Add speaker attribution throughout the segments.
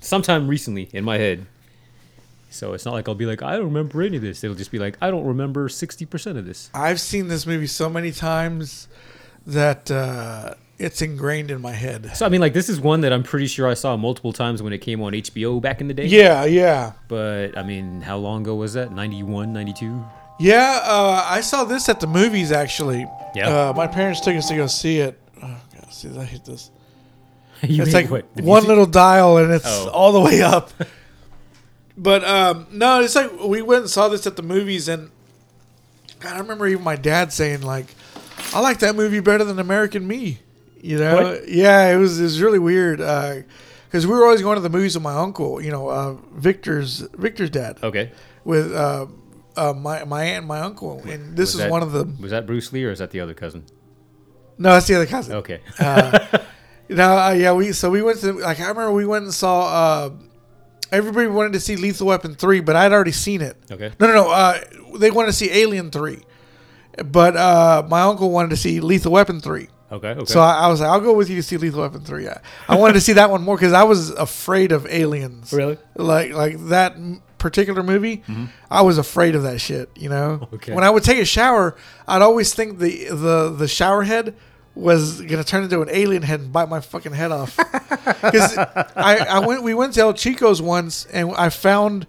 Speaker 1: sometime recently in my head. So it's not like I'll be like, I don't remember any of this. It'll just be like, I don't remember 60% of this.
Speaker 2: I've seen this movie so many times that uh, it's ingrained in my head.
Speaker 1: So, I mean, like, this is one that I'm pretty sure I saw multiple times when it came on HBO back in the day.
Speaker 2: Yeah, yeah.
Speaker 1: But, I mean, how long ago was that? 91, 92?
Speaker 2: Yeah, uh, I saw this at the movies actually.
Speaker 1: Yeah.
Speaker 2: Uh, my parents took us to go see it. Oh, God, see, I hate this.
Speaker 1: You
Speaker 2: It's
Speaker 1: mean
Speaker 2: like
Speaker 1: The
Speaker 2: one
Speaker 1: music?
Speaker 2: little dial and it's
Speaker 1: Oh.
Speaker 2: all the way up. but um, no, it's like we went and saw this at the movies, and God, I remember even my dad saying like, "I like that movie better than American Me." You know?
Speaker 1: What?
Speaker 2: Yeah, it was it was really weird because we were always going to the movies with my uncle. You know, uh, Victor's Victor's dad
Speaker 1: Okay.
Speaker 2: with uh, uh, my my aunt and my uncle, and
Speaker 1: Was
Speaker 2: this is
Speaker 1: that-
Speaker 2: one of them.
Speaker 1: Was that Bruce Lee or is that the other cousin?
Speaker 2: No, that's the other cousin.
Speaker 1: Okay.
Speaker 2: uh, No, uh, yeah, we so we went to like I remember we went and saw. Uh, everybody wanted to see Lethal Weapon three, but I'd already seen it.
Speaker 1: Okay.
Speaker 2: No, no, no. Uh, they wanted to see Alien three, but uh, my uncle wanted to see Lethal Weapon three.
Speaker 1: Okay. Okay.
Speaker 2: So I, I was like, I'll go with you to see Lethal Weapon three. I, I wanted to see that one more because I was afraid of aliens.
Speaker 1: Really? Mm-hmm.
Speaker 2: Like like that m- particular movie, I was afraid of that shit. You know.
Speaker 1: Okay.
Speaker 2: When I would take a shower, I'd always think the the the shower head was gonna turn into an alien head and bite my fucking head off. Because I, I went we went to El Chico's once and I found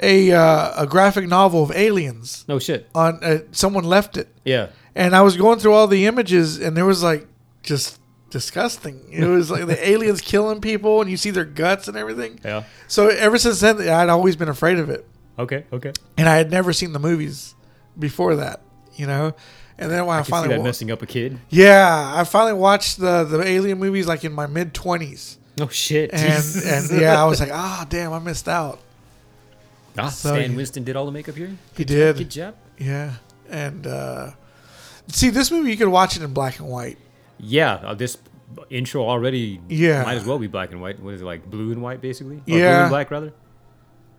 Speaker 2: a uh, a graphic novel of aliens
Speaker 1: no shit.
Speaker 2: on uh, someone left it
Speaker 1: Yeah.
Speaker 2: and I was going through all the images, and there was like just disgusting. It was like the aliens killing people, and you see their guts and everything.
Speaker 1: Yeah.
Speaker 2: So ever since then, I'd always been afraid of it,
Speaker 1: Okay. Okay.
Speaker 2: and I had never seen the movies before that, you know. And then when I,
Speaker 1: I can see
Speaker 2: finally,
Speaker 1: that
Speaker 2: wa-
Speaker 1: messing up a kid.
Speaker 2: yeah, I finally watched the the alien movies like in my mid twenties,
Speaker 1: No shit.
Speaker 2: and
Speaker 1: Jesus.
Speaker 2: and yeah, I was like, ah, damn, I missed out.
Speaker 1: Ah,
Speaker 2: so
Speaker 1: Stan
Speaker 2: you-
Speaker 1: Winston did all the makeup here.
Speaker 2: He did,
Speaker 1: Good job.
Speaker 2: yeah. And uh, see, this movie you could watch it in black and white.
Speaker 1: Yeah. Uh, this intro already.
Speaker 2: Yeah.
Speaker 1: Might as well be black and white. What is it like? Blue and white, basically. Or Blue
Speaker 2: Yeah.
Speaker 1: and black, rather.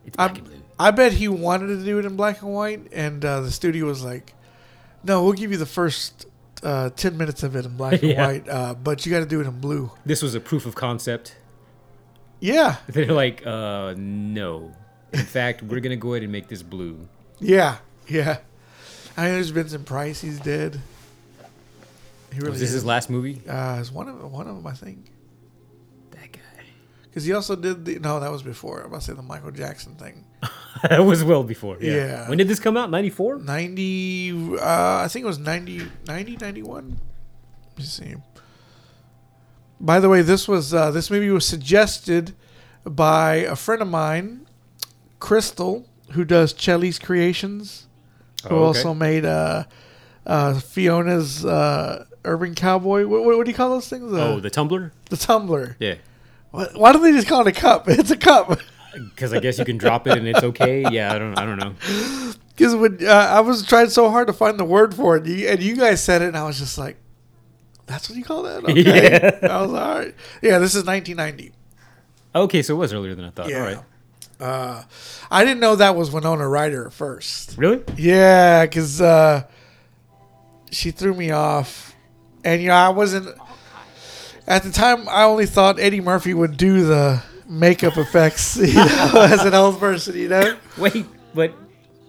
Speaker 1: It's black
Speaker 2: I,
Speaker 1: and blue.
Speaker 2: I bet he wanted to do it in black and white, and uh, the studio was like, "No, we'll give you the first uh, ten minutes of it in black and
Speaker 1: Yeah.
Speaker 2: white, uh, but you got to do it in blue."
Speaker 1: This was a proof of concept.
Speaker 2: Yeah,
Speaker 1: They're like, uh, no. In fact, we're gonna go ahead and make this blue.
Speaker 2: yeah, yeah. I mean, there's Vincent Price; he's dead. He really
Speaker 1: Was this
Speaker 2: is.
Speaker 1: his last movie?
Speaker 2: uh, it's one of one of them, I think,
Speaker 1: That guy.
Speaker 2: because he also did the. No, that was before. I'm about to say the Michael Jackson thing.
Speaker 1: that was well before. Yeah.
Speaker 2: Yeah.
Speaker 1: When did this come out? Ninety four.
Speaker 2: Ninety, uh, I think it was 90, 90 91. Let me see. By the way, this was uh, this movie was suggested by a friend of mine, Crystal, who does Chelly's Creations, who
Speaker 1: Oh, okay.
Speaker 2: also made uh, uh, Fiona's uh, Urban Cowboy. What, what, what do you call those things? Uh,
Speaker 1: Oh, the Tumblr.
Speaker 2: the tumbler.
Speaker 1: Yeah.
Speaker 2: Why, why don't they just call it a cup? It's a cup.
Speaker 1: Because I guess you can drop it and it's okay. Yeah. I don't. I don't know.
Speaker 2: Because when uh, I was trying so hard to find the word for it, and you, and you guys said it, and I was just like, "That's what you call that?" Okay.
Speaker 1: Yeah.
Speaker 2: I was like, all right. Yeah, this is 1990.
Speaker 1: Okay, so it was earlier than I thought.
Speaker 2: Yeah.
Speaker 1: All right.
Speaker 2: Uh, I didn't know that was Winona Ryder at first.
Speaker 1: Really?
Speaker 2: Yeah, because uh, she threw me off, and you know I wasn't at the time. I only thought Eddie Murphy would do the makeup effects you know, as an old person. You know,
Speaker 1: Wait, but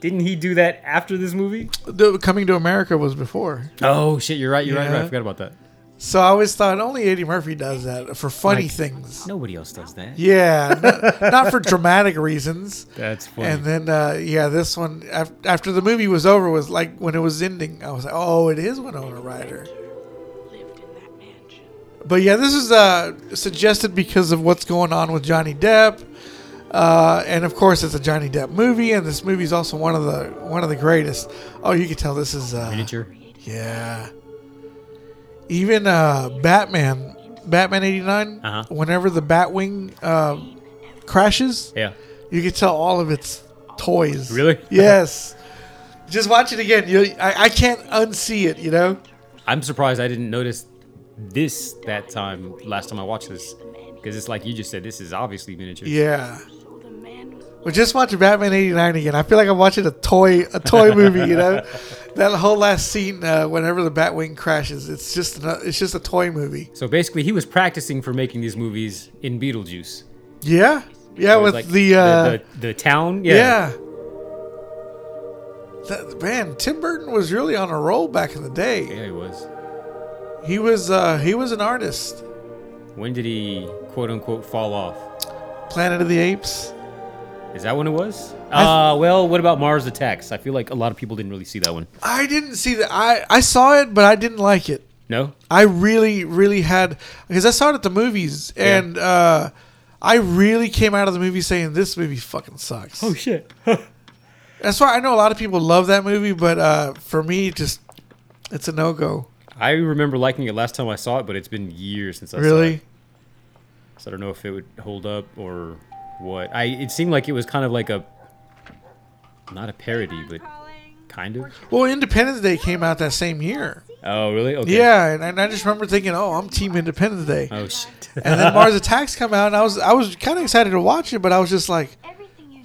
Speaker 1: didn't he do that after this movie?
Speaker 2: The- Coming to America was before.
Speaker 1: Oh shit, you're right. You're right. you're right.
Speaker 2: Yeah.
Speaker 1: I forgot about that.
Speaker 2: So I always thought only Eddie Murphy does that for funny
Speaker 1: Like-
Speaker 2: things.
Speaker 1: Nobody else does that.
Speaker 2: Yeah, not, not for dramatic reasons.
Speaker 1: That's funny.
Speaker 2: And then uh, yeah, this one af- after the movie was over was like when it was ending, I was like, oh, it is Winona Ryder.
Speaker 3: lived in that mansion.
Speaker 2: But yeah, this is uh, suggested because of what's going on with Johnny Depp, uh, and of course it's a Johnny Depp movie, and this movie is also one of the one of the greatest. Oh, you can tell this is uh,
Speaker 1: Miniature.
Speaker 2: Yeah. Even uh, Batman, Batman '89.
Speaker 1: Uh-huh.
Speaker 2: Whenever the Batwing uh, crashes,
Speaker 1: Yeah.
Speaker 2: you can tell all of its toys.
Speaker 1: Really?
Speaker 2: Yes. Just watch it again. You, I, I can't unsee it. You know.
Speaker 1: I'm surprised I didn't notice this that time last time I watched this because it's like you just said this is obviously miniature.
Speaker 2: Yeah.
Speaker 3: So the man was
Speaker 2: Well, just watch Batman '89 again. I feel like I'm watching a toy, a toy movie. You know, that whole last scene, uh, whenever the Batwing crashes, it's just, an, it's just a toy movie.
Speaker 1: So basically, he was practicing for making these movies in Beetlejuice.
Speaker 2: Yeah, Yeah,
Speaker 1: It was
Speaker 2: with
Speaker 1: like
Speaker 2: the, uh,
Speaker 1: the, the the town. Yeah.
Speaker 2: yeah. That, man, Tim Burton was really on a roll back in the day.
Speaker 1: Yeah, he was.
Speaker 2: He was uh, he was an artist.
Speaker 1: When did he quote unquote fall off?
Speaker 2: Planet of the Apes.
Speaker 1: Is that when it was?
Speaker 2: I
Speaker 1: uh, well, what about Mars Attacks? I feel like a lot of people didn't really see that one.
Speaker 2: I didn't see that. I I saw it, but I didn't like it.
Speaker 1: No.
Speaker 2: I really, really had because I saw it at the movies, and uh, I really came out of the movie saying this movie fucking sucks.
Speaker 1: shit.
Speaker 2: That's why I know a lot of people love that movie, but uh, for me, just it's a no go.
Speaker 1: I remember liking it last time I saw it, but it's been years since I saw
Speaker 2: Really,
Speaker 1: it. So I don't know if it would hold up or what. I it seemed like it was kind of like a not a parody, but kind of.
Speaker 2: well, Independence Day came out that same year.
Speaker 1: Oh, really? Okay.
Speaker 2: Yeah, and, and I just remember thinking, oh, I'm Team Independence Day,
Speaker 1: Oh shit.
Speaker 2: and then Mars Attacks come out, and I was I was kind of excited to watch it, but I was just like,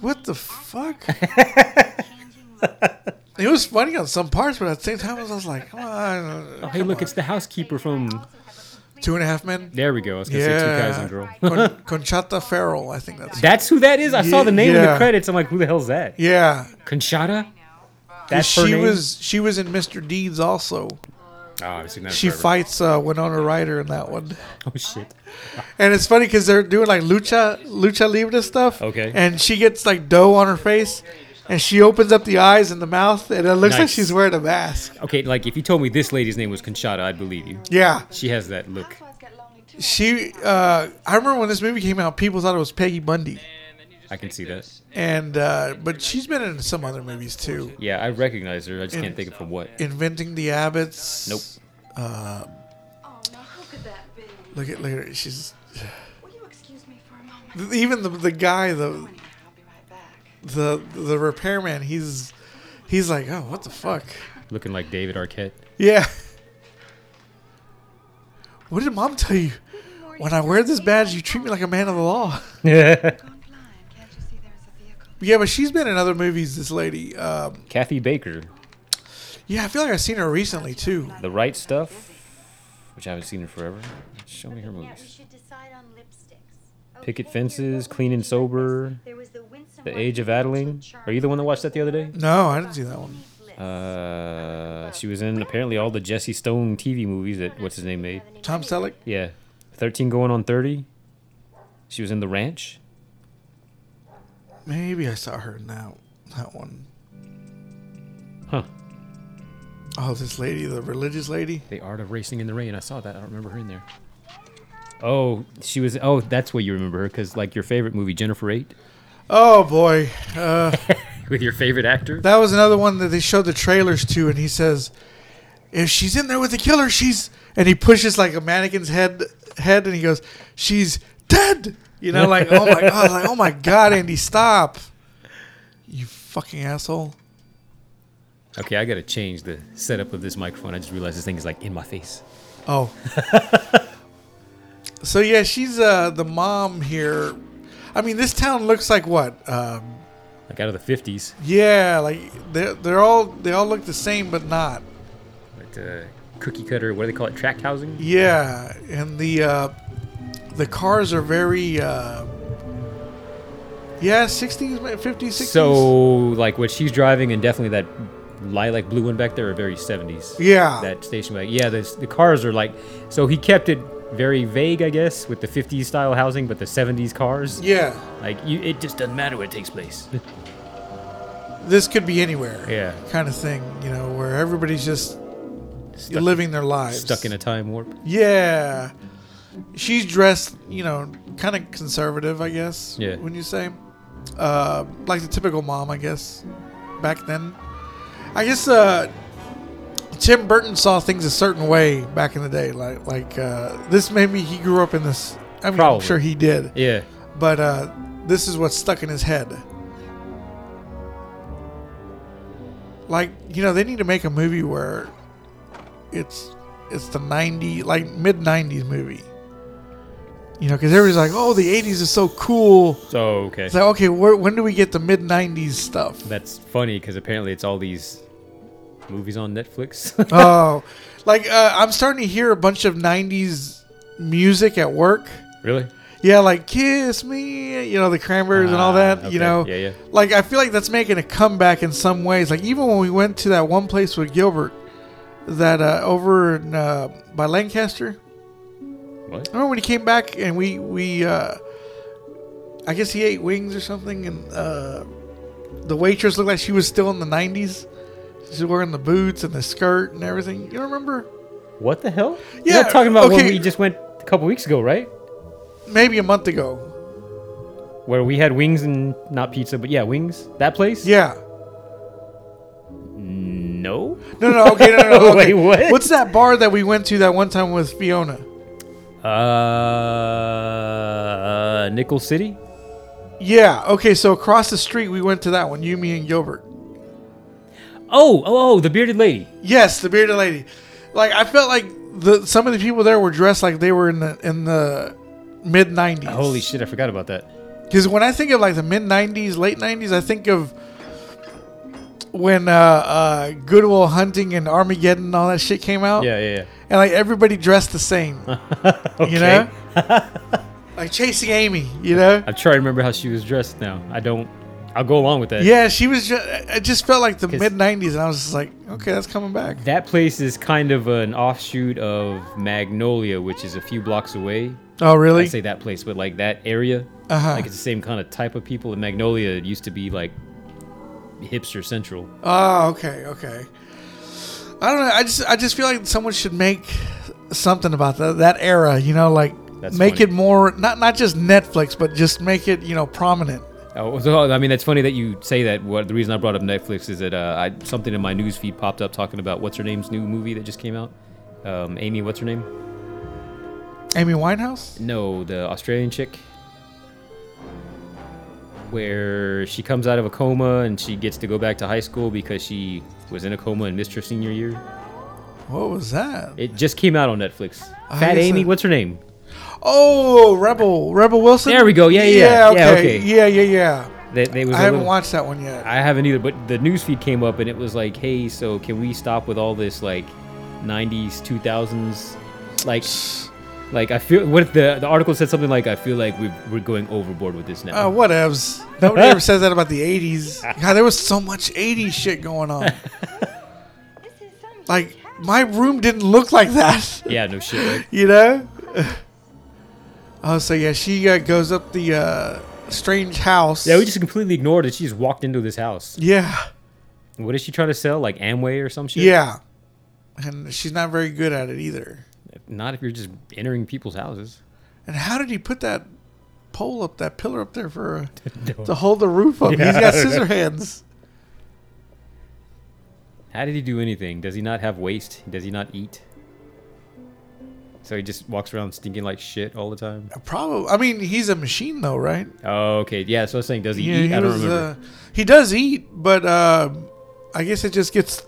Speaker 2: what the fuck? it was funny on some parts, but at the same time, I was like, come on. uh,
Speaker 1: Oh, hey, look, it's the housekeeper from.
Speaker 2: Two and a Half Men.
Speaker 1: There we go. I was gonna say two guys and a girl.
Speaker 2: Con- Conchata Farrell, I think that's.
Speaker 1: That's who that is. I saw the name in
Speaker 2: Yeah.
Speaker 1: the credits. I'm like, who the hell's that?
Speaker 2: yeah,
Speaker 1: Conchata.
Speaker 2: And
Speaker 1: That's her
Speaker 2: she
Speaker 1: name?
Speaker 2: was she was in Mr. Deeds also.
Speaker 1: Oh, I've seen that.
Speaker 2: She
Speaker 1: forever.
Speaker 2: fights uh, Winona Ryder in that one,
Speaker 1: Oh shit.
Speaker 2: and it's funny because they're doing like lucha lucha libre stuff.
Speaker 1: Okay.
Speaker 2: and she gets like dough on her face, and she opens up the eyes and the mouth, and it looks like
Speaker 1: Nice.
Speaker 2: she's wearing a mask.
Speaker 1: Okay, like if you told me this lady's name was Conchata, I'd believe you.
Speaker 2: Yeah,
Speaker 1: She has that look.
Speaker 2: she. Uh, I remember when this movie came out, people thought it was Peggy Bundy,
Speaker 1: I can see that.
Speaker 2: and uh, but she's been in some other movies too.
Speaker 1: Yeah, I recognize her. I just can't think of from what.
Speaker 2: Inventing the Abbots. Uh,
Speaker 1: Nope.
Speaker 4: Oh,
Speaker 2: Look at look at her. She's
Speaker 4: Will you excuse me for a moment?
Speaker 2: th- even the the guy the
Speaker 4: I'll be right back.
Speaker 2: the the repairman. He's he's like, oh, what the fuck?
Speaker 1: Looking like David Arquette.
Speaker 2: Yeah. What did mom tell you? When I wear this badge, you treat me like a man of the law.
Speaker 4: Gone blind. Can't you see there's a vehicle?
Speaker 2: Yeah, but she's been in other movies. This lady. Um,
Speaker 1: Kathy Baker,
Speaker 2: yeah, I feel like I've seen her recently too.
Speaker 1: The Right Stuff, which I haven't seen in forever. Show me her
Speaker 5: Now we
Speaker 1: movies.
Speaker 5: should decide on lipsticks.
Speaker 1: Picket
Speaker 5: Okay,
Speaker 1: Fences,
Speaker 5: here's what
Speaker 1: Clean
Speaker 5: we
Speaker 1: and
Speaker 5: did.
Speaker 1: Sober,
Speaker 5: There was the Winsome
Speaker 1: The
Speaker 5: White
Speaker 1: Age of
Speaker 5: Rachel
Speaker 1: Adeline. Are you the one that watched that the other day?
Speaker 2: No, I didn't see that one.
Speaker 1: Uh, she was in apparently all the Jesse Stone TV movies that what's his name made.
Speaker 2: Tom Selleck.
Speaker 1: Yeah, thirteen going on thirty. She was in The Ranch.
Speaker 2: Maybe I saw her in that that one.
Speaker 1: Huh.
Speaker 2: Oh, this lady, the religious lady.
Speaker 1: The Art of Racing in the Rain. I saw that. I don't remember her in there. Oh, she was. Oh, that's why you remember her because like your favorite movie, Jennifer Eight,
Speaker 2: Oh boy. Uh,
Speaker 1: with your favorite actor.
Speaker 2: That was another one that they showed the trailers to, and he says, "If she's in there with the killer, she's." And he pushes like a mannequin's head, head, and he goes, "She's dead." You know, like oh my god, like oh my god, Andy, stop! You fucking asshole.
Speaker 1: Okay, I gotta change the setup of this microphone. I just realized this thing is like in my face.
Speaker 2: Oh. so yeah, she's uh the mom here. I mean, this town looks like what? Um,
Speaker 1: Like out of the fifties,
Speaker 2: yeah, like they're they're all they all look the same, but not.
Speaker 1: like uh, cookie cutter. What do they call it? Tract housing.
Speaker 2: Yeah, and the uh, the cars are very uh, yeah, sixties, fifties, sixties.
Speaker 1: So like what she's driving and definitely that lilac blue one back there are very seventies.
Speaker 2: yeah,
Speaker 1: That station wagon. Yeah, the the cars are like. So he kept it very vague, I guess, with the fifties style housing, but the seventies cars.
Speaker 2: yeah,
Speaker 1: Like you, it just doesn't matter where it takes place.
Speaker 2: this could be anywhere.
Speaker 1: Yeah.
Speaker 2: kind of thing, you know, where everybody's just living their lives,
Speaker 1: Stuck in a time warp.
Speaker 2: Yeah, she's dressed, you know, kind of conservative, I guess.
Speaker 1: Yeah.
Speaker 2: When you say, uh, like the typical mom, I guess, back then. I guess uh, Tim Burton saw things a certain way back in the day. Like, like uh, this maybe he grew up in this. I mean, I'm
Speaker 1: Probably.
Speaker 2: sure he did,
Speaker 1: Yeah.
Speaker 2: but uh, this is what's stuck in his head. Like, you know, they need to make a movie where it's it's the 90 like mid 90s movie. You know, because everybody's like, "Oh, the 80s is so cool."
Speaker 1: So okay.
Speaker 2: It's like, okay, where, when do we get the mid '90s stuff?
Speaker 1: That's funny because apparently it's all these movies on Netflix.
Speaker 2: oh, like uh, I'm starting to hear a bunch of '90s music at work.
Speaker 1: really?
Speaker 2: Yeah, like kiss me, you know, the cranberries and all that,
Speaker 1: Ah, okay.
Speaker 2: you know.
Speaker 1: Yeah, yeah.
Speaker 2: Like I feel like that's making a comeback in some ways. Like even when we went to that one place with Gilbert that uh over in, uh by Lancaster.
Speaker 1: What?
Speaker 2: I remember when he came back and we we uh I guess he ate wings or something and uh the waitress looked like she was still in the 90s. She was wearing the boots and the skirt and everything. You remember?
Speaker 1: What the hell?
Speaker 2: Yeah,
Speaker 1: You're not talking about where
Speaker 2: okay.
Speaker 1: we just went a couple weeks ago, right?
Speaker 2: Maybe a month ago.
Speaker 1: Where we had wings and not pizza, but yeah, wings. That place?
Speaker 2: Yeah.
Speaker 1: No.
Speaker 2: No, no, okay, no, no, no.
Speaker 1: Wait,
Speaker 2: Okay.
Speaker 1: what?
Speaker 2: What's that bar that we went to that one time with Fiona?
Speaker 1: Uh, Nickel City.
Speaker 2: Yeah, okay, so across the street we went to that one, you, me, and Gilbert.
Speaker 1: Oh, oh, oh, the bearded lady.
Speaker 2: Yes, the bearded lady. Like I felt like the some of the people there were dressed like they were in the in the mid '90s.
Speaker 1: Holy shit, I forgot about that.
Speaker 2: Because when I think of like the mid '90s, late '90s, I think of when uh, uh, Goodwill Hunting and Armageddon and all that shit came out.
Speaker 1: Yeah, yeah,
Speaker 2: and like everybody dressed the same,
Speaker 1: yeah. okay.
Speaker 2: you know, like chasing Amy, you know.
Speaker 1: I'm trying to remember how she was dressed now. I don't. I'll go along with that.
Speaker 2: Yeah, she was. Just, I just felt like the
Speaker 1: 'Cause-
Speaker 2: mid '90s, and I was just like, okay, that's coming back.
Speaker 1: That place is kind of an offshoot of Magnolia, which is a few blocks away.
Speaker 2: Oh, really?
Speaker 1: I say that place, but like that area,
Speaker 2: Uh huh.
Speaker 1: like it's the same kind of type of people. And Magnolia used to be like hipster central.
Speaker 2: Oh, okay, okay. I don't know. I just I just feel like someone should make something about that that era. You know, like
Speaker 1: That's
Speaker 2: make
Speaker 1: funny.
Speaker 2: it more not not just Netflix, but just make it you know prominent.
Speaker 1: Oh, so, I mean, that's funny that you say that. What the reason I brought up Netflix is that uh, I, something in my news feed popped up talking about what's her name's new movie that just came out. Um, Amy, what's her name?
Speaker 2: Amy Winehouse.
Speaker 1: No, the Australian chick. Where she comes out of a coma and she gets to go back to high school because she was in a coma and missed her senior year.
Speaker 2: What was that?
Speaker 1: It just came out on Netflix.
Speaker 2: I
Speaker 1: Fat
Speaker 2: guess
Speaker 1: Amy,
Speaker 2: I-
Speaker 1: what's her name?
Speaker 2: Oh, Rebel Rebel Wilson.
Speaker 1: There we go. Yeah, yeah, yeah.
Speaker 2: yeah.
Speaker 1: Yeah,
Speaker 2: okay.
Speaker 1: okay.
Speaker 2: Yeah, yeah, yeah.
Speaker 1: They, they was
Speaker 2: I
Speaker 1: a
Speaker 2: haven't
Speaker 1: little-
Speaker 2: watched that one yet.
Speaker 1: I haven't either, but the newsfeed came up and it was like, hey, so can we stop with all this like 90s, 2000s? Like, like I feel what if the, the article said something like, I feel like we've, we're going overboard with this now.
Speaker 2: Uh, whatevs. Nobody ever says that about the '80s. God, there was so much '80s shit going on.
Speaker 5: This is some
Speaker 2: Like my room didn't look like that.
Speaker 1: yeah, no shit. right?
Speaker 2: you know. Oh, so yeah, she uh, goes up the uh, strange house.
Speaker 1: Yeah, we just completely ignored it. She just walked into this house.
Speaker 2: yeah,
Speaker 1: What is she trying to sell? Like Amway or some shit?
Speaker 2: yeah, and she's not very good at it either.
Speaker 1: Not if you're just entering people's houses.
Speaker 2: And how did he put that pole up, that pillar up there for
Speaker 1: No.
Speaker 2: to hold the roof up?
Speaker 1: Yeah,
Speaker 2: He's
Speaker 1: I
Speaker 2: got
Speaker 1: don't know.
Speaker 2: scissor hands.
Speaker 1: How did he do anything? Does he not have waste? Does he not eat? So he just walks around stinking like shit all the time.
Speaker 2: Probably. I mean, he's a machine though, right?
Speaker 1: Oh, okay. Yeah, so I was saying, does he
Speaker 2: Yeah,
Speaker 1: eat?
Speaker 2: he
Speaker 1: I don't
Speaker 2: was,
Speaker 1: remember.
Speaker 2: Uh, he does eat, but um I guess it just gets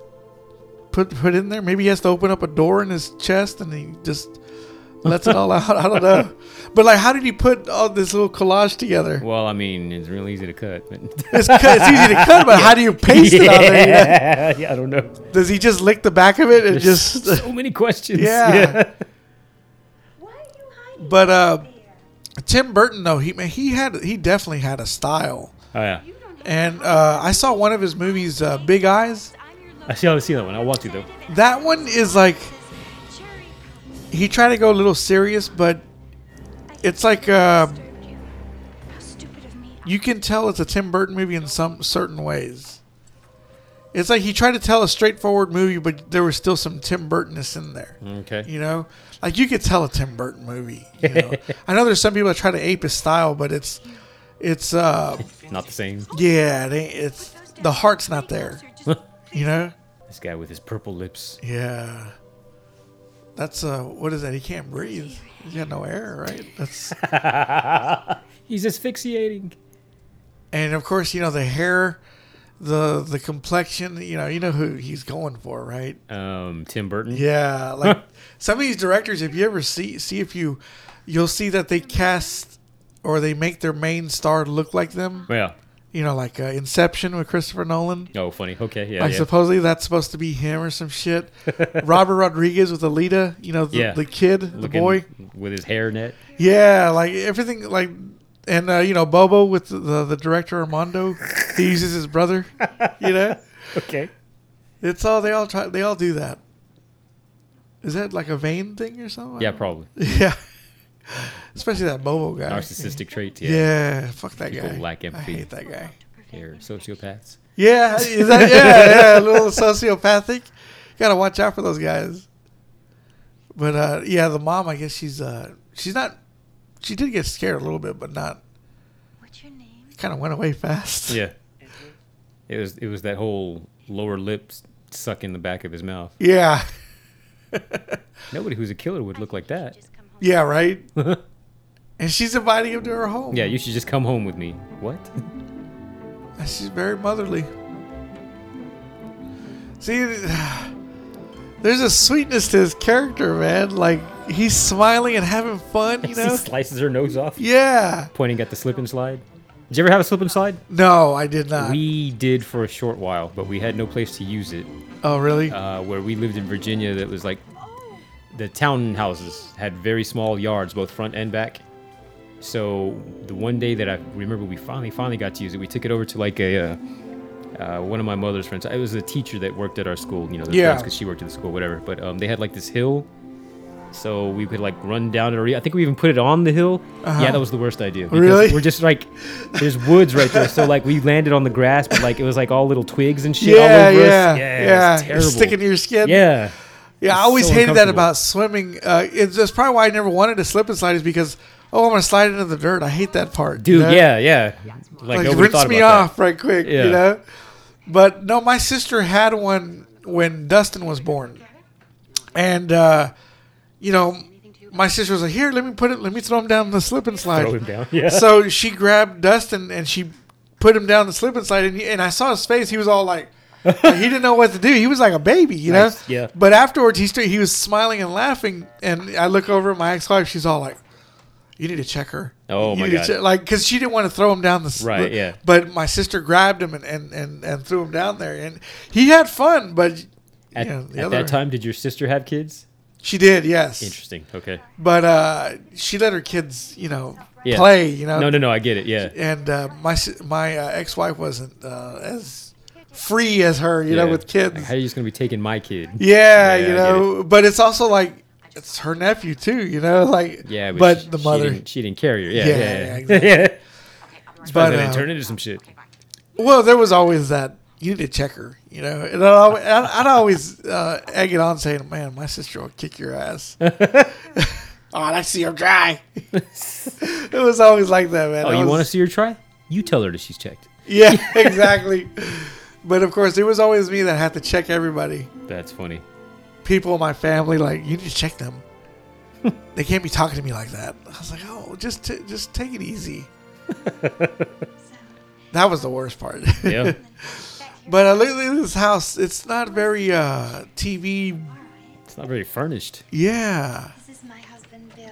Speaker 2: put put in there. Maybe he has to open up a door in his chest, and he just lets it all out. I don't know. But like, how did he put all this little collage together?
Speaker 1: Well, I mean, it's real easy to cut. But
Speaker 2: It's, cut, it's easy to cut, but how do you paste it on there? you know?
Speaker 1: yeah. yeah, I don't know.
Speaker 2: Does he just lick the back of it and just? uh,
Speaker 1: so many questions.
Speaker 2: Yeah.
Speaker 5: Why are you hiding
Speaker 2: But uh,
Speaker 5: there?
Speaker 2: Tim Burton though, he man, he had he definitely had a style.
Speaker 1: Oh yeah.
Speaker 5: You don't have
Speaker 2: And uh, I saw one of his movies, uh, Big Eyes.
Speaker 5: I'm your
Speaker 1: I still haven't seen that one. I want to though.
Speaker 5: locative
Speaker 2: That one is like
Speaker 5: and cherry
Speaker 2: he tried to go a little serious, but it's like uh,
Speaker 5: disturbed you. How stupid of me.
Speaker 2: you can tell it's a Tim Burton movie in some certain ways. It's like he tried to tell a straightforward movie, but there was still some Tim Burtonness in there.
Speaker 1: Okay.
Speaker 2: You know, like you could tell a Tim Burton movie. You know? I know there's some people that try to ape his style, but it's it's uh
Speaker 1: Not the same.
Speaker 2: yeah, it ain't, it's the heart's not there. You know,
Speaker 1: This guy with his purple lips.
Speaker 2: yeah. That's uh, what is that? He can't breathe. He's got no air, right? That's
Speaker 1: He's asphyxiating.
Speaker 2: And of course, you know the hair, the the complexion. You know, you know who he's going for, right?
Speaker 1: Um, Tim Burton.
Speaker 2: Yeah, like some of these directors. If you ever see see if you, you'll see that they cast or they make their main star look like them.
Speaker 1: Yeah.
Speaker 2: you know, like uh, Inception with Christopher Nolan.
Speaker 1: Oh, funny. Okay, yeah,
Speaker 2: like
Speaker 1: yeah.
Speaker 2: supposedly that's supposed to be him or some shit. Robert Rodriguez with Alita, you know, the,
Speaker 1: Yeah.
Speaker 2: the kid, the
Speaker 1: Looking
Speaker 2: boy.
Speaker 1: with his hair net.
Speaker 2: Yeah, like everything, like, and uh, you know, Bobo with the, the, the director Armando, he uses his brother. You know,
Speaker 1: Okay.
Speaker 2: it's all they all try. They all do that. Is that like a vein thing or something?
Speaker 1: Yeah, probably
Speaker 2: Yeah. Especially that Bobo guy.
Speaker 1: narcissistic trait.
Speaker 2: Yeah,
Speaker 1: Yeah.
Speaker 2: fuck that
Speaker 1: People
Speaker 2: guy.
Speaker 1: lack empathy.
Speaker 2: I hate that guy.
Speaker 1: They're sociopaths.
Speaker 2: Yeah, is that yeah, yeah, a little sociopathic. Gotta watch out for those guys. But uh, yeah, the mom, I guess she's uh, she's not. She did get scared a little bit, but not.
Speaker 5: What's your name?
Speaker 2: Kind of went away fast.
Speaker 1: Yeah. It was it was that whole lower lip s- suck in the back of his mouth.
Speaker 2: Yeah.
Speaker 1: Nobody who's a killer would look like that.
Speaker 5: Just come home.
Speaker 2: Yeah. Right. and she's inviting him to her home.
Speaker 1: Yeah, you should just come home with me. What?
Speaker 2: And She's very motherly. See, there's a sweetness to his character, man. Like he's smiling and having fun, you
Speaker 1: he
Speaker 2: know.
Speaker 1: slices her nose off,
Speaker 2: Yeah. Uh,
Speaker 1: pointing at the slip and slide. Did you ever have a slip and slide?
Speaker 2: No, I did not.
Speaker 1: We did for a short while, but we had no place to use it.
Speaker 2: oh, really?
Speaker 1: Uh, where we lived in Virginia, that was like the townhouses had very small yards, both front and back. So the one day that I remember, we finally finally got to use it. We took it over to like a uh, uh, one of my mother's friends. It was a teacher that worked at our school. You know,
Speaker 2: Yeah.
Speaker 1: because she worked at the school, whatever. But um, they had like this hill. So we could like run down to re- I think we even put it on the hill. Yeah, that was the worst idea. because
Speaker 2: Uh-huh. Really?
Speaker 1: We're just like, there's woods right there. So like we landed on the grass, but like it was like all little twigs and shit all over us. Yeah, it was
Speaker 2: It's
Speaker 1: terrible.
Speaker 2: Sticking to your skin.
Speaker 1: yeah,
Speaker 2: yeah. I
Speaker 1: it's
Speaker 2: always
Speaker 1: so
Speaker 2: hated that
Speaker 1: uncomfortable.
Speaker 2: about swimming. Uh, it's that's probably why I never wanted to slip and slide is because oh, I'm gonna slide into the dirt. I hate that part, you
Speaker 1: dude.
Speaker 2: know?
Speaker 1: Yeah, yeah. Like,
Speaker 2: Like,
Speaker 1: nobody
Speaker 2: rinse
Speaker 1: thought
Speaker 2: me
Speaker 1: about
Speaker 2: off right quick,
Speaker 1: Yeah.
Speaker 2: you know. But no, my sister had one when Dustin was born, and uh, you know, my sister was like, "Here, let me put it. Let me throw him down the slip and
Speaker 1: That.
Speaker 2: slide."
Speaker 1: Throw him down. Yeah.
Speaker 2: so she grabbed Dustin and she put him down the slip and slide, and, he, and I saw his face. He was all like, like, he didn't know what to do. He was like a baby, you
Speaker 1: Nice,
Speaker 2: know.
Speaker 1: yeah.
Speaker 2: But afterwards, he st- he was smiling and laughing, and I look over at my ex wife. She's all like, "You need to check her."
Speaker 1: Oh,
Speaker 2: You
Speaker 1: my
Speaker 2: need to
Speaker 1: God.
Speaker 2: check-" Like, because she didn't want to throw him down the s-
Speaker 1: Right,
Speaker 2: the-
Speaker 1: yeah.
Speaker 2: But my sister grabbed him and and and, and threw him down there, and he had fun, but.
Speaker 1: at,
Speaker 2: you know, the
Speaker 1: at
Speaker 2: other-
Speaker 1: that time, did your sister have kids?
Speaker 2: she did, yes,
Speaker 1: Interesting. Okay.
Speaker 2: but uh, she let her kids, you know,
Speaker 1: Yeah.
Speaker 2: play, you know,
Speaker 1: No, no, no. I get it. Yeah.
Speaker 2: and uh, my s- my uh, ex wife wasn't uh, as free as her, you know,
Speaker 1: Yeah.
Speaker 2: with kids.
Speaker 1: Like, how are you just gonna be taking my kid?
Speaker 2: yeah,
Speaker 1: Yeah,
Speaker 2: you
Speaker 1: I get
Speaker 2: know, but it's also like it's her nephew too, you know, like
Speaker 1: Yeah, but,
Speaker 2: but,
Speaker 1: she-
Speaker 2: the
Speaker 1: she
Speaker 2: mother.
Speaker 1: didn't, she didn't carry her. Yeah,
Speaker 2: Yeah,
Speaker 1: yeah,
Speaker 2: yeah,
Speaker 1: yeah.
Speaker 2: exactly.
Speaker 1: Yeah.
Speaker 2: But,
Speaker 1: But,
Speaker 2: uh,
Speaker 1: it turned into some shit.
Speaker 2: Well, there was always that you need to check her, you know, and I'd always, I'd always uh, egg it on, saying, "Man, my sister will kick your ass." oh, I see her try. it was always like that, man.
Speaker 1: Oh,
Speaker 2: I
Speaker 1: you
Speaker 2: was-
Speaker 1: want to see her try? You tell her that she's checked.
Speaker 2: Yeah, exactly. but of course, it was always me that had to check everybody.
Speaker 1: That's funny.
Speaker 2: people in my family like you need to check them. they can't be talking to me like that. I was like, oh, just t- just take it easy. that was the worst part.
Speaker 1: Yeah.
Speaker 2: but uh, look at this house. It's not very uh, TV.
Speaker 1: it's not very furnished.
Speaker 2: Yeah,
Speaker 5: This is my husband, Bill.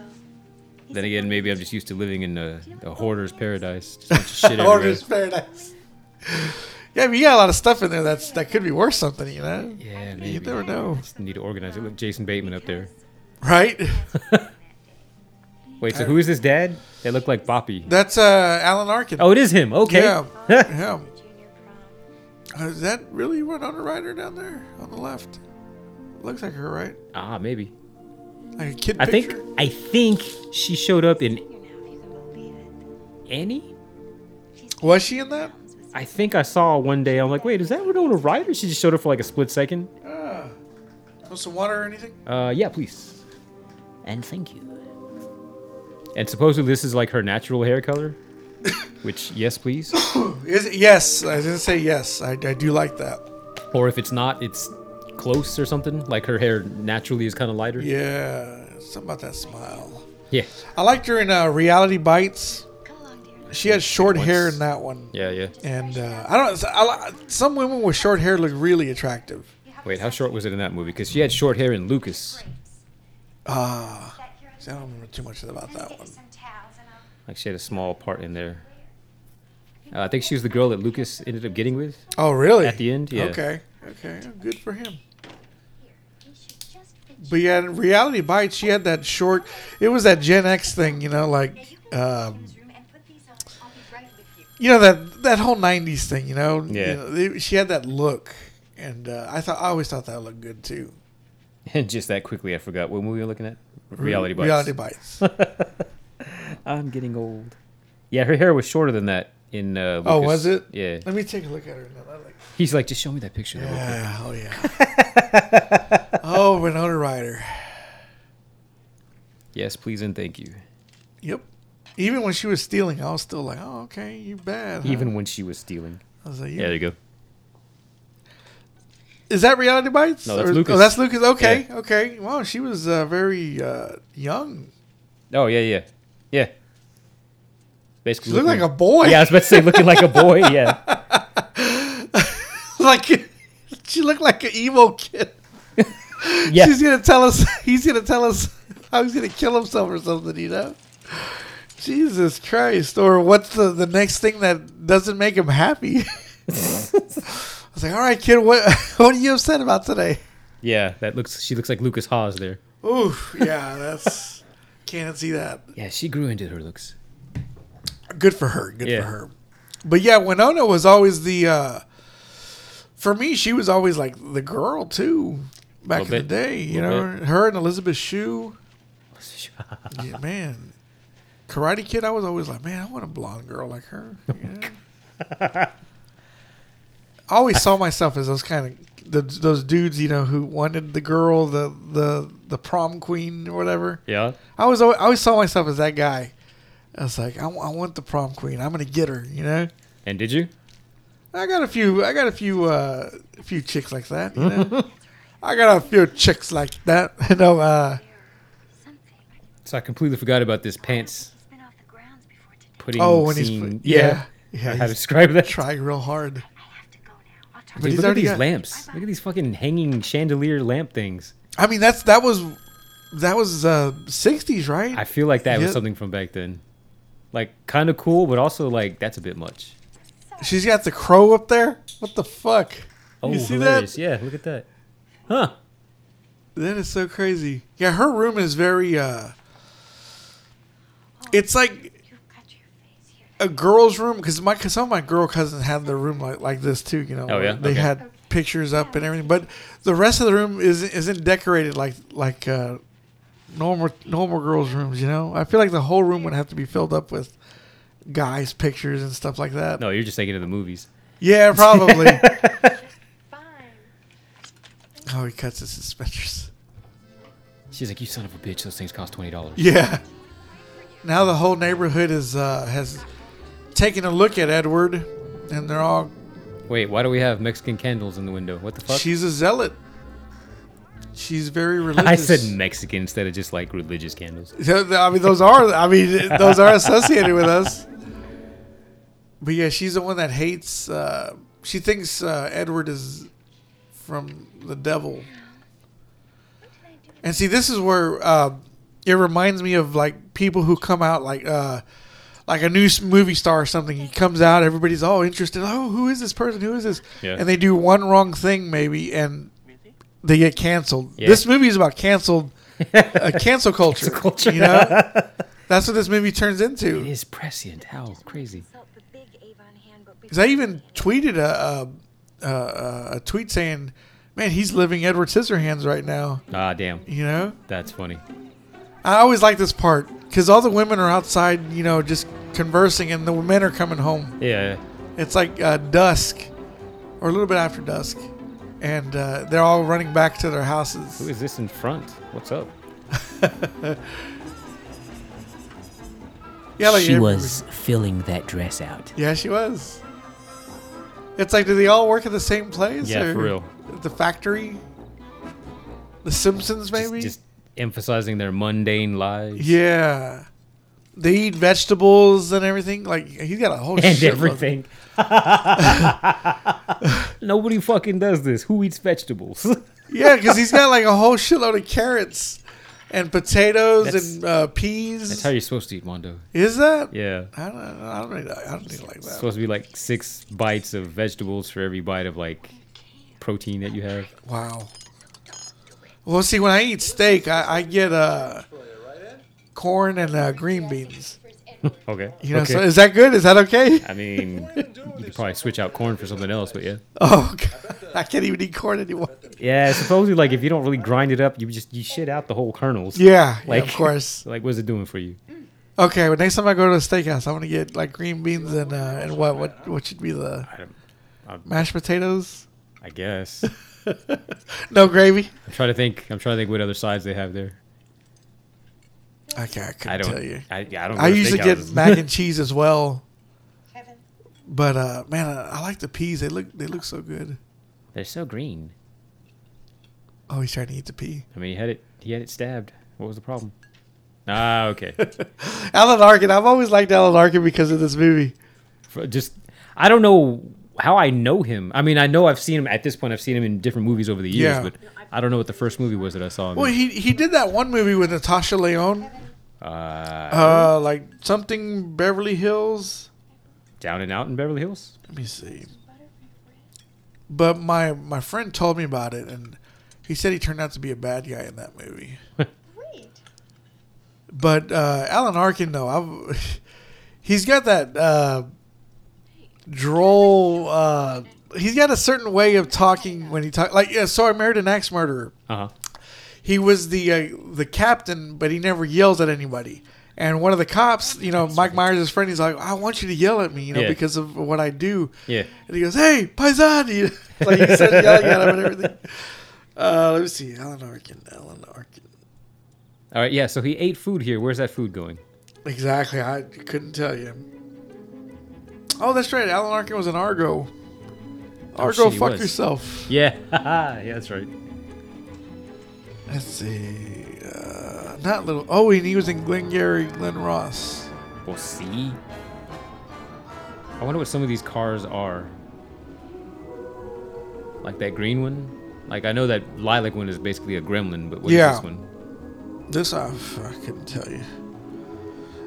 Speaker 1: Then again, maybe I'm just used to living in a, a hoarder's paradise. Just a bunch of shit everywhere.
Speaker 2: Order's Paradise. yeah, but you got a lot of stuff in there that's that could be worth something. You know,
Speaker 1: Yeah, maybe.
Speaker 2: you never know,
Speaker 1: Just need to organize it. Look, Jason Bateman up there.
Speaker 2: right?
Speaker 1: Wait, so who is this dad? They look like Boppy.
Speaker 2: That's uh, Alan Arkin.
Speaker 1: Oh, it is him. Okay.
Speaker 2: yeah,
Speaker 1: Yeah.
Speaker 2: yeah.
Speaker 5: Junior prom.
Speaker 2: Uh, Is that really what on a rider down there on the left? Looks like her, right?
Speaker 1: ah, maybe.
Speaker 2: Like a kid
Speaker 1: I think
Speaker 2: picture?
Speaker 1: I think she showed up in
Speaker 5: You know, if you can believe it.
Speaker 1: Annie.
Speaker 2: Was she in that?
Speaker 1: I think I saw one day. I'm like, wait, is that Winona Ryder? She just showed up for like a split second.
Speaker 2: Want some water or anything?
Speaker 1: Uh, yeah, please. And thank you. And supposedly this is like her natural hair color, which yes, please.
Speaker 2: Is it? Yes, I didn't say yes. I, I do like that.
Speaker 1: Or if it's not, it's close or something. Like her hair naturally is kind of lighter.
Speaker 2: Yeah, something about that smile.
Speaker 1: Yeah.
Speaker 2: I liked her in uh, Reality Bites.
Speaker 5: Come along, dear.
Speaker 2: She had short hair
Speaker 1: What's-
Speaker 2: in that one,
Speaker 1: Yeah. Yeah.
Speaker 2: and uh, I don't. I, li- some women with short hair look really attractive.
Speaker 1: Wait, how short was it in that movie? Because she had short hair in Lucas.
Speaker 2: Ah,
Speaker 5: That here
Speaker 2: see, I don't remember too much about that
Speaker 5: Get
Speaker 2: one.
Speaker 5: you some towels and I'll
Speaker 1: Like she had a small part in there.
Speaker 5: you
Speaker 1: Uh, I think she was the girl that Lucas ended up getting with.
Speaker 2: Oh, really?
Speaker 1: At the end, yeah.
Speaker 2: Okay. Okay. Good for him.
Speaker 5: Here, you should just fit
Speaker 2: But yeah, in Reality Bites, she had that short. It was that Gen X thing, you know, like, um,
Speaker 5: room and put these on. I'll be right with you.
Speaker 2: you know that that whole '90s thing, you know.
Speaker 1: Yeah.
Speaker 2: You know, they- she had that look, and uh, I thought I always thought that looked good too.
Speaker 1: And just that quickly, I forgot what movie we were looking at. Reality Bites.
Speaker 2: Reality Bites.
Speaker 1: I'm getting old. Yeah, her hair was shorter than that in. Uh, Lucas.
Speaker 2: oh, was it?
Speaker 1: Yeah.
Speaker 2: Let me take a look at her. Now. I like.
Speaker 1: He's like, just show me that picture. real quick."
Speaker 2: Yeah. Oh yeah. oh, Winona Ryder.
Speaker 1: Yes, please and thank you.
Speaker 2: Yep. Even when she was stealing, I was still like, "Oh, okay, you bad." huh?"
Speaker 1: Even when she was stealing.
Speaker 2: I was like,
Speaker 1: Yeah, there you go.
Speaker 2: Is that Reality Bites?
Speaker 1: No, that's
Speaker 2: Or-
Speaker 1: Lucas.
Speaker 2: Oh, that's Lucas. Okay, okay. Wow, she was uh, very uh, young.
Speaker 1: Oh yeah, yeah, yeah. Basically,
Speaker 2: She looked like a boy.
Speaker 1: Yeah, I was about to say looking like a boy. Yeah,
Speaker 2: like she looked like an emo kid.
Speaker 1: yeah.
Speaker 2: She's gonna tell us. He's gonna tell us how he's gonna kill himself or something. You know. Jesus Christ! Or what's the the next thing that doesn't make him happy? I was like, all right, kid. What what are you upset about today?
Speaker 1: yeah, that looks. She looks like Lucas Haas there.
Speaker 2: Oof. Yeah, that's can't see that.
Speaker 1: Yeah, she grew into her looks.
Speaker 2: good for her good
Speaker 1: Yeah.
Speaker 2: for her but yeah winona was always the uh for me she was always like the girl too back in
Speaker 1: Little
Speaker 2: the
Speaker 1: bit.
Speaker 2: day you
Speaker 1: Little
Speaker 2: know her and elizabeth shue yeah, man karate kid i was always like man i want a blonde girl like her yeah. i always saw myself as those kind of the, those dudes you know who wanted the girl the the the prom queen or whatever
Speaker 1: yeah,
Speaker 2: I was always, I always saw myself as that guy. I was like, I, wa- I want the prom queen. I'm gonna get her. You know,
Speaker 1: and did you?
Speaker 2: I got a few. I got a few. Uh, a few chicks like that. You know, I got a few chicks like that. You know, uh,
Speaker 5: Something.
Speaker 1: So I completely forgot about this pants
Speaker 5: He's been off the grounds before today.
Speaker 1: putting.
Speaker 2: oh, when he's
Speaker 1: scene.
Speaker 2: yeah,
Speaker 1: I
Speaker 2: yeah,
Speaker 1: How to
Speaker 2: he's
Speaker 1: describe that?
Speaker 2: trying real hard.
Speaker 5: I have to go now. I'll talk
Speaker 1: Dude,
Speaker 2: But he's
Speaker 1: look at
Speaker 2: already
Speaker 1: these
Speaker 2: got-
Speaker 1: lamps. Look at these fucking hanging chandelier lamp things.
Speaker 2: I mean, that's that was that was uh, '60s, right?
Speaker 1: I feel like that
Speaker 2: Yeah.
Speaker 1: was something from back then. Like kind of cool, but also like that's a bit much.
Speaker 2: She's got the crow up there. What the fuck?
Speaker 1: Oh,
Speaker 2: you see
Speaker 1: hilarious!
Speaker 2: that?
Speaker 1: Yeah, look at that. Huh?
Speaker 2: That is so crazy. Yeah, her room is very. uh It's like
Speaker 5: You cut your face here.
Speaker 2: a girl's room because my cause some of my girl cousins had their room like, like this too. You know,
Speaker 1: Oh, yeah?
Speaker 2: they
Speaker 1: Okay.
Speaker 2: had pictures up and everything, but the rest of the room is isn't decorated like like uh, normal normal girls' rooms. You know, I feel like the whole room would have to be filled up with guys' pictures and stuff like that.
Speaker 1: No, you're just thinking of the movies.
Speaker 2: Yeah, probably.
Speaker 5: Fine.
Speaker 2: oh, he cuts his suspenders.
Speaker 1: She's like, you son of a bitch. Those things cost twenty dollars.
Speaker 2: Yeah. Now the whole neighborhood is uh, has taken a look at Edward, and they're all.
Speaker 1: Wait, why do we have Mexican candles in the window? What the fuck?
Speaker 2: She's a zealot. She's very religious.
Speaker 1: I said Mexican instead of just like religious candles.
Speaker 2: So, th- I mean, those are. I mean, those are associated with us. But yeah, she's the one that hates. Uh, she thinks uh, Edward is from the devil. And see, this is where uh, it reminds me of like people who come out like uh, like a new s- movie star or something. He comes out, everybody's all interested. Oh, who is this person? Who is this?
Speaker 1: Yeah.
Speaker 2: And they do one wrong thing maybe, and they get canceled.
Speaker 1: Yeah.
Speaker 2: This movie is about canceled a cancel culture.
Speaker 1: culture.
Speaker 2: You know, that's what this movie turns
Speaker 1: It
Speaker 2: into.
Speaker 1: is prescient. How crazy.
Speaker 5: Consult the big Avon handbook.
Speaker 2: Because I even tweeted a, a, a, a tweet saying, "Man, he's living Edward Scissorhands right now."
Speaker 1: Ah, damn.
Speaker 2: You know,
Speaker 1: That's funny.
Speaker 2: I always like this part because all the women are outside, you know, just conversing, and the men are coming home.
Speaker 1: Yeah.
Speaker 2: It's like uh, dusk, or a little bit after dusk, and uh, they're all running back to their
Speaker 1: Who
Speaker 2: houses.
Speaker 1: is this in front? What's up?
Speaker 2: Yeah, like
Speaker 6: she
Speaker 2: every-
Speaker 6: was filling that dress out.
Speaker 2: Yeah, she was. It's like, do they all work at the same place?
Speaker 1: Yeah,
Speaker 2: or
Speaker 1: for real.
Speaker 2: The factory? The Simpsons,
Speaker 1: Just,
Speaker 2: maybe?
Speaker 1: just emphasizing their mundane lives.
Speaker 2: yeah. They eat vegetables and everything. Like, he's got a whole
Speaker 1: And
Speaker 2: shitload.
Speaker 1: everything. Nobody fucking does this. Who eats vegetables?
Speaker 2: Yeah, because he's got like a whole shitload of carrots and potatoes
Speaker 1: That's-
Speaker 2: and uh, peas.
Speaker 1: That's how you're supposed to eat Mondo.
Speaker 2: Is that?
Speaker 1: Yeah.
Speaker 2: I don't. I don't. Really, I don't think like
Speaker 1: It's
Speaker 2: that.
Speaker 1: supposed to be like six bites of vegetables for every bite of like protein that you have.
Speaker 2: Wow. Well, see, when I eat steak, I, I get uh, corn and uh, green beans.
Speaker 1: Okay.
Speaker 2: You know,
Speaker 1: okay.
Speaker 2: so is that good? Is that okay?
Speaker 1: I mean, you could probably switch out corn for something else, but yeah.
Speaker 2: Oh, God. I can't even eat corn anymore.
Speaker 1: Yeah, supposedly like if you don't really grind it up, you just you shit out the whole kernels.
Speaker 2: Yeah, yeah,
Speaker 1: Like-
Speaker 2: of course.
Speaker 1: Like, what's it doing for you?
Speaker 2: Okay, well, next time I go to a steakhouse, I'm gonna get like green beans and uh, and what what what should be the
Speaker 1: don't- I'm-
Speaker 2: mashed potatoes?
Speaker 1: I guess. I'm
Speaker 2: No gravy.
Speaker 1: trying to think. I'm trying to think what other sides they have there.
Speaker 2: Okay, I couldn't
Speaker 1: I don't.
Speaker 2: tell you.
Speaker 1: I, yeah, I don't.
Speaker 2: I
Speaker 1: go to
Speaker 2: usually get
Speaker 1: steakhouses.
Speaker 2: mac and cheese as well,
Speaker 4: Kevin,
Speaker 2: but uh, man, I, I like the peas. They look they look so good.
Speaker 1: They're so green.
Speaker 2: Oh, he's trying to eat the pea.
Speaker 1: I mean, he had it. He had it stabbed. What was the problem? Ah, okay.
Speaker 2: Alan Arkin. I've always liked Alan Arkin because of this movie.
Speaker 1: For- Just I don't know how I know him. I mean, I know I've seen him at this point. I've seen him in different movies over the years,
Speaker 2: Yeah.
Speaker 1: but I don't know what the first movie was that I saw him.
Speaker 2: Well,
Speaker 1: in.
Speaker 2: he he did that one movie with Natasha Leone,
Speaker 1: Uh,
Speaker 2: uh, like something Beverly Hills.
Speaker 1: Down and Out in Beverly Hills.
Speaker 2: Let me see. But my my friend told me about it, and he said he turned out to be a bad guy in that movie.
Speaker 4: great.
Speaker 2: But uh, Alan Arkin, though, I've, he's got that uh, droll. Uh, he's got a certain way of talking when he talks. Like, yeah, so I married an axe murderer.
Speaker 1: Uh huh.
Speaker 2: He was the uh, the captain, but he never yells at anybody. And one of the cops, you know, Mike Myers' his friend, he's like, "I want you to yell at me, you know,
Speaker 1: Yeah.
Speaker 2: because of what I do."
Speaker 1: Yeah.
Speaker 2: And he goes, "Hey, paisan!" He, like he started yelling at him and everything. Uh, let me see, Alan Arkin, Alan Arkin.
Speaker 1: All right. Yeah. So he ate food here. Where's that food going?
Speaker 2: Exactly, I couldn't tell you. Oh, that's right. Alan Arkin was an Argo. Argo,
Speaker 1: shit, he
Speaker 2: fuck
Speaker 1: was.
Speaker 2: yourself.
Speaker 1: Yeah. yeah. That's right.
Speaker 2: Let's see. Uh, not little. Oh, and he was in Glengarry Glen Ross.
Speaker 1: We'll see. I wonder what some of these cars are. Like that green one? Like I know that lilac one is basically a gremlin, but what is
Speaker 2: Yeah.
Speaker 1: this one?
Speaker 2: This I, I couldn't tell you.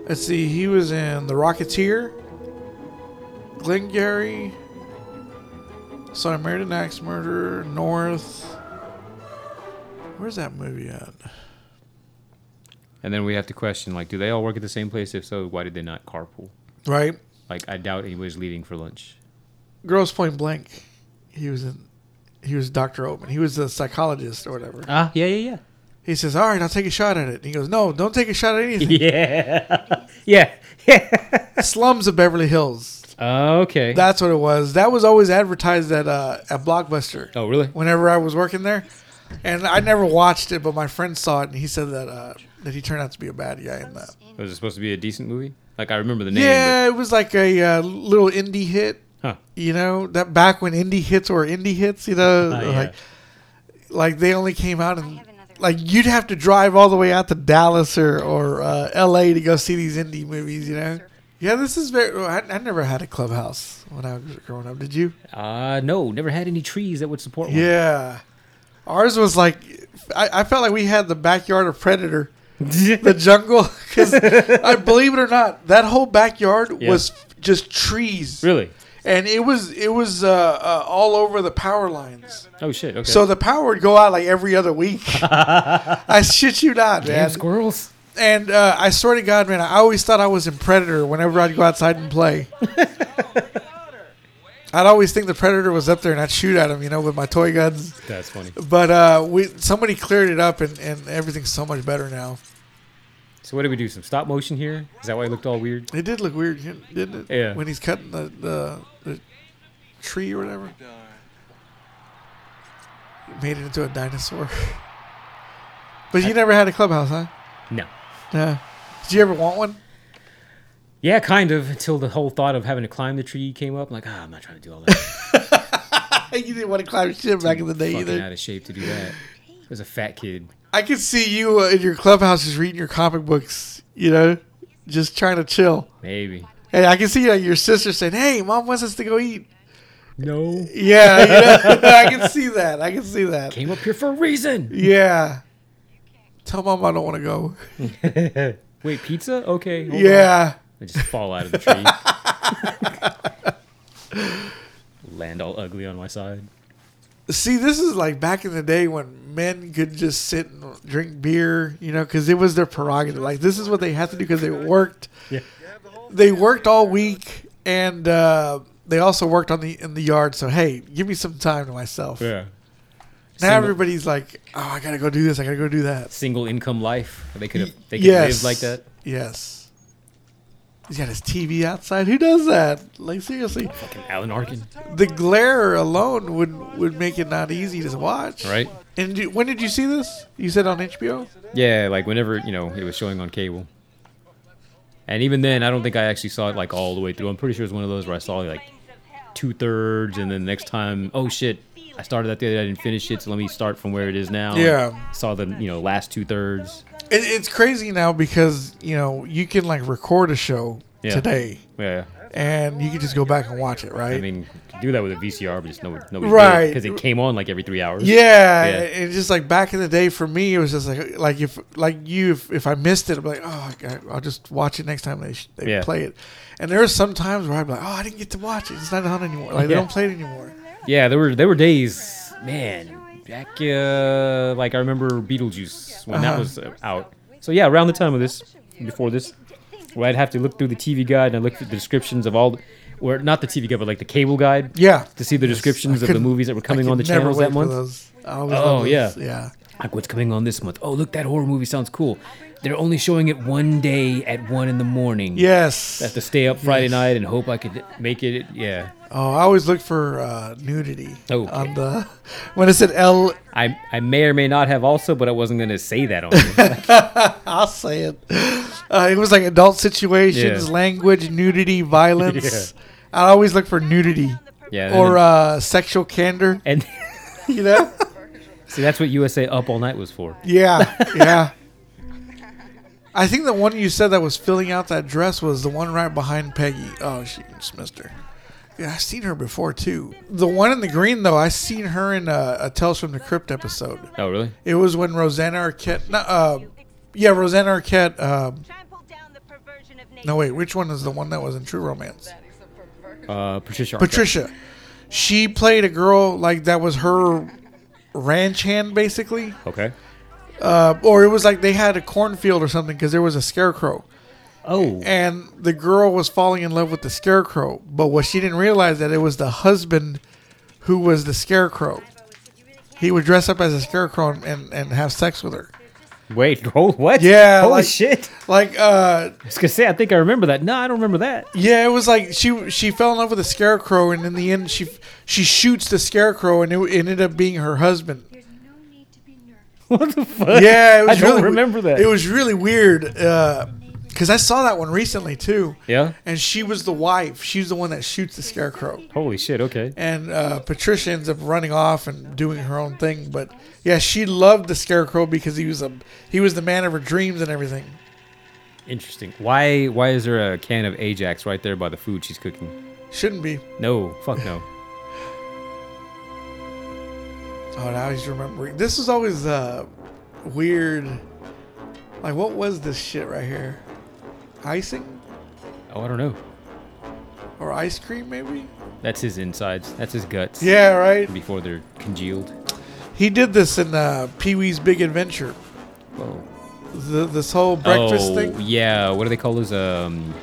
Speaker 2: Let's see. He was in The Rocketeer, Glengarry. So I married an axe murderer. North. Where's that movie at?
Speaker 1: And then we have to question like, do they all work at the same place? If so, why did they not carpool?
Speaker 2: Right.
Speaker 1: Like I doubt anybody's leaving for lunch.
Speaker 2: Girls Point Blank. He was in. He was Doctor Oatman. He was a psychologist or whatever.
Speaker 1: Ah, yeah, yeah,
Speaker 2: He says, "All right, I'll take a shot at it." And he goes, "No, don't take a shot at anything."
Speaker 1: yeah. Yeah. Yeah.
Speaker 2: Slums of Beverly Hills.
Speaker 1: okay.
Speaker 2: That's what it was. That was always advertised at uh, at Blockbuster.
Speaker 1: oh really?
Speaker 2: whenever I was working there, and I never watched it, but my friend saw it and he said that uh, that he turned out to be a bad guy in that.
Speaker 1: Was it supposed to be a decent movie? Like I remember the name.
Speaker 2: Yeah, it was like a uh, little indie hit.
Speaker 1: But, huh.
Speaker 2: You know that back when indie hits were indie hits. You know,
Speaker 1: Ah, yeah.
Speaker 2: like like they only came out in
Speaker 5: have another
Speaker 2: like you'd have to drive all the way out to Dallas or or uh, L.A. to go see these indie movies. You know. Yeah, this is very. oh, I, I never had a clubhouse when I was growing up. Did you?
Speaker 1: Uh no, never had any trees that would support one.
Speaker 2: Yeah. Ours was like, I, I felt like we had the backyard of Predator, the jungle. Because I believe it or not, that whole backyard
Speaker 1: Yeah.
Speaker 2: was just trees,
Speaker 1: really?
Speaker 2: and it was it was uh, uh, all over the power lines.
Speaker 1: Oh shit. Okay.
Speaker 2: So the power would go out like every other week. I shit you not,
Speaker 1: Damn
Speaker 2: man.
Speaker 1: squirrels.
Speaker 2: And uh, I swear to God, man, I always thought I was in Predator whenever I'd go outside and play. I'd always think the Predator was up there and I'd shoot at him, you know, with my toy guns.
Speaker 1: That's funny.
Speaker 2: But uh, we somebody cleared it up, and, and everything's so much better now.
Speaker 1: So what did we do? Some stop motion here? Is that why it looked all weird?
Speaker 2: It did look weird, didn't it?
Speaker 1: Yeah.
Speaker 2: When he's cutting the the, the tree or whatever, He made it into a dinosaur. but you never had a clubhouse, huh?
Speaker 1: No.
Speaker 2: Yeah. Did you ever want one?
Speaker 1: Yeah, kind of. Until the whole thought of having to climb the tree came up. I'm like, ah, I'm not trying to do all that.
Speaker 2: you didn't want to climb shit back in the day
Speaker 1: Fucking
Speaker 2: either.
Speaker 1: out of shape to do that. I was a fat kid.
Speaker 2: I could see you uh, in your clubhouses reading your comic books. You know, just trying to chill.
Speaker 1: Maybe.
Speaker 2: And I can see like, your sister saying, "Hey, mom wants us to go eat."
Speaker 1: No.
Speaker 2: Yeah, you know, I can see that. I can see that.
Speaker 1: Came up here for a reason.
Speaker 2: Yeah. Tell mom I don't want to go.
Speaker 1: Wait, pizza? Okay. hold on.
Speaker 2: yeah.
Speaker 1: I just fall out of the tree. Land all ugly on my side.
Speaker 2: See, this is like back in the day when men could just sit and drink beer, you know, because it was their prerogative. Like this is what they had to do because they worked.
Speaker 1: Yeah.
Speaker 2: They worked all week, and uh, they also worked on the in the yard. So hey, give me some time to myself.
Speaker 1: Yeah.
Speaker 2: Now
Speaker 1: Single-
Speaker 2: everybody's like, oh, I gotta go do this. I gotta go do that.
Speaker 1: Single income life. They could have. They could
Speaker 2: yes,
Speaker 1: live like that.
Speaker 2: Yes. He's got his TV outside. Who does that? Like seriously,
Speaker 1: Alan Arkin,
Speaker 2: the glare alone would would make it not easy to watch.
Speaker 1: right?
Speaker 2: And you, when did you see this? You said on HBO.
Speaker 1: Yeah, like whenever you know it was showing on cable. And even then, I don't think I actually saw it like all the way through. I'm pretty sure it was one of those where I saw like two thirds, and then the next time, oh shit, I started that the other day, I didn't finish it, so let me start from where it is now.
Speaker 2: Yeah.
Speaker 1: saw the you know last two thirds.
Speaker 2: It, it's crazy now because you know you can like record a show
Speaker 1: Yeah.
Speaker 2: today
Speaker 1: Yeah,
Speaker 2: and you can just go back and watch it, right?
Speaker 1: I mean, you could do that with a VCR, but just no, nobody
Speaker 2: Right.
Speaker 1: because it came on like every three hours.
Speaker 2: yeah,
Speaker 1: Yeah.
Speaker 2: and just like back in the day for me, it was just like like if like you if, if I missed it, I'm like oh I- I'll just watch it next time they sh- they
Speaker 1: Yeah.
Speaker 2: play it. And there are some times where I'm like oh I didn't get to watch it, it's not on anymore. Like they
Speaker 1: Yeah.
Speaker 2: don't play it anymore.
Speaker 1: Yeah, there were there were days, man. Back uh, like I remember Beetlejuice when that
Speaker 2: Uh-huh.
Speaker 1: was uh, out. So yeah, around the time of this, before this, where I'd have to look through the TV guide and I look for the descriptions of all, the, or not the TV guide, but like the cable guide.
Speaker 2: Yeah.
Speaker 1: To see the
Speaker 2: Yes,
Speaker 1: descriptions
Speaker 2: I
Speaker 1: of the
Speaker 2: couldn't-
Speaker 1: movies that were
Speaker 2: I
Speaker 1: coming
Speaker 2: could
Speaker 1: on the
Speaker 2: never
Speaker 1: channels
Speaker 2: wait
Speaker 1: that
Speaker 2: for
Speaker 1: month.
Speaker 2: those. I always
Speaker 1: Oh,
Speaker 2: loved those.
Speaker 1: yeah.
Speaker 2: yeah.
Speaker 1: Like what's coming on this month? Oh, look that horror movie sounds cool. They're only showing it one day at one in the morning.
Speaker 2: Yes.
Speaker 1: I have to stay up Friday night and hope I could make it. Yeah.
Speaker 2: Oh, I always look for uh, nudity
Speaker 1: Oh, Okay.
Speaker 2: on the when it said L.
Speaker 1: I, I may or may not have also, but I wasn't gonna say that on. here.
Speaker 2: I'll say it. Uh, it was like adult situations,
Speaker 1: Yeah.
Speaker 2: language, nudity, violence. I always look for nudity
Speaker 1: Yeah. and
Speaker 2: or
Speaker 1: then-
Speaker 2: uh, sexual candor.
Speaker 1: and
Speaker 2: You know?
Speaker 1: See, that's what USA Up All Night was for.
Speaker 2: yeah, yeah. I think the one you said that was filling out that dress was the one right behind Peggy. Oh, she just missed her. Yeah, I've seen her before too. The one in the green though, I seen her in a, a Tales from the Crypt episode.
Speaker 1: Oh, really?
Speaker 2: It was when Rosanna Arquette. No, uh, yeah, Rosanna Arquette. Um, no, wait. Which one is the one that was in True Romance?
Speaker 1: Uh, Patricia. Arquette.
Speaker 2: Patricia. She played a girl like that was her ranch hand, basically.
Speaker 1: Okay.
Speaker 2: Uh, or it was like they had a cornfield or something because there was a scarecrow,
Speaker 1: Oh.
Speaker 2: and the girl was falling in love with the scarecrow. But what she didn't realize that it was the husband who was the scarecrow. He would dress up as a scarecrow and, and, and have sex with her.
Speaker 1: Wait. Oh, what?
Speaker 2: Yeah,
Speaker 1: Holy
Speaker 2: like-
Speaker 1: shit.
Speaker 2: Like, uh,
Speaker 1: I was gonna say, I think I remember that. No, I don't remember that.
Speaker 2: Yeah, it was like she she fell in love with a scarecrow, and in the end, she she shoots the scarecrow, and it ended up being her husband.
Speaker 5: There's no need to be
Speaker 1: What
Speaker 5: nervous.
Speaker 1: the fuck?
Speaker 2: Yeah, it
Speaker 1: I
Speaker 2: was
Speaker 1: don't
Speaker 2: really,
Speaker 1: remember that.
Speaker 2: It was really weird because I saw that one recently too.
Speaker 1: Yeah.
Speaker 2: and she was the wife. She's the one that shoots the scarecrow,
Speaker 1: Holy shit. Okay.
Speaker 2: and uh, Patricia ends up running off and doing her own thing. But yeah, she loved the scarecrow because he was a he was the man of her dreams and everything.
Speaker 1: Interesting. Why? Why is there a can of Ajax right there by the food she's cooking?
Speaker 2: Shouldn't be.
Speaker 1: No. Fuck no.
Speaker 2: Oh, now he's remembering. This is always uh, weird. Like, what was this shit right here? Icing
Speaker 1: Oh, I don't know.
Speaker 2: or ice cream, maybe?
Speaker 1: That's his insides. That's his guts.
Speaker 2: Yeah, right.
Speaker 1: Before they're congealed.
Speaker 2: He did this in uh, Pee Wee's Big Adventure.
Speaker 1: Whoa.
Speaker 2: The, this whole breakfast
Speaker 1: oh,
Speaker 2: thing.
Speaker 1: Yeah, what do they call those? Um,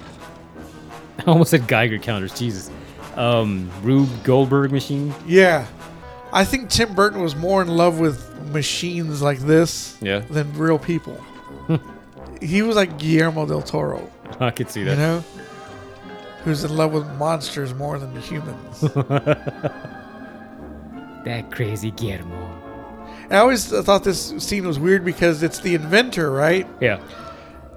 Speaker 1: I almost said Geiger counters. Jesus, um, Rube Goldberg machine.
Speaker 2: Yeah, I think Tim Burton was more in love with machines like this
Speaker 1: Yeah.
Speaker 2: than real people. he was like Guillermo del Toro,
Speaker 1: I could see
Speaker 2: you
Speaker 1: that.
Speaker 2: know, who's in love with monsters more than humans.
Speaker 1: That crazy Guillermo.
Speaker 2: And I always thought this scene was weird because it's the inventor, right?
Speaker 1: Yeah,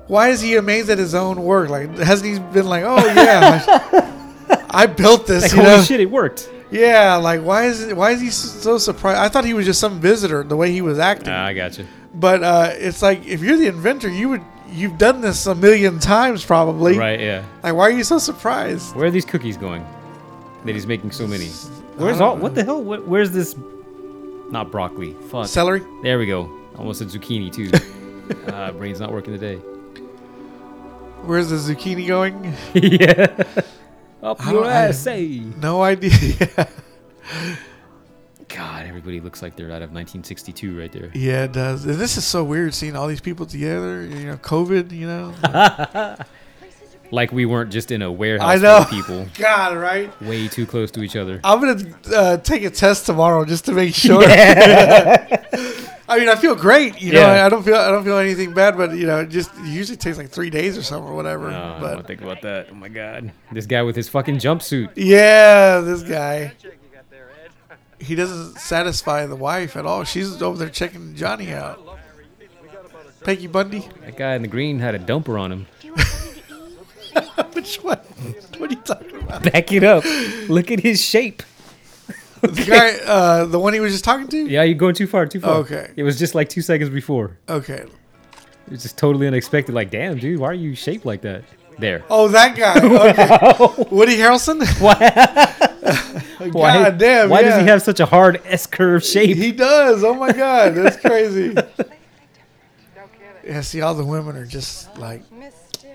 Speaker 2: Why is he amazed at his own work? Like, hasn't he been like, oh yeah, I, I built this?
Speaker 1: like,
Speaker 2: you
Speaker 1: holy
Speaker 2: know?
Speaker 1: shit, it worked.
Speaker 2: Yeah, like why is it, why is he s- so surprised? I thought he was just some visitor the way he was acting,
Speaker 1: Ah, I got you.
Speaker 2: but uh, it's like if you're the inventor, you would you've done this a million times probably.
Speaker 1: Right? Yeah.
Speaker 2: Like, why are you so surprised?
Speaker 1: Where are these cookies going? That he's making so many. Where's all? What the hell? What, where's this? Not broccoli. Fuck.
Speaker 2: Celery.
Speaker 1: There we go. Almost a zucchini too. Ah, brain's not working today.
Speaker 2: Where's the zucchini going?
Speaker 1: yeah. Up
Speaker 2: I
Speaker 1: your
Speaker 2: don't- I-
Speaker 1: ass, say.
Speaker 2: No idea.
Speaker 1: God, everybody looks like they're out of 1962 right there.
Speaker 2: yeah, it does. And this is so weird seeing all these people together. You know, COVID. You know.
Speaker 5: Places are
Speaker 1: Like we weren't just in a warehouse
Speaker 2: I know.
Speaker 1: full of people,
Speaker 2: God, right?
Speaker 1: way too close to each other. Oh,
Speaker 2: I'm gonna uh, take a test tomorrow just to make sure. I mean, I feel great. You know,
Speaker 1: Yeah.
Speaker 2: I don't feel I don't feel anything bad, but you know, it just it usually takes like three days or something or whatever.
Speaker 1: Oh, I don't wanna
Speaker 2: but
Speaker 1: think about that. Oh my God, this guy with his fucking jumpsuit.
Speaker 2: yeah, this guy. He doesn't satisfy the wife at all. She's over there checking Johnny out. Peggy Bundy.
Speaker 1: That guy in the green had a dumper on him.
Speaker 5: Do you want something to eat?
Speaker 2: Which one? What are you talking about?
Speaker 1: Back it up. Look at his shape.
Speaker 2: The guy, uh, the one he was just talking to.
Speaker 1: Yeah, you're going too far. Too far.
Speaker 2: Okay.
Speaker 1: It was just like two seconds before.
Speaker 2: Okay.
Speaker 1: It was just totally unexpected. Like, damn, dude, why are you shaped like that? There.
Speaker 2: Oh, that guy. Okay. Woody Harrelson.
Speaker 1: Why,
Speaker 2: God damn,
Speaker 1: Why does
Speaker 2: yeah.
Speaker 1: he have such a hard S curve shape?
Speaker 2: He does. Oh my god, that's crazy. yeah, see, all the women are just like,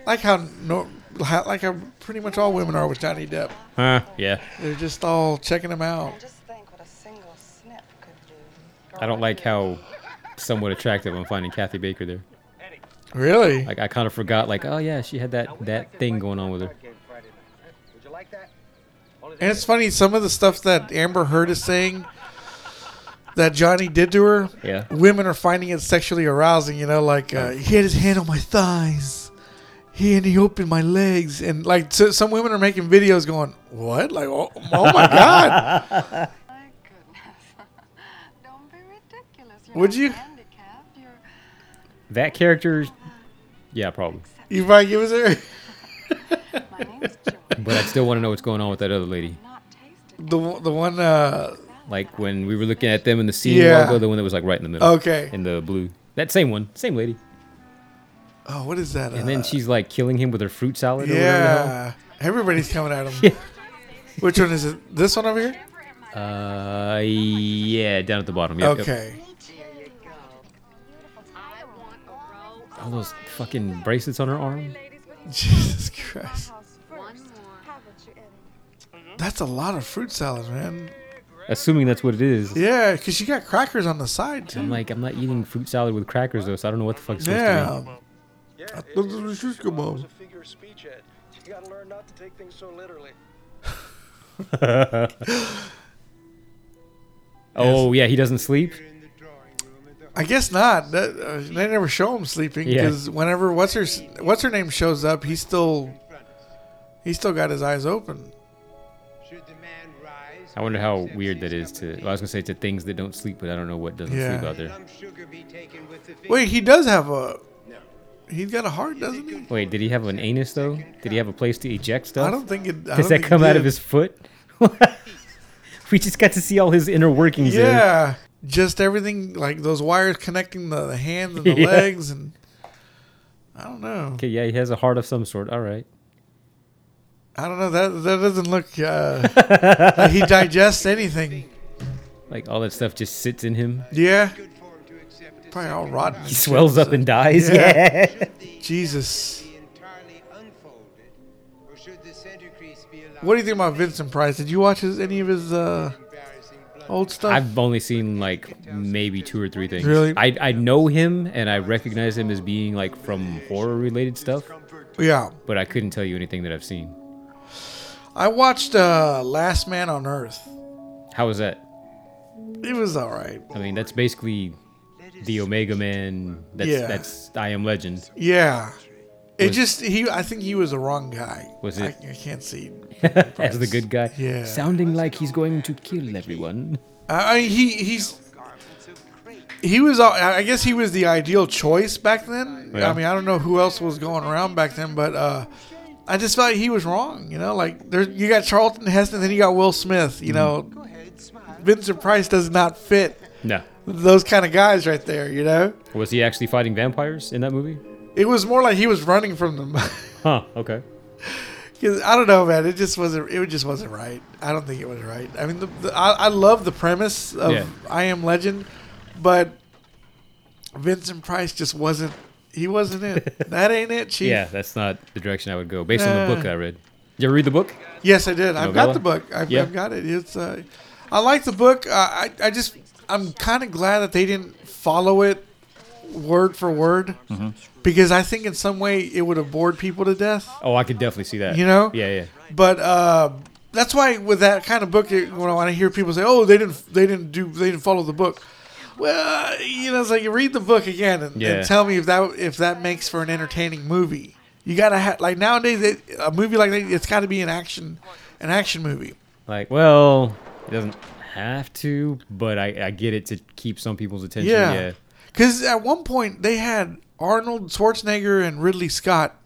Speaker 2: like how, nor, how- like how pretty much all women are with Johnny Depp.
Speaker 1: Huh? Yeah.
Speaker 2: They're just all checking him out.
Speaker 4: Just think what a single snip could do.
Speaker 1: I don't like how somewhat attractive I'm finding Kathy Baker there.
Speaker 2: Really?
Speaker 1: Like I kind of forgot. Like, oh yeah, she had that that thing going on with her.
Speaker 7: Would you like that?
Speaker 2: And it's funny some of the stuff that Amber Heard is saying that Johnny did to her.
Speaker 1: Yeah.
Speaker 2: Women are finding it sexually arousing. You know, like uh, he had his hand on my thighs. He and he opened my legs, and like so some women are making videos going, "What? Like, oh, oh my god!"
Speaker 4: My goodness. don't be ridiculous. You're
Speaker 2: Would
Speaker 4: not
Speaker 2: you?
Speaker 4: handicapped. You're
Speaker 1: That character. Yeah, probably.
Speaker 2: You might give us her
Speaker 4: my name's Joy.
Speaker 1: But I still want to know what's going on with that other lady.
Speaker 4: not tasted.
Speaker 2: the one- the one. Uh,
Speaker 1: Like when we were looking at them in the scene
Speaker 2: Yeah.
Speaker 1: logo, the one that was like right in the middle.
Speaker 2: okay.
Speaker 1: In the blue. That same one, same lady.
Speaker 2: Oh, what is that?
Speaker 1: And then
Speaker 2: uh,
Speaker 1: she's like killing him with her fruit salad. or whatever the hell.
Speaker 2: yeah, everybody's coming at him.
Speaker 1: Yeah.
Speaker 2: Which one is it? This one over here?
Speaker 1: Uh, yeah, down at the bottom. Yep, yep.
Speaker 2: Okay.
Speaker 5: I want a row of
Speaker 1: All those fucking bracelets on her arm.
Speaker 2: Jesus Christ,
Speaker 5: one more.
Speaker 2: that's a lot of fruit salad, man.
Speaker 1: Assuming that's what it is.
Speaker 2: Yeah, because you got crackers on the side too.
Speaker 1: I'm like, I'm not eating fruit salad with crackers though, so I don't know what the fuck's supposed to
Speaker 2: Yeah.
Speaker 7: Yeah.
Speaker 2: thought it was just
Speaker 7: Shishko
Speaker 2: Mom.
Speaker 7: was a figure of speech, Ed. You gotta learn not to take things so literally.
Speaker 1: be. Oh yeah, he doesn't sleep.
Speaker 2: I guess not. That, uh, they never show him sleeping
Speaker 1: Yeah.
Speaker 2: because whenever what's her what's her name shows up, he's still he's still got his eyes open.
Speaker 1: I wonder how weird that is to. well, I was gonna say to things that don't sleep, but I don't know what doesn't
Speaker 2: Yeah.
Speaker 1: sleep out there.
Speaker 2: Wait, he does have a he's got a heart, doesn't he?
Speaker 1: Wait, did he have an anus though? Did he have a place to eject stuff?
Speaker 2: I don't think it. I
Speaker 1: Does
Speaker 2: don't
Speaker 1: that
Speaker 2: think it
Speaker 1: come out of
Speaker 2: did.
Speaker 1: his foot? we just got to see all his inner workings. there.
Speaker 2: Yeah, just everything like those wires connecting the, the hands and the
Speaker 1: Yeah.
Speaker 2: legs, and I don't know.
Speaker 1: Okay, yeah, he has a heart of some sort. All right.
Speaker 2: I don't know. That that doesn't look uh, like he digests anything.
Speaker 1: Like all that stuff just sits in him.
Speaker 2: Yeah, probably all rotten.
Speaker 1: He swells up and dies.
Speaker 2: Yeah.
Speaker 1: yeah.
Speaker 2: Jesus.
Speaker 8: entirely unfolded, or should the center crease be allowed
Speaker 2: What do you think about Vincent Price? Did you watch his, any of his uh,
Speaker 8: embarrassing blood?
Speaker 2: old stuff?
Speaker 1: I've only seen like maybe two or three things.
Speaker 2: Really?
Speaker 1: I, I know him and I recognize him as being like from horror related stuff,
Speaker 2: yeah,
Speaker 1: but I couldn't tell you anything that I've seen.
Speaker 2: I watched uh, Last Man on Earth.
Speaker 1: How is that?
Speaker 2: It was all right.
Speaker 1: I mean, that's basically the Omega Man. That's
Speaker 2: Yeah.
Speaker 1: that's I Am Legend.
Speaker 2: Yeah, it
Speaker 1: Was-
Speaker 2: just he. I think he was the wrong guy.
Speaker 1: Was
Speaker 2: I,
Speaker 1: it-
Speaker 2: I can't see.
Speaker 1: As the good guy.
Speaker 2: Yeah.
Speaker 1: Sounding like he's going to kill everyone.
Speaker 2: I, I he he's he was all- I guess he was the ideal choice back then.
Speaker 1: Yeah.
Speaker 2: I mean, I don't know who else was going around back then, but uh, I just felt like he was wrong. You know, like there you got Charlton Heston, then you got Will Smith. You
Speaker 1: Mm-hmm.
Speaker 2: know, Vincent Price does not fit
Speaker 1: No.
Speaker 2: those kind of guys right there. You know,
Speaker 1: Was he actually fighting vampires in that movie?
Speaker 2: it was more like he was running from them.
Speaker 1: Huh. Okay.
Speaker 2: 'Cause I don't know, man. It just wasn't. It just wasn't right. I don't think it was right. I mean, the, the, I, I love the premise of
Speaker 1: Yeah.
Speaker 2: I Am Legend, but Vincent Price just wasn't. He wasn't it. That ain't it, Chief.
Speaker 1: Yeah, that's not the direction I would go based on the book
Speaker 2: Uh.
Speaker 1: I read. Did you ever read the book?
Speaker 2: Yes, I did. I've got
Speaker 1: Novella?
Speaker 2: the book. I've,
Speaker 1: Yeah.
Speaker 2: I've got it. It's. Uh, I like the book. Uh, I I just I'm kind of glad that they didn't follow it word for word
Speaker 1: Mm-hmm.
Speaker 2: because I think in some way it would have bored people to death.
Speaker 1: Oh, I could definitely see that.
Speaker 2: You know?
Speaker 1: Yeah, yeah.
Speaker 2: But uh, that's why with that kind of book, it- when I want to hear people say, "Oh, they didn't, they didn't do, they didn't follow the book." Well, you know, it's like you read the book again and,
Speaker 1: Yeah.
Speaker 2: and tell me if that if that makes for an entertaining movie. You gotta have like nowadays it, a movie like that. It's got to be an action, an action movie.
Speaker 1: Like, well, it doesn't have to, but I, I get it to keep some people's attention. Yeah.
Speaker 2: Yeah, because at one point they had Arnold Schwarzenegger and Ridley Scott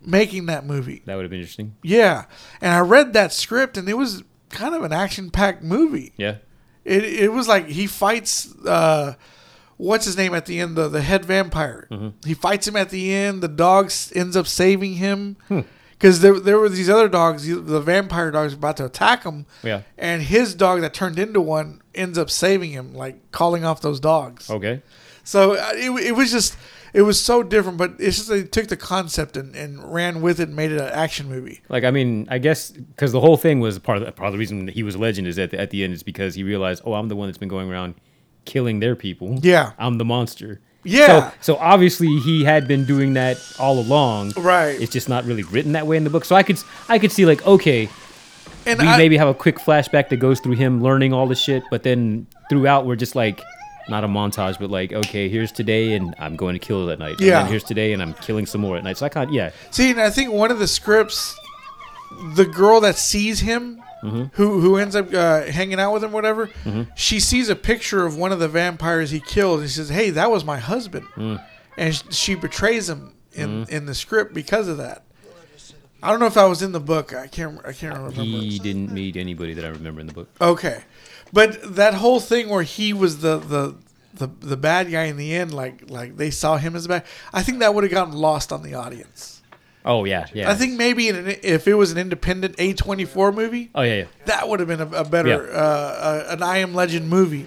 Speaker 2: making that movie.
Speaker 1: That would have been interesting.
Speaker 2: Yeah, and I read that script and it was kind of an action packed movie.
Speaker 1: Yeah.
Speaker 2: It it was like he fights uh what's his name at the end the the head vampire.
Speaker 1: Mm-hmm.
Speaker 2: He fights him at the end. The dog s- ends up saving him
Speaker 1: Hmm.
Speaker 2: because there there were these other dogs. the- The vampire dogs were about to attack him.
Speaker 1: Yeah.
Speaker 2: and his dog that turned into one ends up saving him, like calling off those dogs.
Speaker 1: Okay.
Speaker 2: So uh, it it was just. It was so different, but it's just they took the concept and, and ran with it and made it an action movie.
Speaker 1: Like, I mean, I guess because the whole thing was part of the, part of the reason that he was a legend is that at the end is because he realized, oh, I'm the one that's been going around killing their people.
Speaker 2: Yeah.
Speaker 1: I'm the monster.
Speaker 2: Yeah.
Speaker 1: So, so obviously he had been doing that all along.
Speaker 2: Right.
Speaker 1: It's just not really written that way in the book. So I could s- I could see like okay,
Speaker 2: And
Speaker 1: we
Speaker 2: I-
Speaker 1: maybe have a quick flashback that goes through him learning all the shit, but then throughout we're just like not a montage, but like okay, here's today and I'm going to kill that night. And
Speaker 2: Yeah.
Speaker 1: then here's today and I'm killing some more at night. So I can't. Yeah.
Speaker 2: See, and I think one of the scripts, the girl that sees him, who who ends up uh, hanging out with him, whatever, she sees a picture of one of the vampires he killed. And she says, "Hey, that was my husband," and sh- she betrays him in in the script because of that. I don't know if that was in the book. I can't. I can't remember.
Speaker 1: He didn't meet anybody that I remember in the book.
Speaker 2: Okay, but that whole thing where he was the the. The, the bad guy in the end, like like they saw him as the bad. I think that would have gotten lost on the audience.
Speaker 1: Oh yeah, yeah.
Speaker 2: I think maybe in an, if it was an independent A24 movie,
Speaker 1: Oh yeah, yeah.
Speaker 2: that would have been a, a better
Speaker 1: Yeah.
Speaker 2: uh, uh, an I Am Legend movie.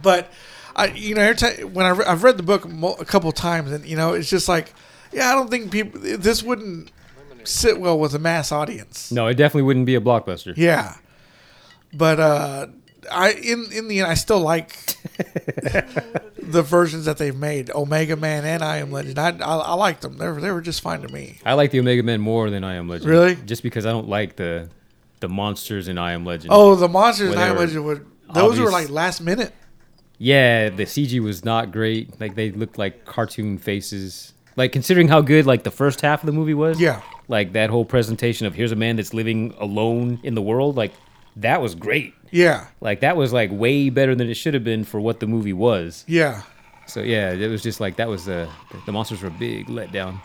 Speaker 2: But I, you know, every time, when I re- I've read the book mo- a couple times, and you know, it's just like, yeah, I don't think people this wouldn't sit well with a mass audience.
Speaker 1: No, it definitely wouldn't be a blockbuster.
Speaker 2: Yeah, but uh, I in in the end, I still like the versions that they've made, Omega Man and I Am Legend. I I, I liked them. They were they were just fine to me.
Speaker 1: I like the Omega Men more than I Am Legend.
Speaker 2: Really?
Speaker 1: Just because I don't like the the monsters in I Am Legend.
Speaker 2: Oh, the
Speaker 1: Where
Speaker 2: monsters in
Speaker 1: they
Speaker 2: I Am
Speaker 1: were
Speaker 2: Legend were those were
Speaker 1: obvious.
Speaker 2: like last minute.
Speaker 1: Yeah, the CG was not great. Like they looked like cartoon faces. Like considering how good like the first half of the movie was.
Speaker 2: Yeah.
Speaker 1: Like that whole presentation of here's a man that's living alone in the world. Like that was great.
Speaker 2: Yeah,
Speaker 1: Like that was like way better than it should have been for what the movie was.
Speaker 2: yeah.
Speaker 1: So yeah, it was just like that was uh, the monsters were a big letdown.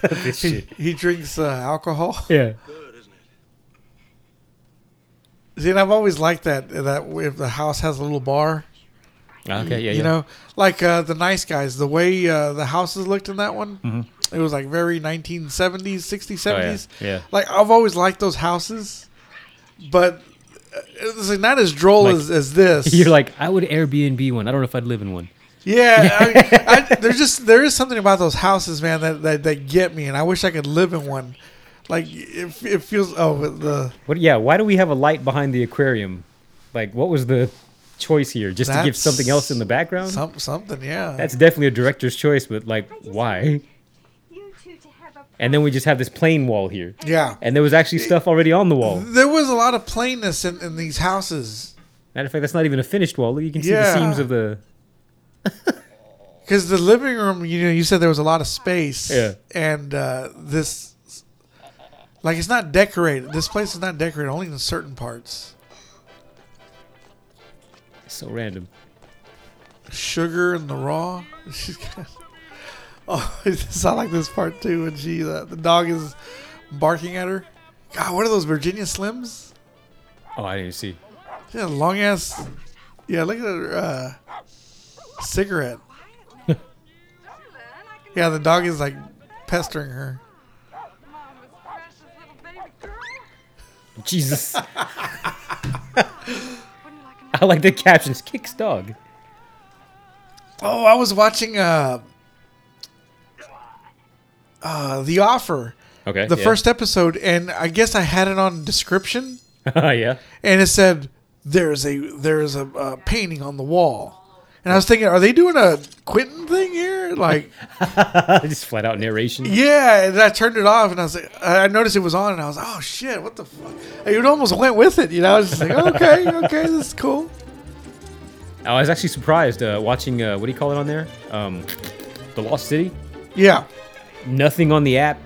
Speaker 1: this
Speaker 2: He, he drinks uh, alcohol.
Speaker 1: Yeah.
Speaker 2: See, and I've always liked that that if the house has a little bar,
Speaker 1: Okay. Yeah.
Speaker 2: you know, like uh, the Nice Guys, the way uh, the houses looked in that one, it was like very 1970s, 60s, 70s.
Speaker 1: Mm-hmm. Oh, yeah.
Speaker 2: Like I've always liked those houses, but uh, it's like not as droll
Speaker 1: Like-
Speaker 2: as, as this.
Speaker 1: You're like, I would Airbnb one. I don't know if I'd live in one.
Speaker 2: yeah. I mean, I, there's just there is something about those houses, man, that, that that get me, and I wish I could live in one. Like it, it feels oh but the
Speaker 1: What? Yeah. Why do we have a light behind the aquarium? Like, what was the choice here? Just to give something else in the background?
Speaker 2: Some, something, yeah.
Speaker 1: That's definitely a director's choice, but like, why?
Speaker 5: You two to have a
Speaker 1: And then we just have this plain wall here,
Speaker 2: yeah.
Speaker 1: and there was actually stuff already on the wall.
Speaker 2: There was a lot of plainness in, in these houses
Speaker 1: Matter of fact, that's not even a finished wall. Look, you can see
Speaker 2: Yeah.
Speaker 1: the seams of the.
Speaker 2: because the living room, you know, you said there was a lot of space.
Speaker 1: Yeah.
Speaker 2: And uh, this, like, it's not decorated. This place is not decorated, only in certain parts.
Speaker 1: So random.
Speaker 2: Sugar and the raw. She's got- oh, I like this part too. When she, uh, the, the dog is barking at her. God, what are those Virginia Slims?
Speaker 1: Oh, I didn't even see.
Speaker 2: Yeah, long ass. Yeah, look at her uh, cigarette. yeah, the dog is like pestering her.
Speaker 4: Mama's precious little baby girl.
Speaker 1: Jesus,
Speaker 4: Wouldn't you like another?
Speaker 1: I like the captions. Kicks dog.
Speaker 2: Oh, I was watching uh, uh, The Offer,
Speaker 1: Okay.
Speaker 2: the
Speaker 1: yeah.
Speaker 2: first episode, and I guess I had it on description,
Speaker 1: Oh, yeah.
Speaker 2: and it said there's a there's a, uh painting on the wall, and I was thinking, are they doing a Quentin thing here? Like,
Speaker 1: Just flat out narration.
Speaker 2: yeah. And I turned it off, and I was like, I I noticed it was on, and I was, oh shit, what the fuck? It almost went with it, you know. I was just like, okay, okay, this is cool.
Speaker 1: I was actually surprised uh, watching uh, what do you call it on there? Um, the Lost City.
Speaker 2: Yeah,
Speaker 1: Nothing on the app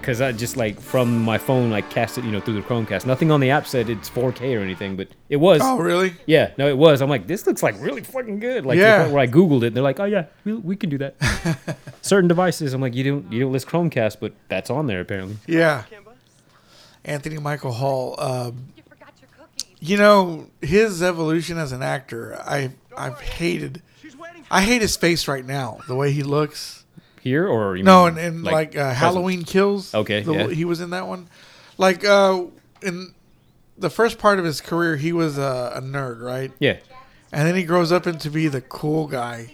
Speaker 1: because I just like from my phone like cast it you know through the Chromecast. Nothing on the app said it's 4K or anything, but it was.
Speaker 2: Oh, really?
Speaker 1: Yeah, no, it was. I'm like, this looks like really fucking good. Like to the
Speaker 2: Yeah.
Speaker 1: point where I googled it, and they're like, oh yeah, we, we can do that. Certain devices, I'm like, you don't you don't list Chromecast, but that's on there apparently.
Speaker 2: Yeah.
Speaker 7: Kimba?
Speaker 2: Anthony Michael Hall. Um, you know his evolution as an actor. I I've hated.
Speaker 7: She's waiting for
Speaker 2: I hate his face right now. The way he looks.
Speaker 1: Here or you
Speaker 2: No,
Speaker 1: mean,
Speaker 2: and, and like, uh,
Speaker 1: present?
Speaker 2: Halloween Kills.
Speaker 1: Okay,
Speaker 2: the-
Speaker 1: yeah.
Speaker 2: he was in that one. Like uh, in the first part of his career, he was a, a nerd, right?
Speaker 1: Yeah,
Speaker 2: And then he grows up into be the cool guy.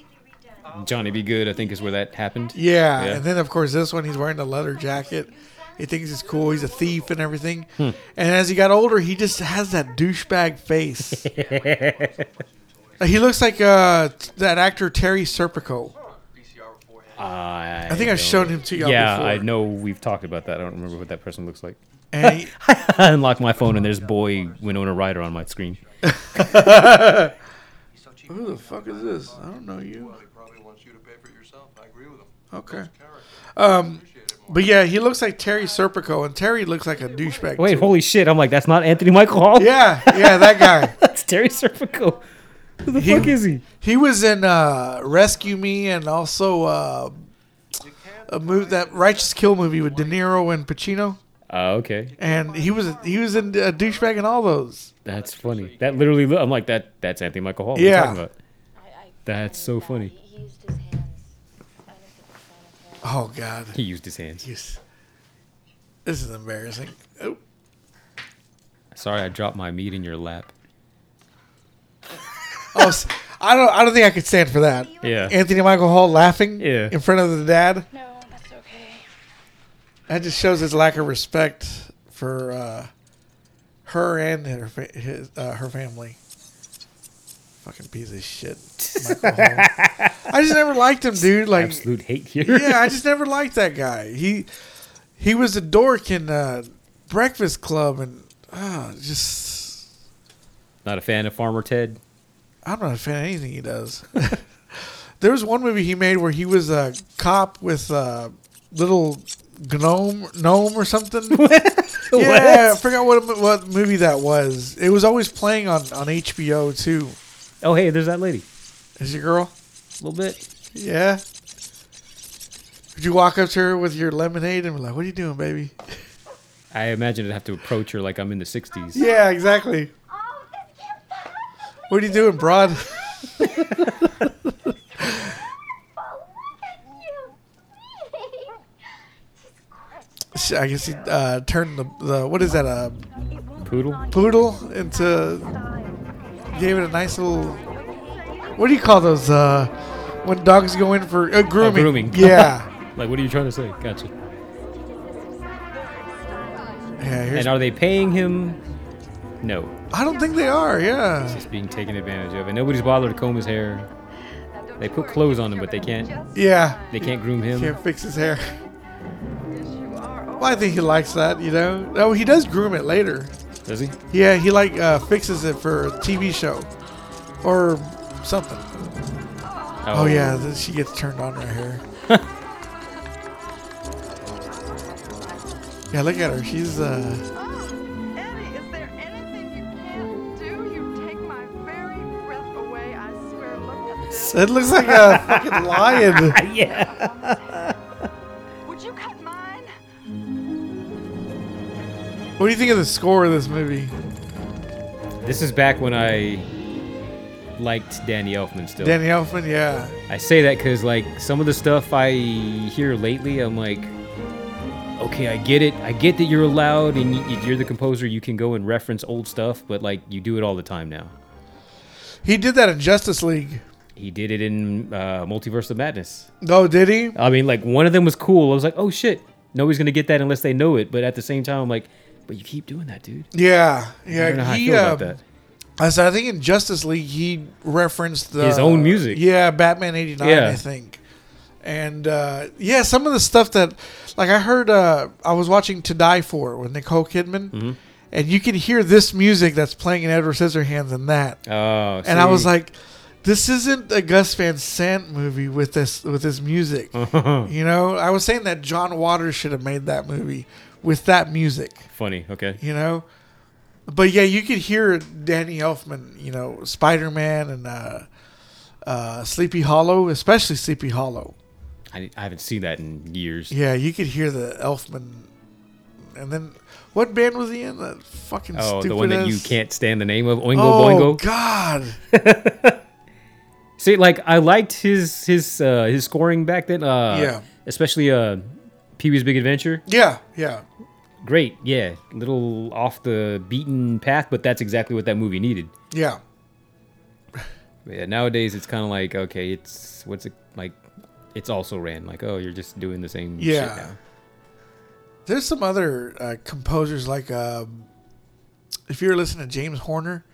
Speaker 1: Johnny Be Good, I think is where that happened.
Speaker 2: Yeah,
Speaker 1: Yeah.
Speaker 2: and then of course this one he's wearing the leather jacket. He thinks he's cool. He's a thief and everything.
Speaker 1: Hmm.
Speaker 2: And as he got older, he just has that douchebag face. he looks like uh, t- that actor Terry Serpico.
Speaker 1: I,
Speaker 2: I think I've shown him to y'all
Speaker 1: Yeah,
Speaker 2: before.
Speaker 1: I know we've talked about that. I don't remember what that person looks like.
Speaker 2: And he-
Speaker 1: I unlocked my phone and there's boy Winona Ryder on my screen.
Speaker 2: who the fuck is this? I don't know you.
Speaker 8: He probably wants you to pay for it yourself. I agree with him.
Speaker 2: Okay, Um,
Speaker 8: Character. Appreciate it more.
Speaker 2: but yeah, he looks like Terry Serpico, and Terry looks like a douchebag.
Speaker 1: Wait,
Speaker 2: too.
Speaker 1: holy shit! I'm like, that's not Anthony Michael Hall.
Speaker 2: Yeah, yeah, that guy.
Speaker 1: that's Terry Serpico. Who the fuck is he?
Speaker 2: He was in uh, Rescue Me and also uh, a move that Righteous Kill movie with De Niro and Pacino,
Speaker 1: Oh, okay.
Speaker 2: and he was he was in a douchebag in all those.
Speaker 1: That's funny. That literally, lo- I'm like that. That's Anthony Michael Hall. What are you
Speaker 2: Yeah.
Speaker 1: talking about? That's so funny.
Speaker 9: He used his hands. I don't think it's sanitary.
Speaker 2: Oh God,
Speaker 1: He used his hands.
Speaker 2: Yes. this is embarrassing. Oh,
Speaker 1: Sorry, I dropped my meat in your lap.
Speaker 2: oh, s- I don't I don't think I could stand for that.
Speaker 1: Yeah.
Speaker 2: Anthony Michael Hall laughing
Speaker 1: Yeah.
Speaker 2: in front of the dad.
Speaker 3: No, that's okay.
Speaker 2: That just shows his lack of respect for uh, her and her fa- his, uh, her family. Fucking piece of shit. Michael Hall. I just never liked him, dude. Like,
Speaker 1: Absolute hate here.
Speaker 2: yeah, I just never liked that guy. He he was a dork in uh, Breakfast Club, and uh, just
Speaker 1: Not a fan of Farmer Ted.
Speaker 2: I'm not a fan of anything he does. there was one movie he made where he was a cop with a little gnome gnome or something. Yeah, I forgot what what movie that was. It was always playing on on HBO too.
Speaker 1: Oh, hey, there's that lady.
Speaker 2: Is your girl?
Speaker 1: A little bit.
Speaker 2: Yeah. Would you walk up to her with your lemonade and be like, "What are you doing, baby?"
Speaker 1: I imagine I'd have to approach her like I'm in the 60s.
Speaker 2: Yeah, exactly.
Speaker 5: Oh, this can't
Speaker 2: What are you doing, broad?
Speaker 5: look at you. Just quit.
Speaker 2: Sh- I guess he uh, turned the, the what is that a
Speaker 5: It won't
Speaker 1: Poodle?
Speaker 2: poodle into
Speaker 5: die.
Speaker 2: gave it a nice little what do you call those uh, when dogs go in for uh, grooming?
Speaker 1: Oh, grooming.
Speaker 2: Yeah.
Speaker 1: Like, what are you trying to say? Gotcha.
Speaker 2: Yeah.
Speaker 1: And uh,
Speaker 2: Here's,
Speaker 1: are they paying him? No.
Speaker 2: I don't think they are. Yeah.
Speaker 1: He's being taken advantage of. And nobody's bothered to comb his hair. They put clothes on him, but they can't.
Speaker 2: Yeah.
Speaker 1: They can't groom him.
Speaker 2: Can't fix his hair.
Speaker 4: Yes, you are. Oh,
Speaker 2: Well, I think he likes that, you know. Oh, he does groom it later.
Speaker 1: Does he?
Speaker 2: Yeah, he like uh, fixes it for a TV show or something. Oh, yeah, th- she gets turned on right here. yeah, look at her. She's uh,
Speaker 4: Oh, Eddie, is there anything you can't do? You take my very breath away. I swear. Look at this.
Speaker 2: it looks like a fucking lion.
Speaker 1: Yeah.
Speaker 4: Would you cut mine?
Speaker 2: What do you think of the score of this movie?
Speaker 1: This is back when I liked Danny Elfman still.
Speaker 2: Danny Elfman, yeah.
Speaker 1: I say that because like some of the stuff I hear lately, I'm like, okay, I get it. I get that you're allowed and y- you're the composer. You can go and reference old stuff, but like you do it all the time now.
Speaker 2: He did that in Justice League.
Speaker 1: he did it in uh, Multiverse of Madness.
Speaker 2: Oh, did he?
Speaker 1: I mean, like one of them was cool. I was like, oh shit, nobody's gonna get that unless they know it. But at the same time, I'm like, but you keep doing that, dude.
Speaker 2: Yeah, yeah.
Speaker 1: I don't know how
Speaker 2: he,
Speaker 1: I feel about
Speaker 2: um,
Speaker 1: that.
Speaker 2: I said, I think in Justice League he referenced the,
Speaker 1: His own music.
Speaker 2: Yeah, Batman '89,
Speaker 1: Yeah.
Speaker 2: I think. And uh, yeah, some of the stuff that, like, I heard. Uh, I was watching To Die For with Nicole Kidman,
Speaker 1: Mm-hmm.
Speaker 2: and you can hear this music that's playing in Edward Scissorhands and that.
Speaker 1: Oh,
Speaker 2: and I was
Speaker 1: see.
Speaker 2: like, this isn't a Gus Van Sant movie with this with his music.
Speaker 1: Uh-huh.
Speaker 2: you know, I was saying that John Waters should have made that movie with that music
Speaker 1: funny. Okay.
Speaker 2: you know. But yeah, you could hear Danny Elfman, you know, Spider Man and uh, uh, Sleepy Hollow, especially Sleepy Hollow.
Speaker 1: I, I haven't seen that in years.
Speaker 2: Yeah, you could hear the Elfman. And then, what band was he in? That fucking
Speaker 1: Oh,
Speaker 2: stupid
Speaker 1: the one that
Speaker 2: ass-
Speaker 1: you can't stand the name of, Oingo
Speaker 2: Oh
Speaker 1: Boingo.
Speaker 2: God!
Speaker 1: See, like I liked his his uh, his scoring back then. Uh,
Speaker 2: Yeah.
Speaker 1: Especially uh, Pee Wee's Big Adventure.
Speaker 2: Yeah, yeah,
Speaker 1: Great. Yeah. Little off the beaten path, but that's exactly what that movie needed.
Speaker 2: yeah.
Speaker 1: Yeah. Nowadays, it's kind of like okay, it's what's it like? It's also ran like oh, you're just doing the same.
Speaker 2: Yeah.
Speaker 1: Shit now.
Speaker 2: There's some other uh, composers like, um, if you're listening to James Horner,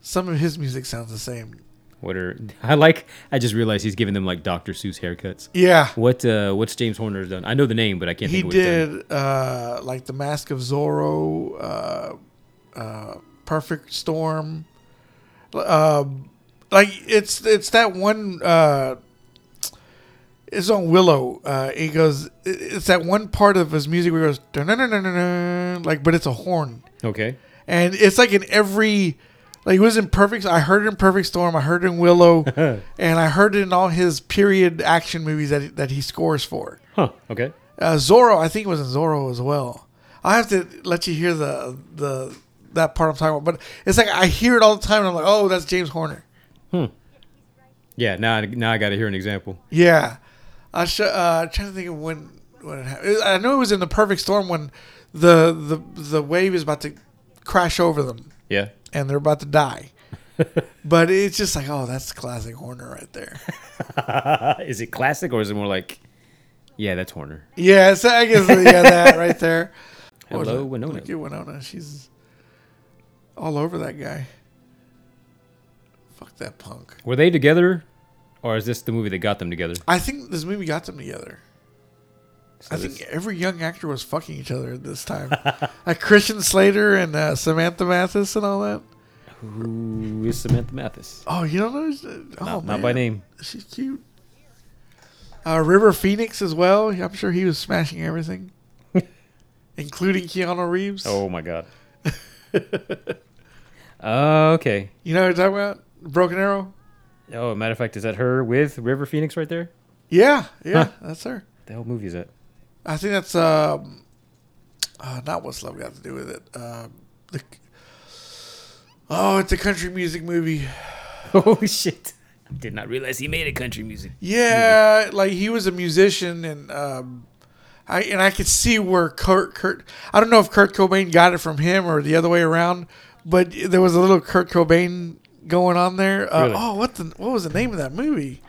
Speaker 2: some of his music sounds the same.
Speaker 1: What are I like? I just realized he's giving them like Dr. Seuss haircuts.
Speaker 2: Yeah,
Speaker 1: What uh, what's James Horner's done? I know the name, but I can't
Speaker 2: he
Speaker 1: think of what he's done.
Speaker 2: did uh, like the Mask of Zorro, uh, uh, Perfect Storm. Um like it's it's that one. Uh, it's on Willow. Uh, he goes. it- It's that one part of his music where he goes dun dun dun dun dun dun, like, but it's a horn,
Speaker 1: Okay.
Speaker 2: and it's like in every. Like it was in perfect. I heard it in Perfect Storm. I heard it in Willow, and I heard it in all his period action movies that that he scores for.
Speaker 1: Huh. Okay.
Speaker 2: Uh, Zorro, I think it was in Zorro as well. I have to let you hear the the that part I'm talking about, but it's like I hear it all the time, and I'm like, oh, that's James Horner.
Speaker 1: Yeah. Now I- now I got to hear an example.
Speaker 2: Yeah, I sh- uh, trying to think of when when it happened. I know it was in the Perfect Storm when the the the wave is about to crash over them
Speaker 1: Yeah.
Speaker 2: and they're about to die. but it's just like, oh, that's classic Horner right there.
Speaker 1: is it classic or is it more like? Yeah, that's Horner.
Speaker 2: Yeah, so I guess yeah, that right there. What was
Speaker 1: Hello,
Speaker 2: it?
Speaker 1: Winona.
Speaker 2: Look at Winona. She's all over that guy. Fuck that punk.
Speaker 1: Were they together, or is this the movie that got them together?
Speaker 2: I think this movie got them together. I think every young actor was fucking each other at this time. like Christian Slater and uh, Samantha Mathis and all that.
Speaker 1: Who is Samantha Mathis?
Speaker 2: Oh, you don't know? who's- Oh,
Speaker 1: Not,
Speaker 2: man.
Speaker 1: not by name.
Speaker 2: She's cute. Uh, River Phoenix as well. I'm sure he was smashing everything, including Keanu Reeves.
Speaker 1: Oh my god. uh, okay.
Speaker 2: You know what I'm talking about? Broken Arrow?
Speaker 1: Oh, matter of fact, is that her with River Phoenix right there?
Speaker 2: Yeah, yeah,
Speaker 1: Huh.
Speaker 2: that's her.
Speaker 1: The hell movie is that?
Speaker 2: I think that's um, uh, not what's love got to do with it. Um, the oh, it's a country music movie.
Speaker 1: oh shit! Did not realize he made a country music.
Speaker 2: Yeah, like he was a musician, and um, I and I could see where Kurt Kurt. I don't know if Kurt Cobain got it from him or the other way around, but there was a little Kurt Cobain going on there. Uh,
Speaker 1: Really?
Speaker 2: Oh, what the what was the name of that movie?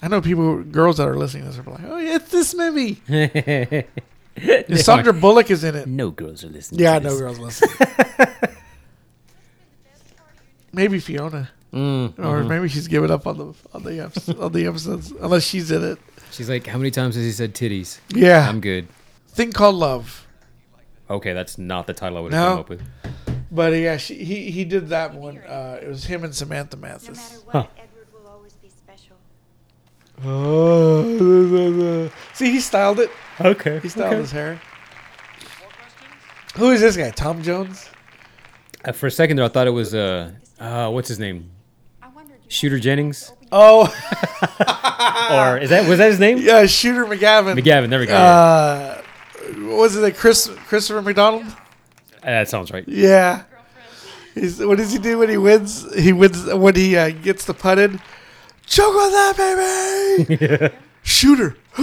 Speaker 2: I know people, girls that are listening to this are like, oh yeah, it's this movie. Sandra Bullock is in it.
Speaker 6: No girls are listening.
Speaker 2: Yeah, I
Speaker 6: to
Speaker 2: know
Speaker 6: this.
Speaker 2: girls listen. maybe Fiona,
Speaker 1: Mm.
Speaker 2: or maybe she's giving up on the on the eps- on the episodes unless she's in it.
Speaker 1: She's like, how many times has he said titties?
Speaker 2: Yeah,
Speaker 1: I'm good.
Speaker 2: thing called love.
Speaker 1: Okay, that's not the title I would have
Speaker 2: No.
Speaker 1: come up with.
Speaker 2: But yeah, she, he he did that one. Uh, it was him and Samantha
Speaker 5: No matter
Speaker 2: Mathis.
Speaker 5: what, Edward will always be special.
Speaker 2: Oh, see, he styled it.
Speaker 1: Okay.
Speaker 2: He styled his hair. Who is this guy? Tom Jones.
Speaker 1: Uh, For a second there, I thought it was uh, uh what's his name?
Speaker 5: I wondered you
Speaker 1: Shooter Jennings,
Speaker 2: Oh,
Speaker 1: or is that was that his name?
Speaker 2: Ah. yeah, Shooter McGavin.
Speaker 1: McGavin. There we go. yeah.
Speaker 2: Uh, was it a Chris Christopher McDonald?
Speaker 1: that sounds right.
Speaker 2: Yeah. He's, what does he do when he wins? He wins when he uh, gets the putted. Choke on that baby. Shooter.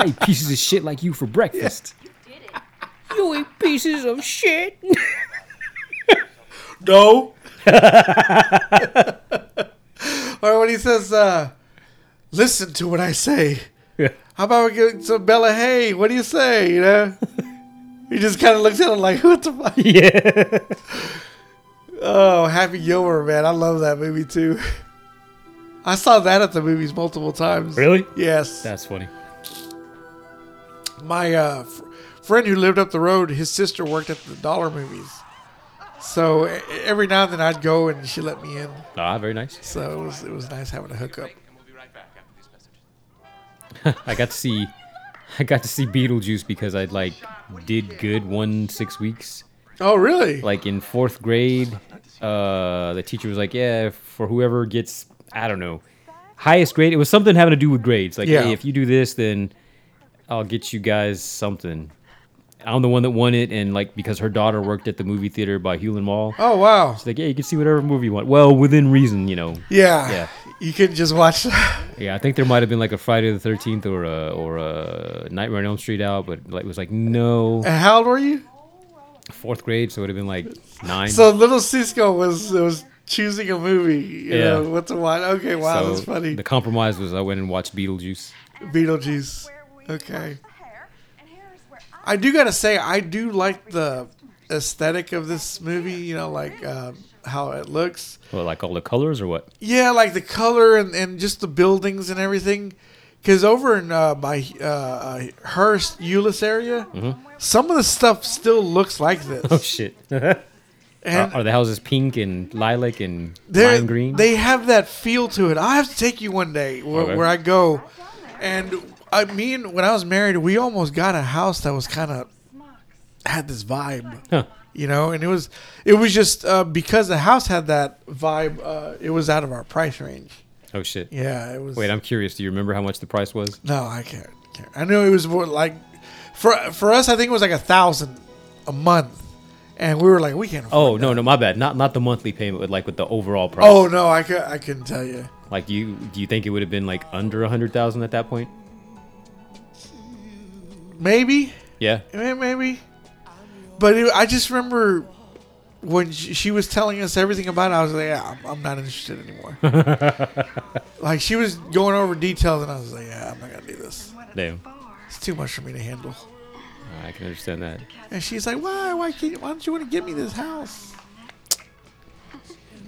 Speaker 1: I eat pieces of shit like you for breakfast. You eat pieces of shit.
Speaker 2: No. Or when he says, uh, listen to what I say.
Speaker 1: Yeah.
Speaker 2: How about we get some Bella Hey? What do you say? You know? he just kind of looks at him like, what the fuck?
Speaker 1: yeah.
Speaker 2: Oh, Happy Gilmore, man. I love that movie too. I saw that at the movies multiple times.
Speaker 1: Really?
Speaker 2: Yes.
Speaker 1: That's funny.
Speaker 2: my uh, f- friend who lived up the road, his sister worked at the dollar movies. So e- every now and then I'd go and she let me in.
Speaker 1: Ah, very nice.
Speaker 2: So it was, it was nice having a hookup.
Speaker 1: I got to see, I got to see Beetlejuice because I like did good one six weeks.
Speaker 2: Oh, really?
Speaker 1: Like in fourth grade, uh, the teacher was like, "Yeah, for whoever gets, I don't know, highest grade." It was something having to do with grades. Like,
Speaker 2: Yeah.
Speaker 1: hey, if you do this, then I'll get you guys something. I'm the one that won it, and like because her daughter worked at the movie theater by Hewlin Mall.
Speaker 2: oh, wow.
Speaker 1: She's like, yeah, you can see whatever movie you want. Well, within reason, you know.
Speaker 2: Yeah.
Speaker 1: Yeah.
Speaker 2: You couldn't just watch that.
Speaker 1: Yeah, I think there might have been like a Friday the Thirteenth or a or a Nightmare on Elm Street out, but like it was like no
Speaker 2: And how old were you?
Speaker 1: fourth grade, so it would have been like nine.
Speaker 2: So little Cisco was was choosing a movie, you
Speaker 1: Yeah.
Speaker 2: know, what to watch. Okay, wow,
Speaker 1: So
Speaker 2: that's funny.
Speaker 1: The compromise was I went and watched Beetlejuice.
Speaker 2: Beetlejuice. Okay. I do gotta say, I do like the aesthetic of this movie. You know, like um, how it looks.
Speaker 1: Well, like all the colors or what?
Speaker 2: Yeah, like the color and, and just the buildings and everything. Because over in uh, by uh, uh, Hearst, Euless area,
Speaker 1: Mm-hmm.
Speaker 2: some of the stuff still looks like
Speaker 1: Oh
Speaker 2: this.
Speaker 1: shit!
Speaker 2: And
Speaker 1: are, are the houses pink and lilac and
Speaker 2: they're-
Speaker 1: lime green?
Speaker 2: They have that feel to it. I have to take you one day where,
Speaker 1: Okay.
Speaker 2: where I go, and I mean, when I was married, we almost got a house that was kind of had this vibe,
Speaker 1: Huh.
Speaker 2: you know. And it was it was just uh, because the house had that vibe. Uh, it was out of our price range.
Speaker 1: Oh shit!
Speaker 2: Yeah, it was.
Speaker 1: Wait, I'm curious. Do you remember how much the price was?
Speaker 2: No, I can't. can't. I knew it was more like for for us. I think it was like a thousand a month, and we were like, we can't. afford
Speaker 1: Oh no, no, my bad. Not not the monthly payment, but like with the overall price.
Speaker 2: Oh no, I could I couldn't tell you.
Speaker 1: Like you, do you think it would have been like under a hundred thousand at that point?
Speaker 2: Maybe,
Speaker 1: Yeah.
Speaker 2: eh, maybe, but it, I just remember when she, she was telling us everything about it. I was like, yeah, I'm, I'm not interested anymore. like she was going over details, and I was like, yeah, I'm not gonna do this.
Speaker 1: Damn.
Speaker 2: It's too much for me to handle.
Speaker 1: I can understand that.
Speaker 2: And she's like, why? Why can't? you- Why don't you want to give me this house?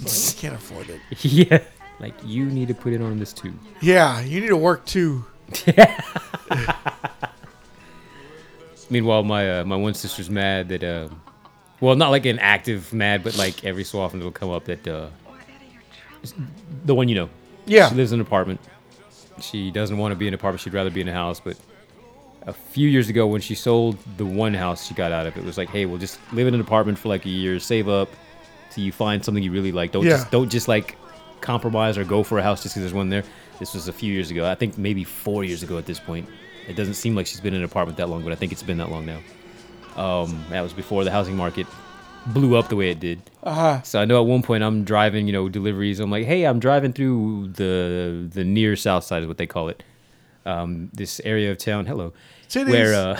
Speaker 2: It's like, I can't afford it.
Speaker 1: yeah. Like you need to put it on this too.
Speaker 2: Yeah, you need to work too.
Speaker 1: Meanwhile, my uh, my one sister's mad that, uh, well, not like an active mad, but like every so often it'll come up that uh, the one you know. She
Speaker 2: Yeah.
Speaker 1: lives in an apartment. She doesn't want to be in an apartment. She'd rather be in a house. But a few years ago, when she sold the one house she got out of, it was like, hey, we'll just live in an apartment for like a year, save up till you find something you really like. Don't
Speaker 2: Yeah.
Speaker 1: just don't just like compromise or go for a house just because there's one there. This was a few years ago. I think maybe four years ago at this point. It doesn't seem like she's been in an apartment that long, but I think it's been that long now. Um, that was before the housing market blew up the way it did.
Speaker 2: Uh-huh.
Speaker 1: So I know at one point I'm driving, you know, deliveries. I'm like, hey, I'm driving through the the near south side is what they call it. Um, this area of town. Hello.
Speaker 2: Titties.
Speaker 1: Where uh,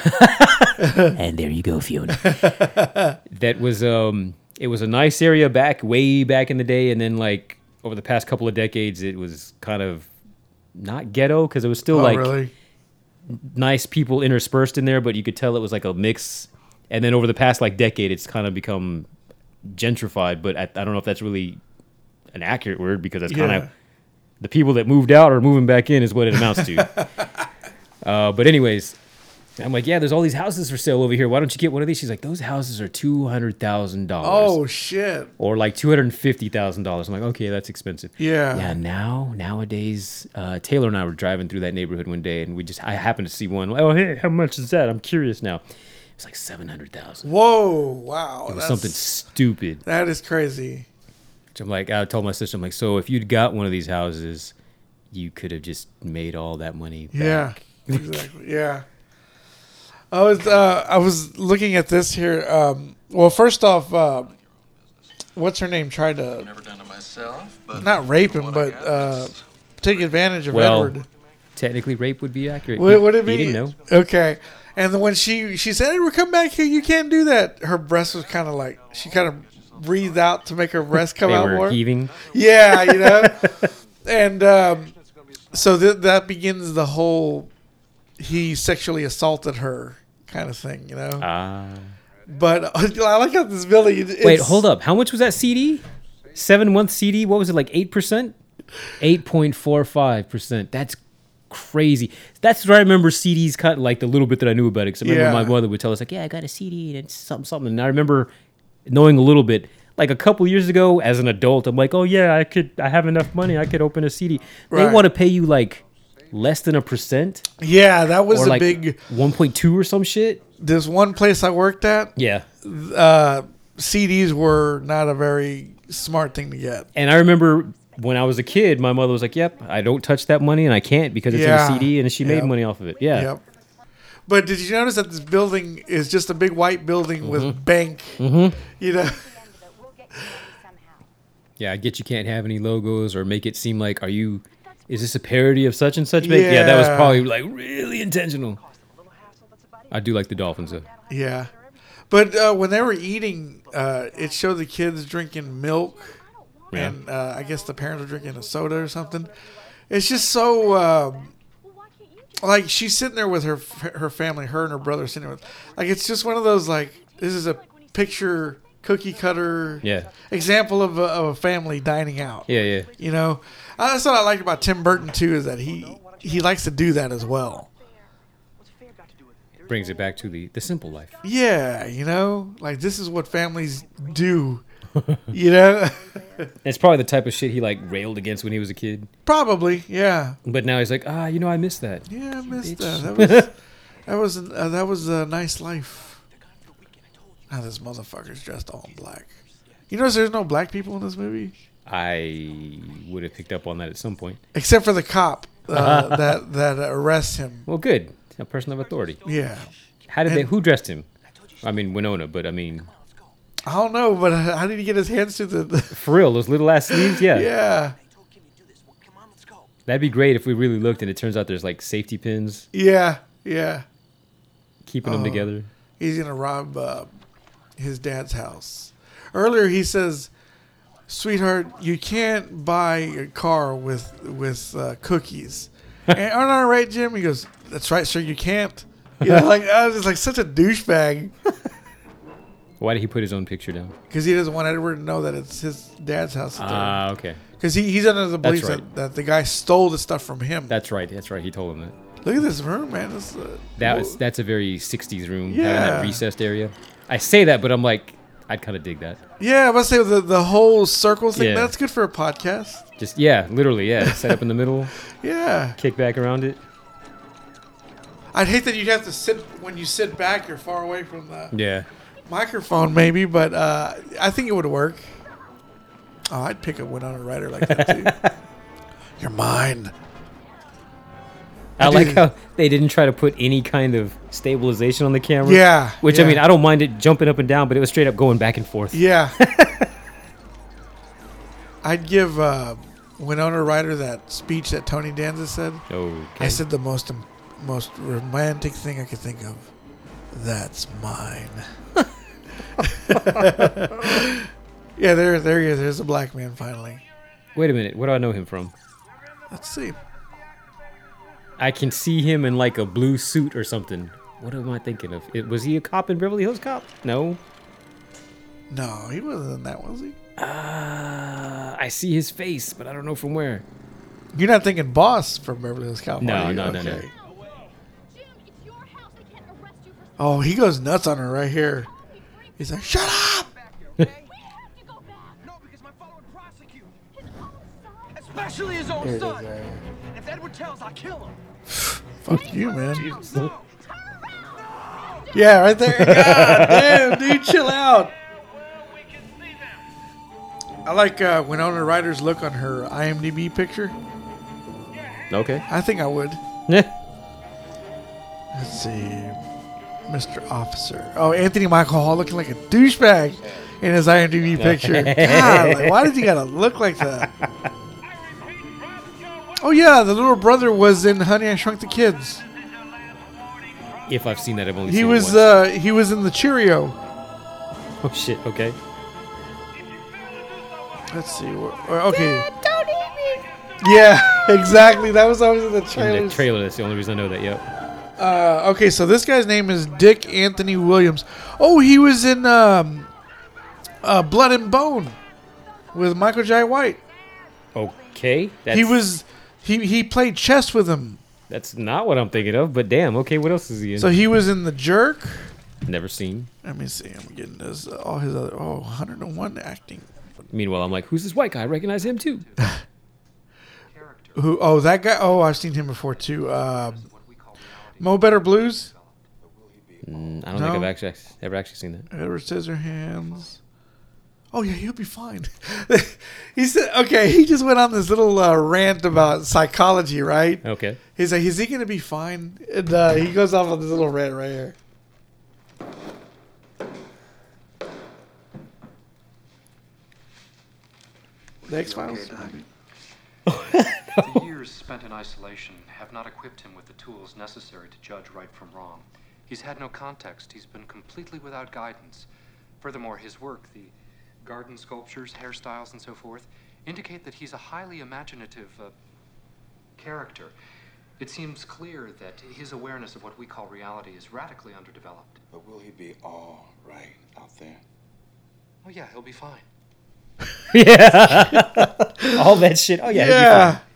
Speaker 6: And there you go, Fiona.
Speaker 1: that was um it was a nice area back way back in the day and then like over the past couple of decades it was kind of not ghetto because it was still
Speaker 2: Oh,
Speaker 1: like
Speaker 2: really?
Speaker 1: nice people interspersed in there but you could tell it was like a mix and then over the past like decade it's kind of become gentrified but I, I don't know if that's really an accurate word because that's kind
Speaker 2: Yeah.
Speaker 1: of the people that moved out are moving back in is what it amounts to uh, but anyways i'm like yeah there's all these houses for sale over here why don't you get one of these she's like those houses are $200000
Speaker 2: Oh shit.
Speaker 1: or like two hundred and fifty thousand dollars. I'm like, okay, that's expensive.
Speaker 2: Yeah.
Speaker 1: Yeah. Now, nowadays, uh, Taylor and I were driving through that neighborhood one day, and we just I happened to see one. Oh, hey, how much is that? I'm curious now. It's like seven hundred thousand.
Speaker 2: Whoa! Wow.
Speaker 1: It was
Speaker 2: Oh, that's-
Speaker 1: something stupid.
Speaker 2: That is crazy.
Speaker 1: Which I'm like, I told my sister, I'm like, so if you'd got one of these houses, you could have just made all that money. back."
Speaker 2: Yeah. exactly. Yeah. I was uh, I was looking at this here. Um, well, first off, uh, what's her name? Tried to
Speaker 10: Never done it myself, but
Speaker 2: not rape him, but uh, take advantage of
Speaker 1: Well,
Speaker 2: Edward.
Speaker 1: Technically, rape would be accurate.
Speaker 2: Would, would it be?
Speaker 1: You didn't know.
Speaker 2: Okay. And then when she she said, "Edward, come back here. You can't do that." Her breast was kind of like she kind of breathed out to make her breast come
Speaker 1: They
Speaker 2: out
Speaker 1: were
Speaker 2: more. Uh-huh.
Speaker 1: heaving.
Speaker 2: Yeah, you know. and um, so th- that begins the whole he sexually assaulted her kind of thing, you know.
Speaker 1: Ah.
Speaker 2: but I like how this Billy.
Speaker 1: Wait, hold up. How much was that CD? Seven month CD. What was it like? Eight percent. Eight point four five percent. That's crazy. That's what I remember CDs cut like the little bit that I knew about it. Because I remember
Speaker 2: Yeah.
Speaker 1: my mother would tell us like, "Yeah, I got a CD and it's something something." And I remember knowing a little bit. Like a couple years ago, as an adult, I'm like, "Oh yeah, I could. I have enough money. I could open a CD."
Speaker 2: Right.
Speaker 1: They want to pay you like less than a percent
Speaker 2: Yeah, that was
Speaker 1: or
Speaker 2: a
Speaker 1: like
Speaker 2: big.
Speaker 1: one point two or some shit.
Speaker 2: There's one place I worked at.
Speaker 1: Yeah.
Speaker 2: Uh, CDs were not a very smart thing to get.
Speaker 1: And I remember when I was a kid, my mother was like, "Yep, I don't touch that money, and I can't because it's
Speaker 2: Yeah.
Speaker 1: in a CD, and she made
Speaker 2: Yep.
Speaker 1: money off of it." Yeah,
Speaker 2: Yep. But did you notice that this building is just a big white building
Speaker 1: Mm-hmm.
Speaker 2: with bank? You know,
Speaker 9: But we'll get you money somehow.
Speaker 1: yeah. I get you can't have any logos or make it seem like are you. Is this a parody of such and such? Bank? Yeah. that was
Speaker 2: Yeah.
Speaker 1: probably like really intentional. I do like the Dolphins though.
Speaker 2: yeah. But uh, when they were eating, uh, it showed the kids drinking milk.
Speaker 1: Yeah.
Speaker 2: and uh, I guess the parents are drinking a soda or something. It's just so um, like she's sitting there with her her family, her and her brother sitting there with like it's just one of those like this is a picture cookie cutter
Speaker 1: Yeah.
Speaker 2: example of a, of a family dining out.
Speaker 1: Yeah, yeah.
Speaker 2: You know, Uh, that's what I liked about Tim Burton too is that he he likes to do that as well.
Speaker 1: Brings it back to the the simple life.
Speaker 2: Yeah, you know, like this is what families do. You know,
Speaker 1: It's probably the type of shit he like railed against when he was a kid,
Speaker 2: probably yeah.
Speaker 1: but now he's like, ah, you know, I miss that.
Speaker 2: Yeah, I missed that. That was that was an- uh, that was a nice life. Now this motherfucker's dressed all in black. You notice there's no black people in this movie
Speaker 1: I would have picked up on that at some point.
Speaker 2: except for the cop uh, that that arrests him.
Speaker 1: Well, good. A person of authority.
Speaker 2: Yeah,
Speaker 1: How did they? Who dressed him? I mean Winona, but I mean
Speaker 2: I don't know, but how did he get his hands through the? the
Speaker 1: for real, those little ass sleeves. Yeah.
Speaker 2: yeah,
Speaker 1: that'd be great if we really looked, and it turns out there's like safety pins
Speaker 2: yeah, yeah.
Speaker 1: keeping them together.
Speaker 2: He's gonna rob uh, his dad's house. Earlier he says, "Sweetheart, you can't buy a car with with uh, cookies." and aren't I right, Jim? He goes, "That's right, sir. You can't." You know, like I was just like such a douchebag
Speaker 1: Why did he put his own picture down?
Speaker 2: because he doesn't want Edward to know that it's his dad's house
Speaker 1: Ah, okay.
Speaker 2: because he, he's under the belief
Speaker 1: right.
Speaker 2: that, that the guy stole the stuff from him.
Speaker 1: That's right. That's right. He told him that.
Speaker 2: Look at this room, man. This, uh,
Speaker 1: That was that's a very '60s room. having
Speaker 2: Yeah.
Speaker 1: that recessed area. I say that, but I'm like, I'd kind of dig that.
Speaker 2: yeah, I must say the the whole circle thing.
Speaker 1: Yeah.
Speaker 2: That's good for a podcast.
Speaker 1: Just yeah, literally yeah. Set up in the middle,
Speaker 2: Yeah.
Speaker 1: kick back around it.
Speaker 2: I'd hate that you'd have to sit when you sit back. You're far away from the
Speaker 1: Yeah.
Speaker 2: microphone, maybe, but uh, I think it would work. Oh, I'd pick a Winona Ryder like that too. You're mine.
Speaker 1: I like
Speaker 2: Dude.
Speaker 1: how they didn't try to put any kind of stabilization on the camera.
Speaker 2: Yeah,
Speaker 1: Which
Speaker 2: yeah.
Speaker 1: I mean, I don't mind it jumping up and down, but it was straight up going back and forth.
Speaker 2: Yeah. I'd give uh, Winona Ryder that speech that Tony Danza said.
Speaker 1: Okay.
Speaker 2: I said the most im- most romantic thing I could think of. That's mine. yeah, there, there he is. There's a black man finally.
Speaker 1: Wait a minute. Where do I know him from?
Speaker 2: Let's see.
Speaker 1: I can see him in like a blue suit or something. What am I thinking of? It, was he a cop in Beverly Hills Cop? No.
Speaker 2: No, he wasn't in that, was he?
Speaker 1: Uh, I see his face, but I don't know from where.
Speaker 2: You're not thinking Boss from Beverly Hills Cop.
Speaker 1: No,
Speaker 2: are you?
Speaker 1: no, no, no.
Speaker 2: Oh, he goes nuts on her right here. He's like, "Shut up!"
Speaker 8: No, because my father would prosecute. Especially his own son. If Edward tells, I'll kill him.
Speaker 2: Fuck you, man. Yeah, right there. God damn, dude, chill out. I like uh, Winona Ryder's look on her IMDb picture.
Speaker 1: Okay.
Speaker 2: I think I would.
Speaker 1: Yeah.
Speaker 2: Let's see. Mr. Officer. Oh, Anthony Michael Hall looking like a douchebag in his IMDb picture. God, like, why did he gotta look like that? Oh, yeah, the little brother was in Honey, I Shrunk the Kids.
Speaker 1: if I've seen that, I've only
Speaker 2: He
Speaker 1: seen it
Speaker 2: was
Speaker 1: once.
Speaker 2: uh, he was in the Cheerio.
Speaker 1: oh shit. Okay.
Speaker 2: Let's see. wh- uh, Okay. Yeah, exactly. That was always in the
Speaker 1: In the
Speaker 2: trailers.
Speaker 1: trailer, that's the only reason I know that. Yep.
Speaker 2: Uh, okay, so this guy's name is Dick Anthony Williams. Oh, he was in um, uh, Blood and Bone with Michael J. White.
Speaker 1: Okay. That's,
Speaker 2: he was he he played chess with him.
Speaker 1: That's not what I'm thinking of. But damn. Okay. What else is he in?
Speaker 2: So he was in The Jerk.
Speaker 1: Never seen.
Speaker 2: Let me see. I'm getting this. uh, All his other oh 101 acting.
Speaker 1: Meanwhile, I'm like, who's this white guy? I recognize him too.
Speaker 2: Who? Oh, that guy. Oh, I've seen him before too. Um, Mo Better Blues.
Speaker 1: Mm, I don't think
Speaker 2: No.
Speaker 1: I've actually ever actually seen that.
Speaker 2: Edward Scissorhands. Oh yeah, he'll be fine. he said, "Okay." He just went on this little uh, rant about psychology, right?
Speaker 1: Okay.
Speaker 2: He's like, "Is he gonna be fine?" And uh, he goes off on this little rant right here. Next files.
Speaker 10: The years spent in isolation have not equipped him with the tools necessary to judge right from wrong. He's had no context. He's been completely without guidance. Furthermore, his work, the garden sculptures, hairstyles, and so forth, indicate that he's a highly imaginative uh, character. It seems clear that his awareness of what we call reality is radically underdeveloped.
Speaker 8: But will he be all right out there?
Speaker 10: Oh, yeah, he'll be fine.
Speaker 1: yeah. All that shit. Oh yeah.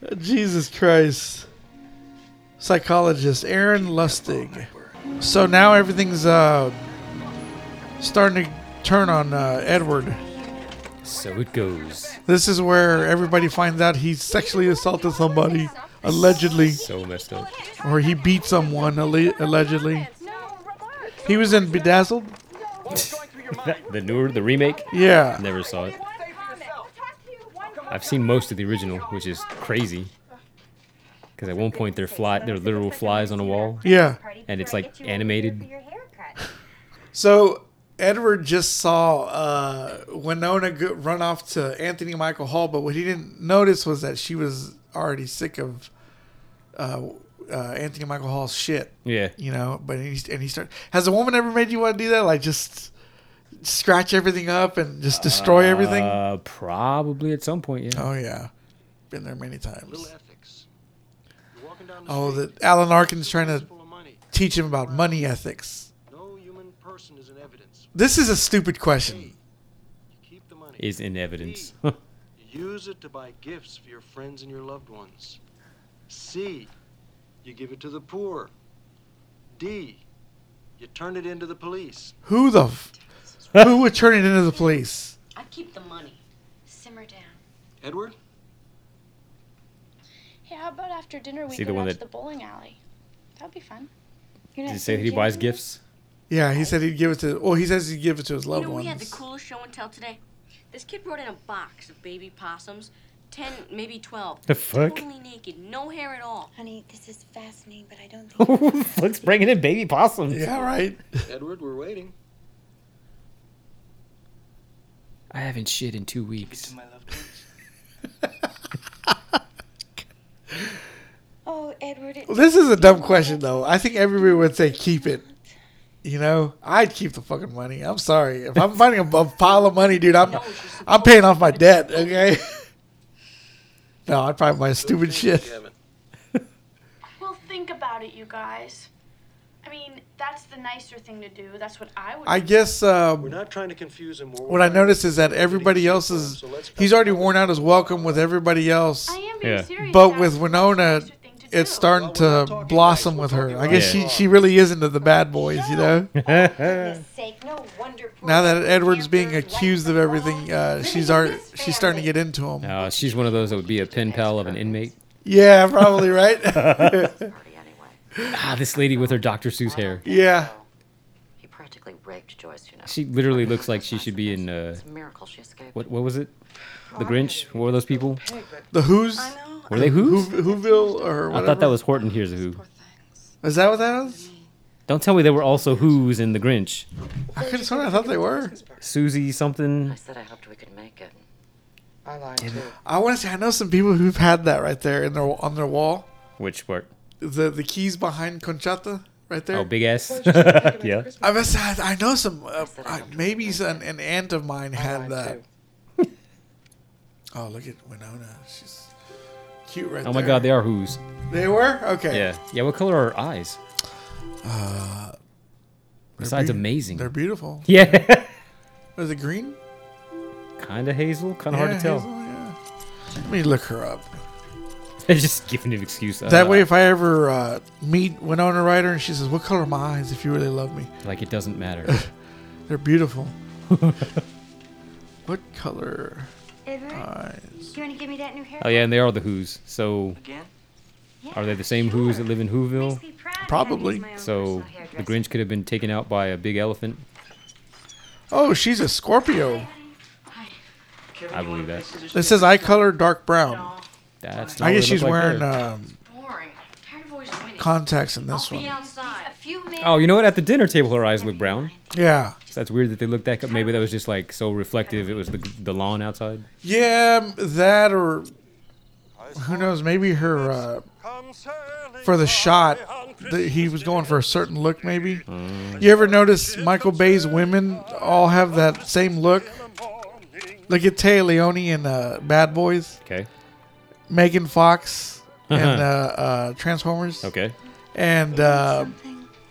Speaker 1: it'd be fine.
Speaker 2: Yeah, Jesus Christ. Psychologist Aaron Lustig. So now everything's uh, starting to turn on uh, Edward.
Speaker 1: So it goes.
Speaker 2: This is where everybody finds out he sexually assaulted somebody, allegedly,
Speaker 1: So messed up.
Speaker 2: or he beat someone, alle- allegedly. He was in Bedazzled?
Speaker 8: What's going through your mind?
Speaker 1: That- the newer, the remake.
Speaker 2: Yeah.
Speaker 1: Never saw it.
Speaker 8: Say for yourself.
Speaker 1: I've seen most of the original, which is crazy. Because at one point they're fly, they're literal flies on a wall.
Speaker 2: Yeah.
Speaker 1: And it's, like, animated.
Speaker 2: So Edward just saw uh, Winona go- run off to Anthony Michael Hall, but what he didn't notice was that she was already sick of uh, uh, Anthony Michael Hall's shit.
Speaker 1: Yeah.
Speaker 2: You know, but he, and he started. Has a woman ever made you want to do that? Like just scratch everything up and just destroy everything?
Speaker 1: Uh, probably at some point. Yeah.
Speaker 2: Oh yeah, been there many times.
Speaker 7: ethics. You're walking down the
Speaker 2: Oh,
Speaker 7: street,
Speaker 2: that Alan Arkin's trying to
Speaker 7: full of money.
Speaker 2: teach him about money ethics.
Speaker 7: No human person is in evidence.
Speaker 2: This is a stupid question.
Speaker 7: You keep the money.
Speaker 1: Is in evidence.
Speaker 7: You use it to buy gifts for your friends and your loved ones. C. You give it to the poor. D. You turn it into the police.
Speaker 2: Who the f- who would turn it into the police?
Speaker 5: I keep the money. Simmer down.
Speaker 7: Edward?
Speaker 5: Hey, how about after dinner we
Speaker 1: See
Speaker 5: go
Speaker 1: the one
Speaker 5: out
Speaker 1: that-
Speaker 5: to the bowling alley? That'd be fun.
Speaker 1: Did he say that he buys gifts?
Speaker 2: Yeah, he said he'd give it to. Well, he says he'd give it to his
Speaker 11: You
Speaker 2: loved
Speaker 11: know, we had the
Speaker 2: ones.
Speaker 11: coolest show and tell today. This kid brought in a box of baby possums, 10, maybe 12.
Speaker 1: The fuck?
Speaker 11: Totally naked, no hair at all.
Speaker 5: Honey, this is fascinating, but I don't think
Speaker 1: Let's bring in baby possums.
Speaker 2: yeah, right.
Speaker 7: Edward, we're waiting.
Speaker 1: I haven't shit in two weeks.
Speaker 5: Oh, Edward, it,
Speaker 2: This is a dumb question though. I think everybody would say keep it. You know, I'd keep the fucking money. I'm sorry if I'm finding a, a pile of money, dude. I'm I'm paying off my debt. Okay. no, I'd probably buy stupid shit.
Speaker 7: Kevin.
Speaker 11: Well, think about it, you guys. I mean, that's the nicer thing to do. That's what I would
Speaker 2: I guess uh,
Speaker 7: We're not trying to confuse him. We're
Speaker 2: what I
Speaker 7: worried.
Speaker 2: noticed is that everybody else is he's already worn out his welcome with everybody else.
Speaker 11: am
Speaker 1: being Yeah.
Speaker 11: serious.
Speaker 2: But with Winona, it's starting to blossom with her. I guess she, she really is into the bad boys, you know? Now that Edward's being accused of everything, uh, she's ar- she's starting to get into him.
Speaker 1: Uh, she's one of those that would be a pen pal of an inmate.
Speaker 2: Yeah, probably, right?
Speaker 1: Ah, this lady with her Dr. Seuss hair.
Speaker 2: yeah.
Speaker 11: He practically raped Joyce, you know.
Speaker 1: She literally looks like she should be in uh,
Speaker 11: It's a miracle she escaped.
Speaker 1: what? What was it? The Grinch. What were those people?
Speaker 2: The Who's?
Speaker 1: Were they
Speaker 2: Who,
Speaker 1: who's?
Speaker 2: Whoville or
Speaker 1: I
Speaker 2: whatever?
Speaker 1: thought that was Horton. Here's a who.
Speaker 2: Is that what that is?
Speaker 1: Don't tell me they were also who's in the Grinch.
Speaker 2: I could have sworn I thought they were.
Speaker 1: Susie something.
Speaker 11: I said I hoped we could make it.
Speaker 8: I lied too.
Speaker 2: I want to say I know some people who've had that right there in their on their wall.
Speaker 1: Which part?
Speaker 2: The the keys behind Conchata right there.
Speaker 1: Oh, big ass. yeah.
Speaker 2: I must have, I know some. Uh, uh, maybe s- an, an aunt of mine
Speaker 8: I
Speaker 2: had
Speaker 8: lied
Speaker 2: that.
Speaker 8: too.
Speaker 2: Oh, look at Winona. She's cute right
Speaker 1: oh my god, they are who's.
Speaker 2: They were? Okay.
Speaker 1: Yeah. Yeah, what color are her eyes?
Speaker 2: Uh,
Speaker 1: Besides
Speaker 2: beau-
Speaker 1: amazing.
Speaker 2: They're beautiful.
Speaker 1: Yeah.
Speaker 2: Was it green?
Speaker 1: kind of hazel, kind of hard
Speaker 2: Yeah,
Speaker 1: to tell.
Speaker 2: hazel, yeah. Let me look her up.
Speaker 1: Just giving an excuse. uh,
Speaker 2: That way, if I ever uh, meet Winona Ryder and she says, "What color are my eyes? If you really love me,
Speaker 1: Like it doesn't matter.
Speaker 2: they're beautiful." what color
Speaker 9: Edward,
Speaker 2: eyes?
Speaker 9: do you want to give me that new hair?
Speaker 1: Uh, oh yeah, and they are the who's. So are they the same who's that live in Whoville?
Speaker 2: Probably.
Speaker 1: So the Grinch could have been taken out by a big elephant.
Speaker 2: Oh, she's a Scorpio.
Speaker 1: I believe that.
Speaker 2: It says eye color dark brown.
Speaker 1: That's. Not
Speaker 2: I
Speaker 1: what
Speaker 2: guess
Speaker 1: it
Speaker 2: she's
Speaker 1: looked Oh, like
Speaker 2: wearing
Speaker 1: there.
Speaker 2: um, contacts in this one.
Speaker 1: Oh, you know what? At the dinner table, her eyes look brown.
Speaker 2: Yeah.
Speaker 1: So that's weird that they looked that. co- Maybe that was just like so reflective. It was the the lawn outside.
Speaker 2: Yeah, that or who knows? Maybe her uh, for the shot that he was going for a certain look. Maybe you ever notice Michael Bay's women all have that same look? Look at Taya Leone in uh, Bad Boys,
Speaker 1: Okay.
Speaker 2: Megan Fox, and uh, uh, Transformers,
Speaker 1: Okay.
Speaker 2: and uh,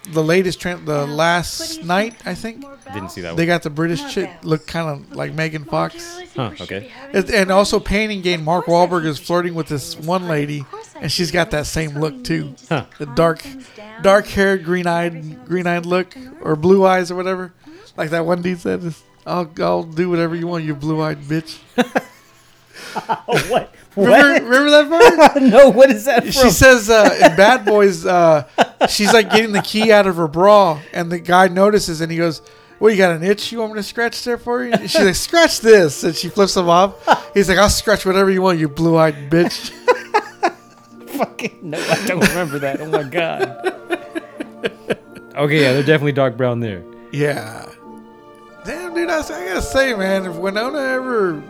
Speaker 2: the latest, tran the last night I think
Speaker 1: Didn't see that one.
Speaker 2: they got the British chick look kind of like Megan Fox.
Speaker 1: Huh, okay.
Speaker 2: It, and also painting game, Mark Wahlberg is flirting with this one lady, and she's got that same look too.
Speaker 1: Huh.
Speaker 2: The dark, dark haired, green eyed, green eyed look, or blue eyes or whatever. Like that one dude said, is, "I'll I'll do whatever you want, you blue eyed bitch."
Speaker 1: Oh what?
Speaker 2: Remember, remember that part?
Speaker 1: no. What is that?
Speaker 2: She says uh, in Bad Boys, uh, she's like getting the key out of her bra, and the guy notices, and he goes, "Well, you got an itch? You want me to scratch there for you?" And she's like, "Scratch this," and she flips him off. He's like, "I'll scratch whatever you want, you blue-eyed bitch."
Speaker 1: Fucking no, I don't remember that. Oh my god. Okay, yeah, they're definitely dark brown there.
Speaker 2: Yeah. Damn, dude, I, s- I gotta say, man, if Winona ever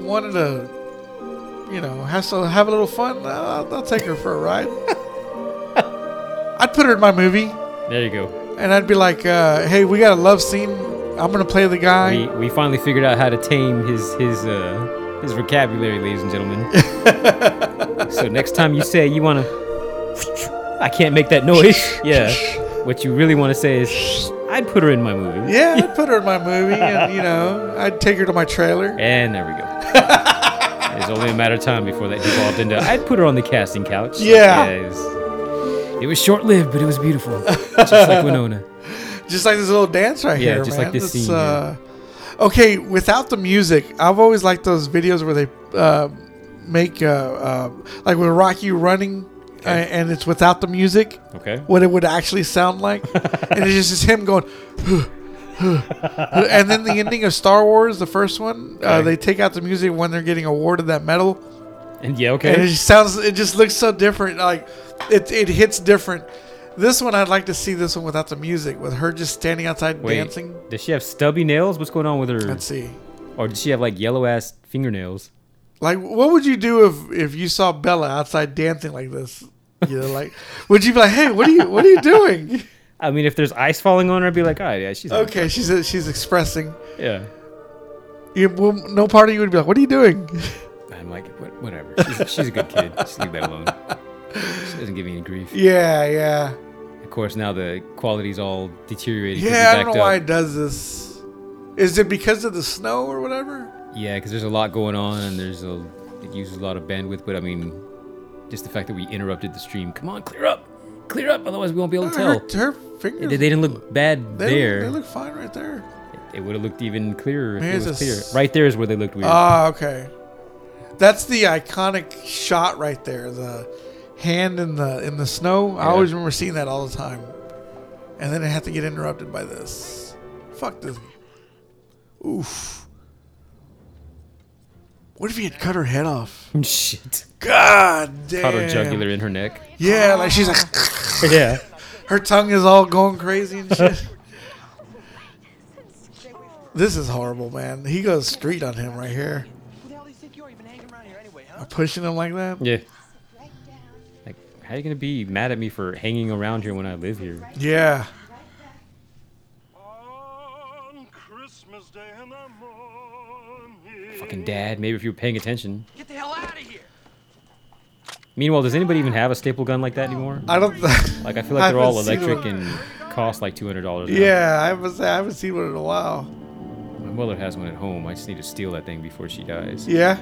Speaker 2: wanted to, you know, have so have a little fun, I'll, I'll take her for a ride. I'd put her in my movie,
Speaker 1: There you go.
Speaker 2: and I'd be like, uh, "Hey, we got a love scene. I'm gonna play the guy."
Speaker 1: We we finally figured out how to tame his his uh his vocabulary, ladies and gentlemen. so next time you say you wanna, I can't make that noise. Yeah. What you really want to say is, I'd put her in my movie.
Speaker 2: yeah, I'd put her in my movie, and you know, I'd take her to my trailer.
Speaker 1: And there we go. it's only a matter of time before that evolved into. I'd put her on the casting couch.
Speaker 2: Yeah.
Speaker 1: it was, short lived, but it was beautiful. Just like Winona.
Speaker 2: just like this little dance right
Speaker 1: Yeah,
Speaker 2: here.
Speaker 1: just
Speaker 2: man.
Speaker 1: like this
Speaker 2: It's,
Speaker 1: scene, yeah.
Speaker 2: uh, okay, without the music, I've always liked those videos where they uh, make uh, uh, like with Rocky running, uh, and it's without the music.
Speaker 1: Okay.
Speaker 2: What it would actually sound like, and it's just, just him going. and then the ending of Star Wars, the first one, uh,
Speaker 1: Okay.
Speaker 2: they take out the music when they're getting awarded that medal,
Speaker 1: And yeah,
Speaker 2: and it
Speaker 1: okay.
Speaker 2: just sounds, it just looks so different. Like it, it hits different. This one, I'd like to see this one without the music, with her just standing outside
Speaker 1: Wait,
Speaker 2: dancing.
Speaker 1: does she have stubby nails? What's going on with her?
Speaker 2: Let's see.
Speaker 1: Or does she have like yellow ass fingernails?
Speaker 2: Like, what would you do if if you saw Bella outside dancing like this? You know, like, would you be like, "Hey, what are you what are you doing?"
Speaker 1: I mean, if there's ice falling on her, I'd be like, all right, yeah, she's
Speaker 2: Okay, she's she's expressing.
Speaker 1: Yeah.
Speaker 2: You, well, no part of you would be like, "What are you doing?"
Speaker 1: I'm like, what, whatever. She's, she's a good kid. Just leave that alone. She doesn't give me any grief.
Speaker 2: yeah, yeah,
Speaker 1: Of course, now the quality's all deteriorated. 'cause we
Speaker 2: yeah. I don't
Speaker 1: backed
Speaker 2: know why
Speaker 1: up.
Speaker 2: it does this. Is it because of the snow or whatever?
Speaker 1: Yeah, because there's a lot going on, and there's a it uses a lot of bandwidth. But I mean, just the fact that we interrupted the stream. Come on, clear up, clear up. Otherwise, we won't be able to
Speaker 2: Her,
Speaker 1: tell.
Speaker 2: her
Speaker 1: They,
Speaker 2: fingers.
Speaker 1: they didn't look bad
Speaker 2: they
Speaker 1: there.
Speaker 2: Look, they look fine right there.
Speaker 1: it would have looked even clearer if
Speaker 2: Here's
Speaker 1: it
Speaker 2: a
Speaker 1: was clear.
Speaker 2: s-
Speaker 1: Right there is where they looked weird.
Speaker 2: Ah, okay. That's the iconic shot right there. The hand in the in the snow. I
Speaker 1: Yeah.
Speaker 2: always remember seeing that all the time. And then it had to get interrupted by this. Fuck this. Oof. What if he had cut her head off?
Speaker 1: Shit.
Speaker 2: God damn.
Speaker 1: Caught her jugular in her neck.
Speaker 2: Yeah, like she's like
Speaker 1: yeah.
Speaker 2: her tongue is all going crazy and shit. this is horrible, man. He goes straight on him right here.
Speaker 8: Who the hell do you think you are even hanging around here anyway, huh?
Speaker 2: Pushing him like that.
Speaker 1: Yeah. Like, how are you gonna be mad at me for hanging around here when I live here?
Speaker 2: Yeah.
Speaker 1: Fucking dad. Maybe if you were paying attention.
Speaker 8: Get the hell out of here!
Speaker 1: Meanwhile, does anybody even have a staple gun like that anymore?
Speaker 2: I don't. th-
Speaker 1: Like I feel like
Speaker 2: I
Speaker 1: they're all
Speaker 2: haven't seen
Speaker 1: electric
Speaker 2: one.
Speaker 1: and cost like two hundred dollars.
Speaker 2: Yeah, I haven't, I haven't seen one in a while.
Speaker 1: my mother has one at home. I just need to steal that thing before she dies.
Speaker 2: Yeah?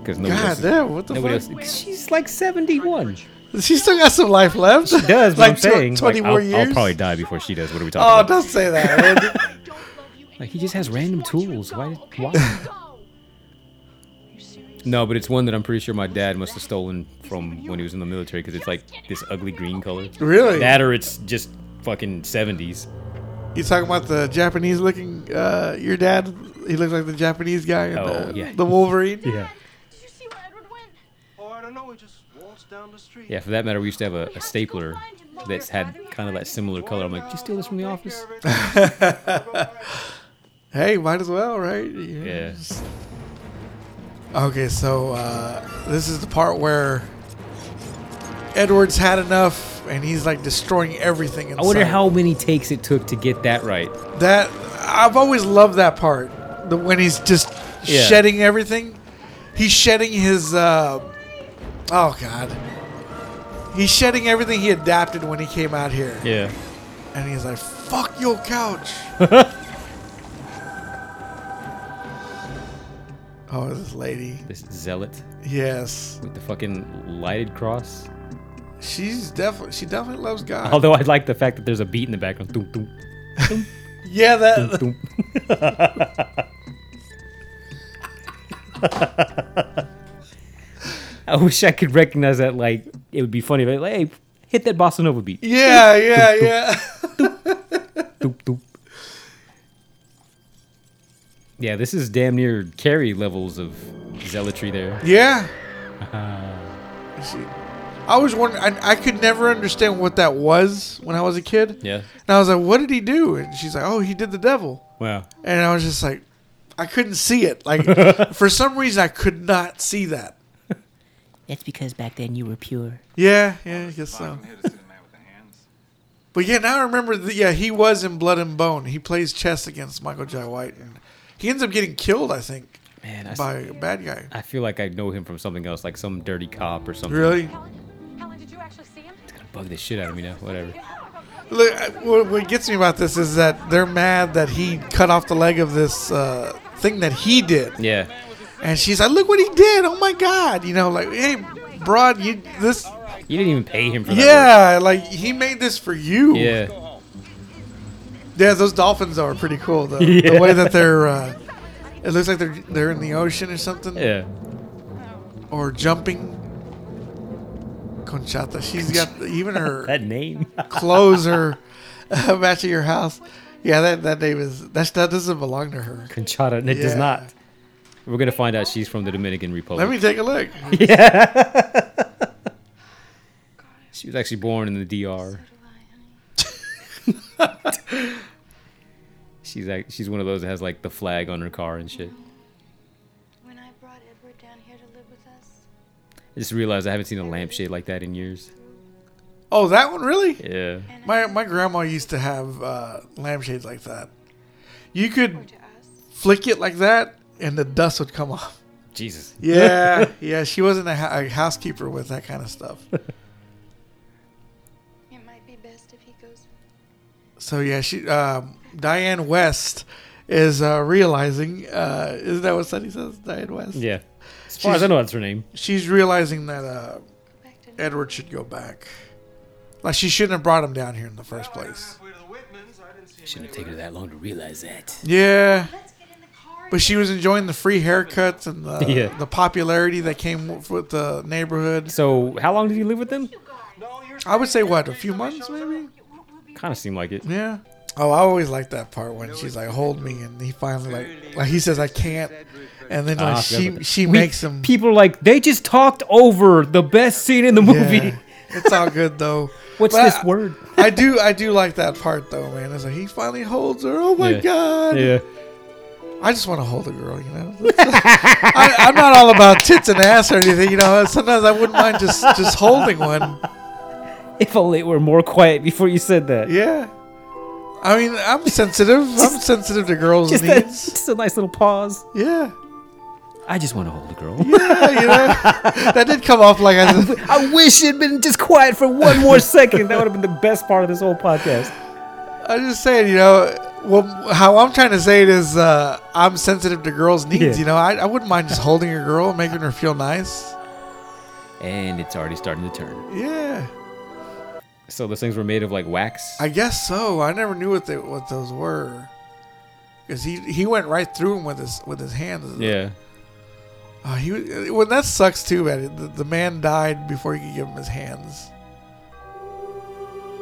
Speaker 1: because nobody
Speaker 2: God
Speaker 1: else,
Speaker 2: damn, what the
Speaker 1: nobody
Speaker 2: fuck?
Speaker 1: else- 'cause she's like seventy-one.
Speaker 2: She still got some life left.
Speaker 1: She does, but
Speaker 2: like
Speaker 1: I'm saying
Speaker 2: tw- 20
Speaker 1: like,
Speaker 2: more
Speaker 1: I'll,
Speaker 2: years.
Speaker 1: I'll probably die before she does. What are we talking
Speaker 2: oh,
Speaker 1: about?
Speaker 2: don't say that. man.
Speaker 1: Like he just has random tools. Why? Why? no, but it's one that I'm pretty sure my dad must have stolen from when he was in the military because it's like this ugly green color.
Speaker 2: Really?
Speaker 1: That or it's just fucking seventies.
Speaker 2: you talking about the Japanese looking? Uh, your dad? He looks like the Japanese guy. in
Speaker 1: Oh,
Speaker 2: the,
Speaker 1: yeah.
Speaker 2: the Wolverine.
Speaker 1: Yeah.
Speaker 7: Oh, I don't know. He just waltzed down the street.
Speaker 1: Yeah, for that matter, we used to have a, a stapler that's had kind of that similar color. I'm like, just steal this from the office.
Speaker 2: Hey, might as well, right?
Speaker 1: Yeah.
Speaker 2: Okay, so uh, this is the part where Edwards had enough, and he's like destroying everything.
Speaker 1: I
Speaker 2: Inside.
Speaker 1: wonder how many takes it took to get that right.
Speaker 2: that I've always loved that part. The when he's just
Speaker 1: Yeah.
Speaker 2: shedding everything. He's shedding his uh oh god. He's shedding everything he adapted when he came out here.
Speaker 1: Yeah.
Speaker 2: And he's like, fuck your couch. oh, this lady.
Speaker 1: This zealot
Speaker 2: Yes.
Speaker 1: with the fucking lighted cross.
Speaker 2: She's definitely she definitely loves God.
Speaker 1: Although I like the fact that there's a beat in the background. Doom, doom,
Speaker 2: yeah, that
Speaker 1: doom. I wish I could recognize that. Like, it would be funny. But like, hey, hit that bossa nova beat.
Speaker 2: Yeah, yeah, yeah.
Speaker 1: Doop, doop. Yeah, this is damn near Carrie levels of zealotry there.
Speaker 2: Yeah. She, I was wondering. I, I could never understand what that was when I was a kid.
Speaker 1: Yeah.
Speaker 2: And I was like, "What did he do?" And she's like, "Oh, he did the devil."
Speaker 1: Wow.
Speaker 2: And I was just like, I couldn't see it. Like for some reason, I could not see that.
Speaker 6: That's because back then you were pure.
Speaker 2: Yeah. Yeah. I guess so. But yeah, now I remember. The, yeah, he was in Blood and Bone. He plays chess against Michael J. White, and he ends up getting killed. I think.
Speaker 1: Man, I s-
Speaker 2: by a bad guy.
Speaker 1: I feel like I know him from something else, like some dirty cop or something.
Speaker 2: Really?
Speaker 9: Helen, did you actually see him?
Speaker 1: Bug the shit out of me now. Whatever.
Speaker 2: Look, I- what, what gets me about this is that they're mad that he cut off the leg of this uh, thing that he did,
Speaker 1: Yeah.
Speaker 2: and she's like, "Look what he did! Oh my God!" You know, like, "Hey, broad, you this?
Speaker 1: You didn't even pay him for that.
Speaker 2: Yeah, like he made this for you."
Speaker 1: work. Yeah.
Speaker 2: Yeah, those dolphins though, are pretty cool though.
Speaker 1: Yeah.
Speaker 2: The way that they're, uh, it looks like they're they're in the ocean or something,
Speaker 1: Yeah.
Speaker 2: or jumping. Conchata, she's got even her
Speaker 1: That name.
Speaker 2: clothes are uh, matching your house. Yeah, that, that name is that's, that doesn't belong to her.
Speaker 1: Conchata. And it does
Speaker 2: Yeah.
Speaker 1: not. We're going to find out she's from the Dominican Republic.
Speaker 2: Let me take a look.
Speaker 1: she was actually born in the DR. she's like, she's one of those that has like the flag on her car and shit.
Speaker 5: When I brought Edward down here to live with us,
Speaker 1: I just realized I haven't seen a lampshade like that in years.
Speaker 2: Oh, that one really?
Speaker 1: Yeah.
Speaker 2: My my grandma used to have uh, lampshades like that. You could flick it like that, and the dust would come off.
Speaker 1: Jesus.
Speaker 2: Yeah, yeah. She wasn't a, ha- a housekeeper with that kind of stuff.
Speaker 5: it might be best if he goes.
Speaker 2: So yeah, she um, Diane West is uh, realizing. Uh, isn't that what Sunny says? Diane West.
Speaker 1: Yeah. As far as I know, that's her name.
Speaker 2: She's realizing that uh, Edward should go back. Like she shouldn't have brought him down here in the first place.
Speaker 6: Shouldn't have taken her that long to realize that.
Speaker 2: Yeah. But she was enjoying the free haircuts and the
Speaker 1: Yeah.
Speaker 2: the popularity that came with- with the neighborhood.
Speaker 1: So, how long did you live with them?
Speaker 2: I would say what a few months maybe.
Speaker 1: Kind of seemed like it.
Speaker 2: Yeah. Oh, I always like that part when she's like, "Hold me," and he finally like, like he says, "I can't," and then
Speaker 1: Ah,
Speaker 2: like
Speaker 1: I forgot about
Speaker 2: she
Speaker 1: that.
Speaker 2: she
Speaker 1: We-
Speaker 2: makes him.
Speaker 1: People are like, they just talked over the best scene in the movie.
Speaker 2: Yeah. It's all good though.
Speaker 1: What's
Speaker 2: But
Speaker 1: this
Speaker 2: I-
Speaker 1: word?
Speaker 2: I do I do like that part though, man. It's like he finally holds her. Oh my
Speaker 1: Yeah.
Speaker 2: god.
Speaker 1: Yeah.
Speaker 2: I just want to hold a girl, you know. I, I'm not all about tits and ass or anything, you know. Sometimes I wouldn't mind just just holding one.
Speaker 1: If only it were more quiet before you said that.
Speaker 2: Yeah. I mean, I'm sensitive. I'm sensitive to girls'
Speaker 1: Just, that,
Speaker 2: needs.
Speaker 1: just a nice little pause.
Speaker 2: Yeah.
Speaker 1: I just want to hold a girl.
Speaker 2: Yeah, you know, that did come off like I,
Speaker 1: I wish you'd been just quiet for one more second. That would have been the best part of this whole podcast.
Speaker 2: I'm just saying, you know, well, how I'm trying to say it is, uh, I'm sensitive to girls' needs.
Speaker 1: Yeah.
Speaker 2: You know, I, I wouldn't mind just holding a girl, making her feel nice.
Speaker 1: And it's already starting to turn.
Speaker 2: Yeah,
Speaker 1: So those things were made of like wax.
Speaker 2: I guess so. I never knew what they, what those were, because he he went right through him with his with his hands.
Speaker 1: Yeah.
Speaker 2: Oh, he was- well, that sucks too, man. The, the man died before he could give him his hands.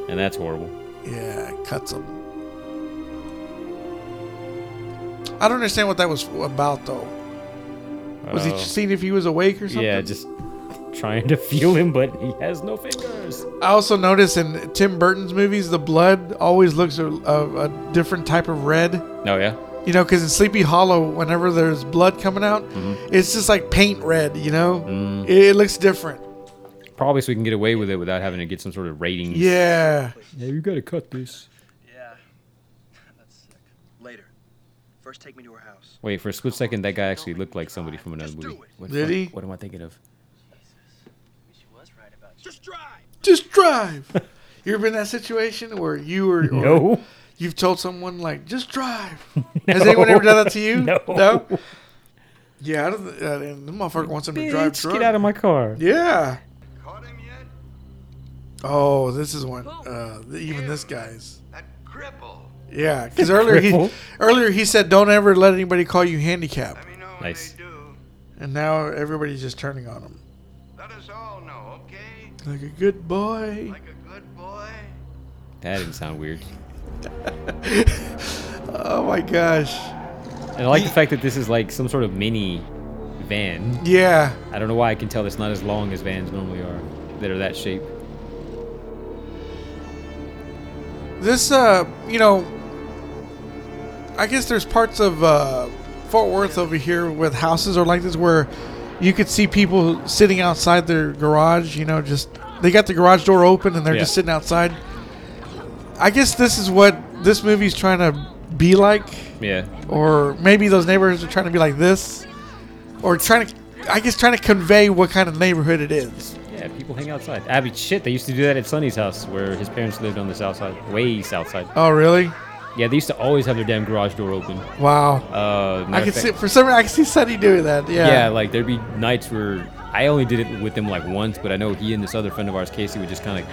Speaker 1: And that's horrible.
Speaker 2: Yeah, it cuts him. I don't understand what that was about though. Was he
Speaker 1: Oh.
Speaker 2: just seeing if he was awake or something?
Speaker 1: Yeah, just trying to feel him, but he has no fingers.
Speaker 2: I also notice in Tim Burton's movies, the blood always looks a, a, a different type of red.
Speaker 1: Oh yeah.
Speaker 2: You know, because in Sleepy Hollow, whenever there's blood coming out,
Speaker 1: Mm-hmm.
Speaker 2: it's just like paint red. You know,
Speaker 1: Mm.
Speaker 2: it, it looks different.
Speaker 1: Probably so we can get away with it without having to get some sort of ratings.
Speaker 2: Yeah.
Speaker 1: Yeah, you gotta cut this.
Speaker 8: Yeah. That's sick. Later. First, take me to her house.
Speaker 1: Wait, for a split second, that guy actually looked like somebody from another movie. What,
Speaker 2: Did
Speaker 1: what-
Speaker 2: he?
Speaker 1: What am I thinking of?
Speaker 2: Just drive. you ever been in that situation where you were? or
Speaker 1: No.
Speaker 2: You've told someone like, just drive. Has anyone ever done that to you?
Speaker 1: No.
Speaker 2: No. Yeah, I don't, uh, the motherfucker wants him to drive
Speaker 1: Bitch,
Speaker 2: drunk.
Speaker 1: get out of my car.
Speaker 2: Yeah. Oh, this is one. Uh, th- even this guy's. Yeah, because earlier he
Speaker 1: Cripple.
Speaker 2: earlier he said, "Don't ever let anybody call you handicapped,"
Speaker 1: Nice.
Speaker 2: and now everybody's just turning on him.
Speaker 12: Let us all know, okay?
Speaker 2: Like a good boy.
Speaker 12: Like a good boy.
Speaker 1: That didn't sound weird.
Speaker 2: Oh my gosh.
Speaker 1: And I like the fact that this is like some sort of mini van.
Speaker 2: Yeah.
Speaker 1: I don't know why I can tell it's not as long as vans normally are that are that shape.
Speaker 2: This, uh, you know, I guess there's parts of uh, Fort Worth over here with houses or like this where you could see people sitting outside their garage, you know, just they got the garage door open and they're
Speaker 1: Yeah.
Speaker 2: just sitting outside. I guess this is what this movie's trying to be like,
Speaker 1: Yeah.
Speaker 2: or maybe those neighborhoods are trying to be like this, or trying to, I guess, trying to convey what kind of neighborhood it is.
Speaker 1: Yeah, people hang outside. I mean, shit, they used to do that at Sonny's house where his parents lived on the south side, way south side.
Speaker 2: Oh, really?
Speaker 1: Yeah, they used to always have their damn garage door open.
Speaker 2: Wow.
Speaker 1: Uh, matter
Speaker 2: I can
Speaker 1: of fact-
Speaker 2: see for some reason I can see Sonny doing that.
Speaker 1: Yeah. like there'd be nights where I only did it with him like once, but I know he and this other friend of ours, Casey, would just kind of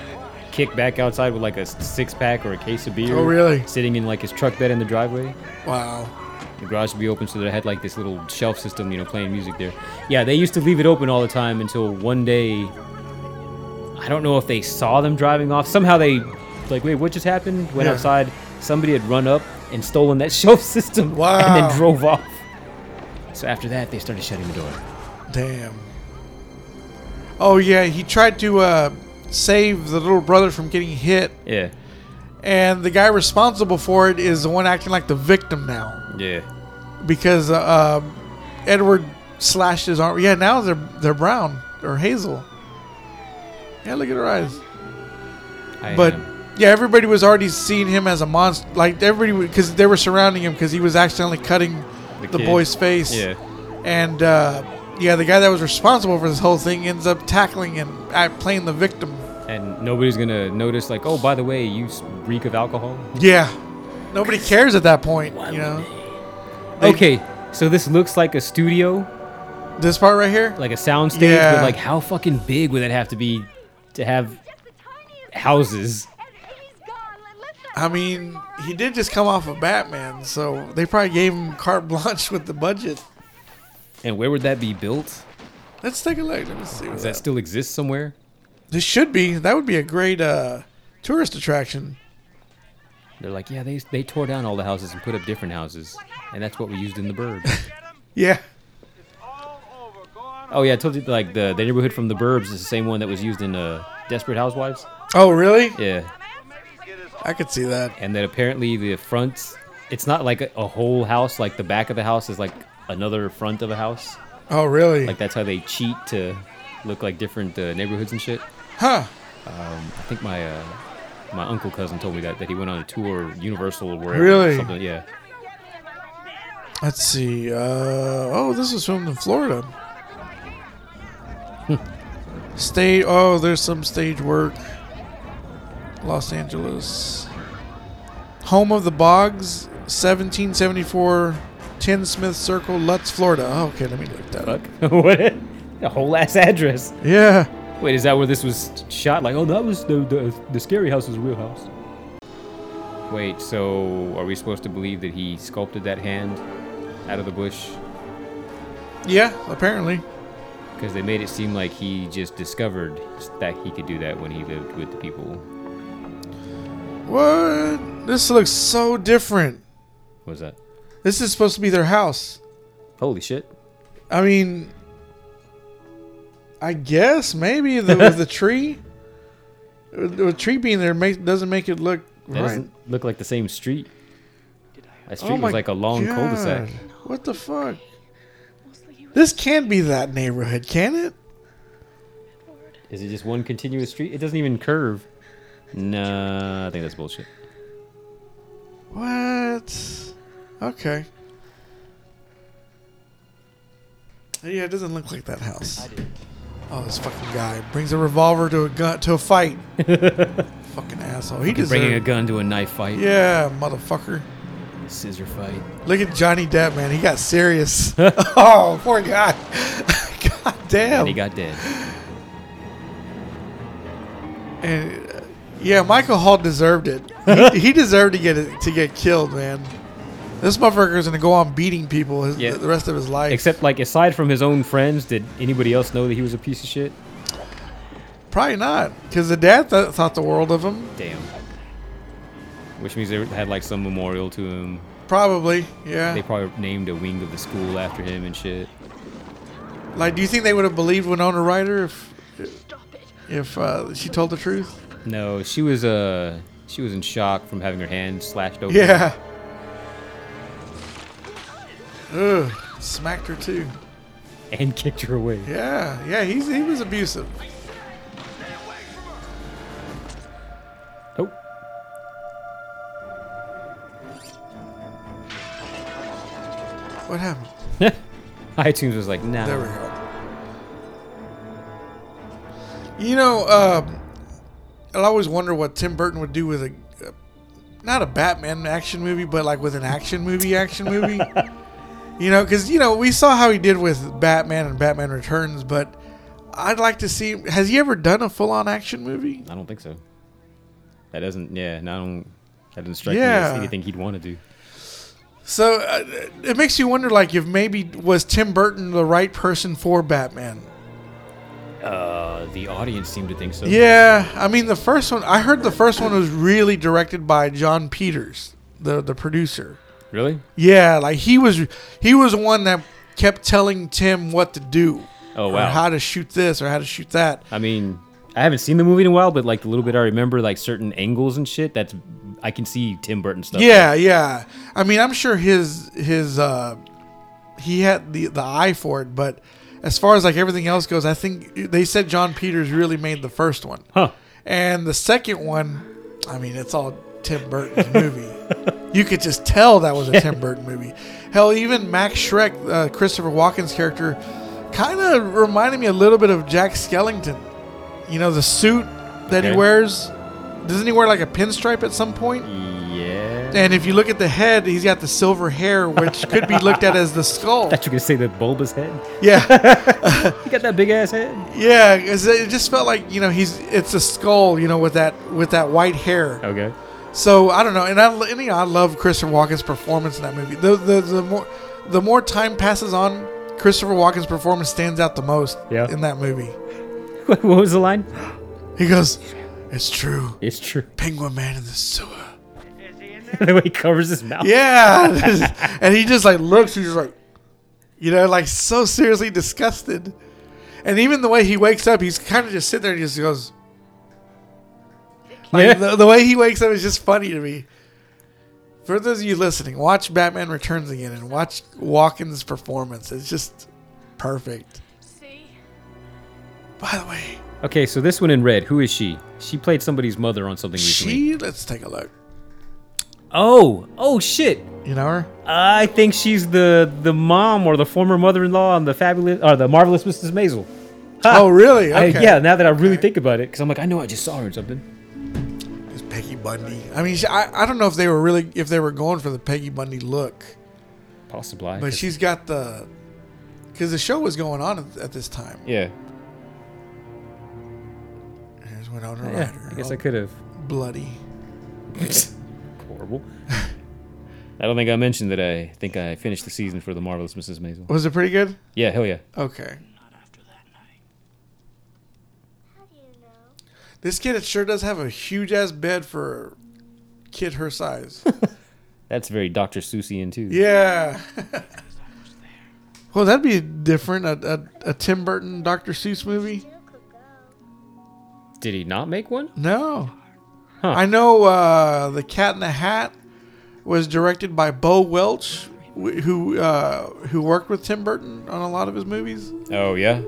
Speaker 1: kick back outside with like a six pack or a case of beer.
Speaker 2: Oh, really?
Speaker 1: Sitting in like his truck bed in the driveway.
Speaker 2: Wow.
Speaker 1: The garage would be open, so they had like this little shelf system, you know, playing music there. Yeah, they used to leave it open all the time until one day, I don't know if they saw them driving off. Somehow they, like, wait, what just happened? Went
Speaker 2: Yeah.
Speaker 1: outside, somebody had run up and stolen that shelf system and
Speaker 2: Wow.
Speaker 1: then drove off. So after that, they started shutting the door.
Speaker 2: Damn. Oh yeah, he tried to uh, save the little brother from getting hit,
Speaker 1: Yeah.
Speaker 2: and the guy responsible for it is the one acting like the victim now
Speaker 1: Yeah.
Speaker 2: because uh, um, Edward slashed his arm. Yeah, now they're they're brown or hazel. Yeah, look at her eyes.
Speaker 1: I um,
Speaker 2: but
Speaker 1: am.
Speaker 2: yeah, everybody was already seeing him as a monster. Like everybody, because they were surrounding him because he was accidentally cutting
Speaker 1: The
Speaker 2: the,
Speaker 1: kid.
Speaker 2: boy's face.
Speaker 1: Yeah.
Speaker 2: and uh, yeah, the guy that was responsible for this whole thing ends up tackling and uh, playing the victim.
Speaker 1: and nobody's gonna notice, like, oh, by the way, you s- reek of alcohol.
Speaker 2: Yeah, nobody cares at that point. You know, They-
Speaker 1: okay, so this looks like a studio,
Speaker 2: this part right here.
Speaker 1: like a soundstage,
Speaker 2: Yeah.
Speaker 1: but like, how fucking big would that have to be to have houses?
Speaker 2: I mean, he did just come off of Batman, so they probably gave him carte blanche with the budget.
Speaker 1: And where would that be built?
Speaker 2: Let's take a look. Let me see.
Speaker 1: Does
Speaker 2: What's
Speaker 1: that
Speaker 2: that?
Speaker 1: still exist somewhere?
Speaker 2: This should be. That would be a great uh, tourist attraction.
Speaker 1: They're like, yeah, they they tore down all the houses and put up different houses, and that's what we used in the burbs.
Speaker 2: Yeah.
Speaker 1: oh yeah, I told you like the, the neighborhood from the burbs is the same one that was used in uh, Desperate Housewives.
Speaker 2: Oh, really?
Speaker 1: Yeah.
Speaker 2: I could see that.
Speaker 1: and that apparently the front it's not like a, a whole house like the back of the house is like another front of a house
Speaker 2: Oh, really?
Speaker 1: like that's how they cheat to look like different uh, neighborhoods and shit
Speaker 2: huh?
Speaker 1: um, i think my uh, my uncle cousin told me that that he went on a tour universal or wherever
Speaker 2: Really?
Speaker 1: something yeah
Speaker 2: Let's see. Uh, oh, this is filmed in Florida. Stage. Oh, there's some stage work. Los Angeles. Home of the Boggs, 1774, 10 Smith Circle, Lutz, Florida. Oh, okay, let me look that up.
Speaker 1: what? A whole ass address.
Speaker 2: Yeah.
Speaker 1: Wait, is that where this was shot? Like, oh, that was the the, the scary house is the real house. Wait, so are we supposed to believe that he sculpted that hand out of the bush?
Speaker 2: Yeah, apparently.
Speaker 1: Because they made it seem like he just discovered that he could do that when he lived with the people.
Speaker 2: What? This looks so different.
Speaker 1: What's that?
Speaker 2: This is supposed to be their house.
Speaker 1: Holy shit.
Speaker 2: I mean, I guess maybe the with the tree. The tree being there make, doesn't make it look
Speaker 1: That
Speaker 2: right.
Speaker 1: doesn't look like the same street. That street
Speaker 2: Oh my
Speaker 1: was like a long cul-de-sac.
Speaker 2: God. What the fuck? This can't be that neighborhood, can it?
Speaker 1: Is it just one continuous street? It doesn't even curve. Nah, I think that's bullshit.
Speaker 2: What? Okay. Yeah, it doesn't look like that house. Oh, this fucking guy brings a revolver to a gun to a fight. fucking asshole. He
Speaker 1: Fucking bringing a
Speaker 2: deserved.
Speaker 1: gun to a knife fight.
Speaker 2: Yeah, motherfucker.
Speaker 1: Scissor fight.
Speaker 2: Look at Johnny Depp, man. He got serious. oh, poor guy. God damn.
Speaker 1: And he got dead.
Speaker 2: And uh, yeah, Michael Hall deserved it. He, he deserved to get to get killed, man. This motherfucker's gonna go on beating people his,
Speaker 1: Yeah.
Speaker 2: the rest of his life.
Speaker 1: Except, like, aside from his own friends, did anybody else know that he was a piece of shit?
Speaker 2: Probably not, because the dad th- thought the world of him.
Speaker 1: Damn. Which means they had, like, some memorial to him.
Speaker 2: Probably, yeah.
Speaker 1: They probably named a wing of the school after him and shit.
Speaker 2: like, do you think they would have believed Winona Ryder if if uh, she told the truth?
Speaker 1: No, she was, uh, she was in shock from having her hand slashed open.
Speaker 2: Yeah. Ugh, smacked her too.
Speaker 1: And kicked her away.
Speaker 2: Yeah, yeah, he's he was abusive.
Speaker 1: Oh.
Speaker 2: What happened?
Speaker 1: iTunes was like, nah.
Speaker 2: There we go. You know, um, I always wonder what Tim Burton would do with a, uh, not a Batman action movie, but like with an action movie action movie. you know, because you know we saw how he did with Batman and Batman Returns, but I'd like to see. Has he ever done a full-on action movie?
Speaker 1: I don't think so. That doesn't, yeah, no, I don't, that doesn't strike me
Speaker 2: Yeah.
Speaker 1: as anything he'd want to do.
Speaker 2: So uh, it makes you wonder, like, if maybe was Tim Burton the right person for Batman?
Speaker 1: Uh, the audience seemed to think so.
Speaker 2: Yeah, I mean the first one. I heard the first one was really directed by John Peters, the the producer.
Speaker 1: Really?
Speaker 2: Yeah, like he was he was the one that kept telling Tim what to do.
Speaker 1: Oh,
Speaker 2: or
Speaker 1: wow.
Speaker 2: how to shoot this or how to shoot that.
Speaker 1: I mean, I haven't seen the movie in a while, but like the little bit I remember, like certain angles and shit, that's I can see Tim Burton stuff.
Speaker 2: Yeah, yeah. I mean, I'm sure his his uh he had the the eye for it, but as far as like everything else goes, I think they said John Peters really made the first one.
Speaker 1: Huh.
Speaker 2: And the second one, I mean, it's all Tim Burton's movie. You could just tell that was a Tim Burton movie. Hell, even Max Shrek, uh, Christopher Walken's character, kind of reminded me a little bit of Jack Skellington. You know, the suit that he
Speaker 1: Okay.
Speaker 2: wears. Doesn't he wear like a pinstripe at some point?
Speaker 1: Yeah.
Speaker 2: And if you look at the head, he's got the silver hair, which could be looked at as the skull.
Speaker 1: That you could say the bulbous head.
Speaker 2: Yeah.
Speaker 1: You got that big ass head.
Speaker 2: yeah, 'cause it just felt like, you know, he's it's a skull, you know, with that with that white hair.
Speaker 1: Okay.
Speaker 2: So I don't know, and I and, you know, I love Christopher Walken's performance in that movie. The, the the more the more time passes on, Christopher Walken's performance stands out the most
Speaker 1: Yeah.
Speaker 2: in that movie.
Speaker 1: what was the line?
Speaker 2: He goes, "It's true,
Speaker 1: It's true.
Speaker 2: Penguin Man in the sewer."
Speaker 1: the way he covers his mouth.
Speaker 2: Yeah, and he just like looks. He's like, you know, like so seriously disgusted. And even the way he wakes up, he's kind of just sitting there and he just goes. Like,
Speaker 1: Yeah.
Speaker 2: the, the way he wakes up is just funny to me. For those of you listening, watch Batman Returns again and watch Walken's performance. It's just perfect. By the way,
Speaker 1: Okay, so this one in red, who is she? She played somebody's mother on something recently.
Speaker 2: she. Let's take a look.
Speaker 1: Oh, oh shit.
Speaker 2: You know her?
Speaker 1: I think she's the the mom or the former mother-in-law on the fabulous or the marvelous Mrs. Maisel. Ha!
Speaker 2: Oh, really?
Speaker 1: Ah. I-
Speaker 2: Okay.
Speaker 1: yeah. Now that I really think about it, because I'm like, I know I just saw her in something.
Speaker 2: It's Peggy Bundy. I mean, she, I, I don't know if they were really if they were going for the Peggy Bundy look,
Speaker 1: Possibly.
Speaker 2: but she's got the because the show was going on at, at this time.
Speaker 1: Yeah.
Speaker 2: Here's what on her
Speaker 1: Yeah,
Speaker 2: rider.
Speaker 1: I guess
Speaker 2: All
Speaker 1: I could have.
Speaker 2: bloody.
Speaker 1: Horrible. I don't think I mentioned that I think I finished the season for the marvelous Mrs. Maisel.
Speaker 2: Was it pretty good?
Speaker 1: Yeah, hell yeah.
Speaker 2: Okay. This kid it sure does have a huge ass bed for a kid her size.
Speaker 1: That's very Dr. Seussian too.
Speaker 2: yeah. well, that'd be different. A, a, a Tim Burton Dr. Seuss movie?
Speaker 1: Did he not make one?
Speaker 2: No. I know uh, The Cat in the Hat was directed by Bo Welch, wh- who uh, who worked with Tim Burton on a lot of his movies.
Speaker 1: Oh yeah.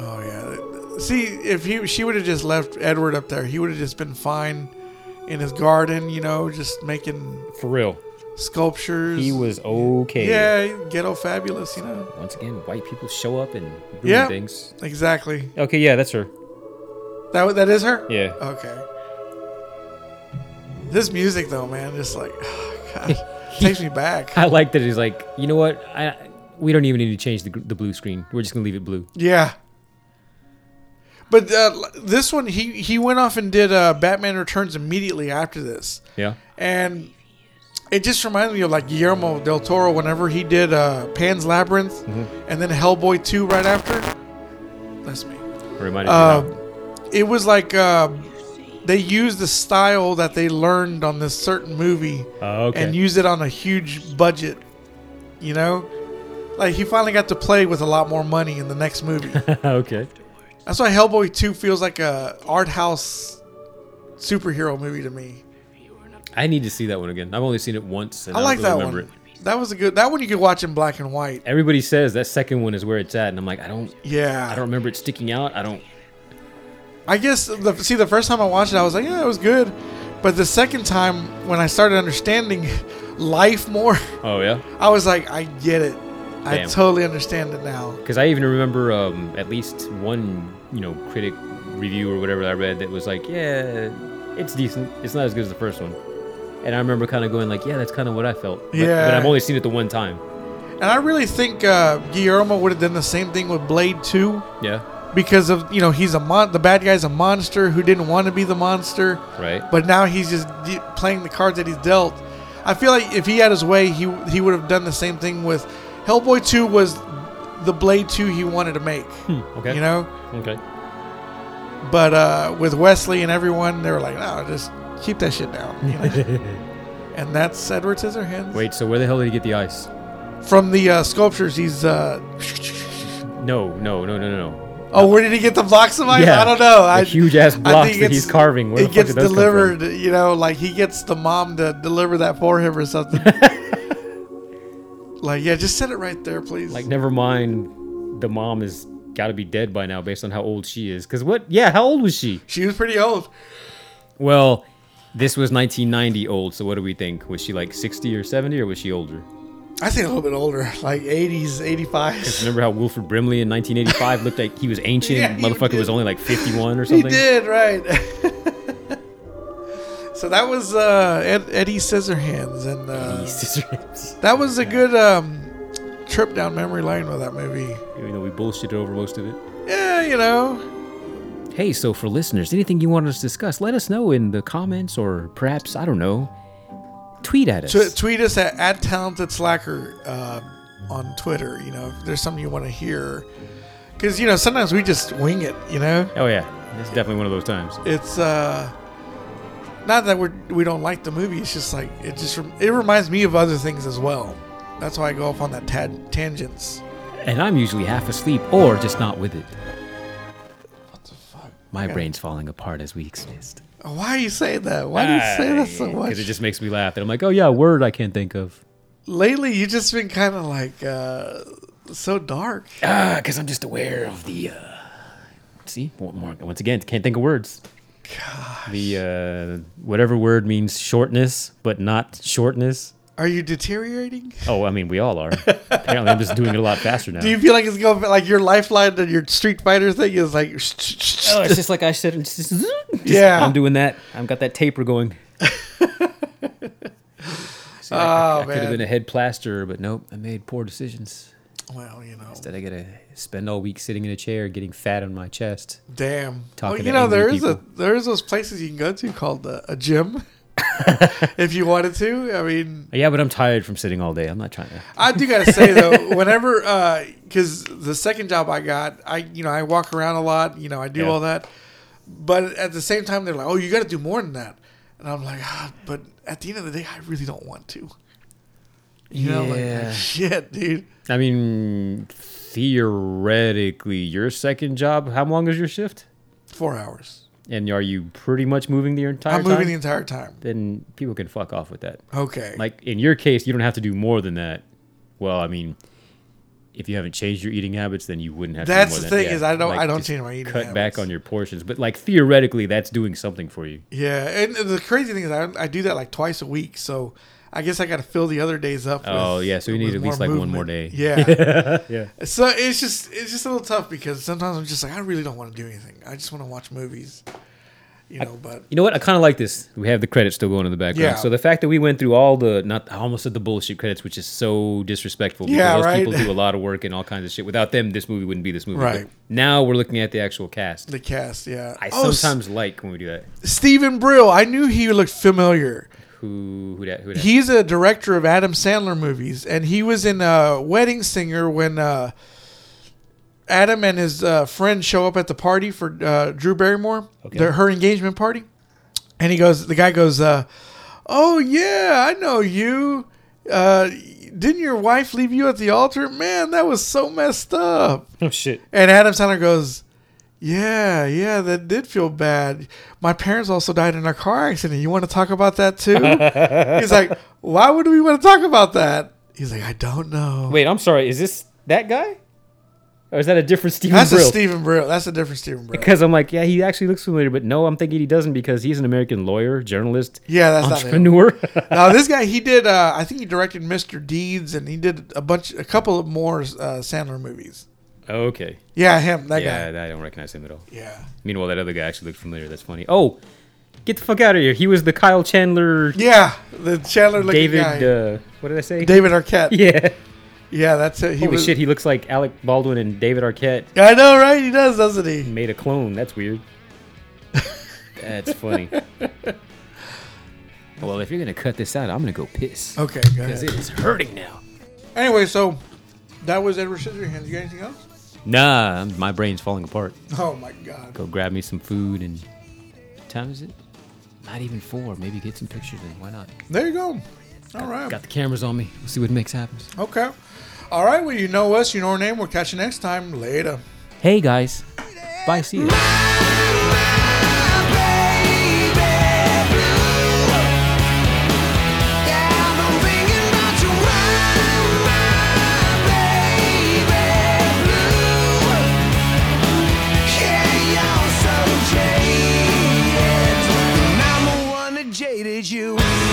Speaker 2: Oh yeah. See, if he she would have just left Edward up there, he would have just been fine in his garden, you know, just making
Speaker 1: For real.
Speaker 2: sculptures.
Speaker 1: He was okay.
Speaker 2: Yeah, ghetto fabulous, you know.
Speaker 1: Once again, white people show up and ruin
Speaker 2: Yeah.
Speaker 1: things.
Speaker 2: Exactly.
Speaker 1: Okay, yeah, that's her.
Speaker 2: That that is her.
Speaker 1: Yeah.
Speaker 2: Okay. This music though, man, just like, God, takes me back.
Speaker 1: I like that he's like, you know what? I we don't even need to change the, gr- the blue screen. We're just gonna leave it blue.
Speaker 2: Yeah. But uh, l- this one, he he went off and did uh, Batman Returns immediately after this,
Speaker 1: Yeah.
Speaker 2: and it just reminds me of like Guillermo del Toro whenever he did uh, Pan's Labyrinth, and then Hellboy two right after. That's me.
Speaker 1: Reminded me.
Speaker 2: Uh, it was like uh, they used the style that they learned on this certain movie
Speaker 1: Oh, okay.
Speaker 2: and used it on a huge budget. You know, like he finally got to play with a lot more money in the next movie.
Speaker 1: okay.
Speaker 2: That's why Hellboy Two feels like a art house superhero movie to me.
Speaker 1: I need to see that one again. I've only seen it once. And
Speaker 2: I,
Speaker 1: I,
Speaker 2: like
Speaker 1: don't
Speaker 2: that
Speaker 1: really
Speaker 2: one.
Speaker 1: remember It.
Speaker 2: That was a good. That one you could watch in black and white.
Speaker 1: Everybody says that second one is where it's at, and I'm like, I don't.
Speaker 2: Yeah.
Speaker 1: I don't remember it sticking out. I don't.
Speaker 2: I guess the see the first time I watched it, I was like, yeah, it was good. But the second time, when I started understanding life more,
Speaker 1: Oh yeah.
Speaker 2: I was like, I get it. I
Speaker 1: Damn.
Speaker 2: totally understand it now.
Speaker 1: Because I even remember um, at least one, you know, critic review or whatever I read that was like, yeah, it's decent. It's not as good as the first one. And I remember kind of going like, yeah, that's kind of what I felt. But, But
Speaker 2: Yeah.
Speaker 1: I've only seen it the one time.
Speaker 2: And I really think uh, Guillermo would have done the same thing with Blade Two
Speaker 1: Yeah.
Speaker 2: because of you know he's a mon- the bad guy's a monster who didn't want to be the monster.
Speaker 1: Right.
Speaker 2: but now he's just de- playing the cards that he's dealt. I feel like if he had his way, he he would have done the same thing with Hellboy Two was the Blade Two he wanted to make,
Speaker 1: Hmm, okay.
Speaker 2: you know.
Speaker 1: Okay.
Speaker 2: But uh, with Wesley and everyone, they were like, "No, just keep that shit down." you know? and that's Edward Scissorhands
Speaker 1: Wait. So where the hell did he get the ice?
Speaker 2: from the uh, sculptures. He's uh,
Speaker 1: No. No. No. No. No. no.
Speaker 2: oh, where did he get the blocks of ice?
Speaker 1: Yeah,
Speaker 2: I don't know.
Speaker 1: the
Speaker 2: I,
Speaker 1: huge-ass
Speaker 2: I
Speaker 1: blocks
Speaker 2: think
Speaker 1: that
Speaker 2: it's-
Speaker 1: he's carving. Where the
Speaker 2: it
Speaker 1: fuck
Speaker 2: gets
Speaker 1: did those come from?
Speaker 2: delivered, you know, like he gets the mom to deliver that for him or something. Like, yeah, just set it right there, please.
Speaker 1: Like, never mind. The mom is got to be dead by now, based on how old she is. Because what? Yeah, how old was she?
Speaker 2: she was pretty old.
Speaker 1: Well, this was 1990 old. So what do we think? Was she like 60 or 70, or was she older?
Speaker 2: I think a little bit older, like 80s, 85.
Speaker 1: Remember how Wilford Brimley in 1985 looked like he was ancient?
Speaker 2: Yeah,
Speaker 1: and
Speaker 2: he
Speaker 1: motherfucker
Speaker 2: did.
Speaker 1: was only like 51 or
Speaker 2: He
Speaker 1: something.
Speaker 2: did, right. so that was uh, Ed, Eddie Scissorhands, and
Speaker 1: He
Speaker 2: uh,
Speaker 1: scissorhands.
Speaker 2: that was a good um, trip down memory lane with that movie.
Speaker 1: Even though we bullshitted over most of it.
Speaker 2: Yeah, you know,
Speaker 1: Hey, so for listeners, anything you want us to discuss, let us know in the comments or perhaps, I don't know, tweet at us.
Speaker 2: Tw- tweet us at, at Talented Slacker uh, on Twitter. You know, if there's something you want to hear, because you know sometimes we just wing it. You know,
Speaker 1: Oh, yeah. It's definitely one of those times.
Speaker 2: it's uh, not that we we don't like the movie. It's just like it just rem- it reminds me of other things as well. That's why I go off on that tad- tangents.
Speaker 1: And I'm usually half asleep or just not with it. What the fuck? My brain's falling apart as we exist.
Speaker 2: Why you say that? Why do you say that so much?
Speaker 1: Because it just makes me laugh. And I'm like, oh, yeah, a word I can't think of.
Speaker 2: Lately, you just been kind of like uh, so dark.
Speaker 1: Ah, because I'm just aware of the uh, See, More- more- once again, can't think of words. The uh, whatever word means shortness, but not shortness.
Speaker 2: Are you deteriorating?
Speaker 1: Oh, I mean, we all are. Apparently, I'm just doing it a lot faster now.
Speaker 2: Do you feel like it's going like your lifeline and your Street Fighter thing is like?
Speaker 1: Oh, it's just like I said. it's just- just-
Speaker 2: Yeah.
Speaker 1: I'm doing that. I've got that taper going. See, I- I,
Speaker 2: Oh,
Speaker 1: I could have
Speaker 2: man.
Speaker 1: been a head plasterer, but nope. I made poor decisions.
Speaker 2: Well, you know.
Speaker 1: Instead, I gotta spend all week sitting in a chair, getting fat on my chest.
Speaker 2: Damn.
Speaker 1: Talking
Speaker 2: well,
Speaker 1: to
Speaker 2: you know
Speaker 1: angry
Speaker 2: there is
Speaker 1: people.
Speaker 2: a there is those places you can go to called uh, a gym, if you wanted to. I mean,
Speaker 1: Yeah, but I'm tired from sitting all day. I'm not trying to.
Speaker 2: I do gotta say though, whenever because the second job I got, I you know I walk around a lot, you know I do
Speaker 1: Yeah.
Speaker 2: all that, but at the same time they're like, oh, you got to do more than that, and I'm like, ah, but at the end of the day, I really don't want to. You know, like,
Speaker 1: Yeah.
Speaker 2: shit, dude.
Speaker 1: I mean, theoretically, your second job. How long is your shift?
Speaker 2: Four hours.
Speaker 1: And are you pretty much moving the entire
Speaker 2: I'm
Speaker 1: time?
Speaker 2: moving the entire time.
Speaker 1: Then people can fuck off with that.
Speaker 2: Okay.
Speaker 1: Like in your case, you don't have to do more than that. Well, I mean, if you haven't changed your eating habits, then you wouldn't have.
Speaker 2: That's
Speaker 1: to do more
Speaker 2: the
Speaker 1: than-
Speaker 2: thing is I don't- I don't
Speaker 1: just
Speaker 2: change my eating
Speaker 1: Cut
Speaker 2: habits.
Speaker 1: back on your portions, but like theoretically, that's doing something for you.
Speaker 2: Yeah, and the crazy thing is I, I do that like twice a week, so I guess I got to fill the other days up.
Speaker 1: Oh, yeah, so you need
Speaker 2: with
Speaker 1: at least,
Speaker 2: more
Speaker 1: like, one more day.
Speaker 2: movement. Yeah,
Speaker 1: Yeah.
Speaker 2: So it's just it's just a little tough because sometimes I'm just like I really don't want to do anything. I just want to watch movies, you know. but
Speaker 1: You know what? I kind of like this. We have the credits still going in the background.
Speaker 2: Yeah.
Speaker 1: So the fact that we went through all the not I almost said the bullshit credits, which is so disrespectful because
Speaker 2: Yeah,
Speaker 1: those
Speaker 2: right.
Speaker 1: people do a lot of work and all kinds of shit. Without them, this movie wouldn't be this movie. But
Speaker 2: Right.
Speaker 1: now we're looking at the actual cast.
Speaker 2: the cast, yeah.
Speaker 1: I
Speaker 2: oh,
Speaker 1: sometimes like when we do that.
Speaker 2: S- Stephen Brill, I knew he looked familiar.
Speaker 1: Who who that who that?
Speaker 2: He's a director of Adam Sandler movies, and he was in uh, Wedding Singer when uh, Adam and his uh, friend show up at the party for uh, Drew Barrymore,
Speaker 1: Okay.
Speaker 2: their, her engagement party. And he goes, the guy goes, uh, "Oh yeah, I know you. Uh, didn't your wife leave you at the altar? Man, that was so messed up."
Speaker 1: oh shit.
Speaker 2: And Adam Sandler goes, "Yeah, yeah, that did feel bad. My parents also died in a car accident. You want to talk about that too?" He's like, "Why would we want to talk about that?" He's like, "I don't know."
Speaker 1: Wait, I'm sorry. Is this that guy? Or is that a different Steven
Speaker 2: That's
Speaker 1: Brill?
Speaker 2: a Stephen Brill. That's a different Stephen Brill.
Speaker 1: because I'm like, yeah, he actually looks familiar, but no, I'm thinking he doesn't because he's an American lawyer, journalist,
Speaker 2: Yeah, that's not him.
Speaker 1: entrepreneur.
Speaker 2: now this guy, he did. Uh, I think he directed Mr. Deeds, and he did a bunch, a couple of more uh, Sandler movies.
Speaker 1: Okay.
Speaker 2: Yeah, him, that
Speaker 1: yeah, I don't recognize him at all.
Speaker 2: Yeah.
Speaker 1: Meanwhile, that other guy actually looked familiar. That's funny. Oh, get the fuck out of here. He was the Kyle Chandler.
Speaker 2: Yeah, the Chandler-looking
Speaker 1: David.
Speaker 2: guy.
Speaker 1: Uh, what did I say?
Speaker 2: David Arquette.
Speaker 1: Yeah.
Speaker 2: Yeah, that's it. He
Speaker 1: Holy
Speaker 2: was-
Speaker 1: shit, he looks like Alec Baldwin and David Arquette.
Speaker 2: I know, right? He does, doesn't he?
Speaker 1: Made a clone. That's weird. That's funny. well, if you're gonna cut this out, I'm gonna go piss.
Speaker 2: Okay, go
Speaker 1: Because
Speaker 2: ahead.
Speaker 1: it is hurting now.
Speaker 2: Anyway, so that was Edward Scissorhands. You got anything else?
Speaker 1: Nah, I'm- my brain's falling apart.
Speaker 2: Oh my god.
Speaker 1: Go grab me some food and. What time is it? Not even four. Maybe get some pictures in. Why not?
Speaker 2: There you go. All right.
Speaker 1: Got the cameras on me. We'll see what makes happens.
Speaker 2: Okay. All right. Well, you know us. You know our name. We'll catch you next time. Later.
Speaker 1: Hey guys. Bye. See you.
Speaker 8: Yeah, you're so jaded. And I'm the one that jaded you.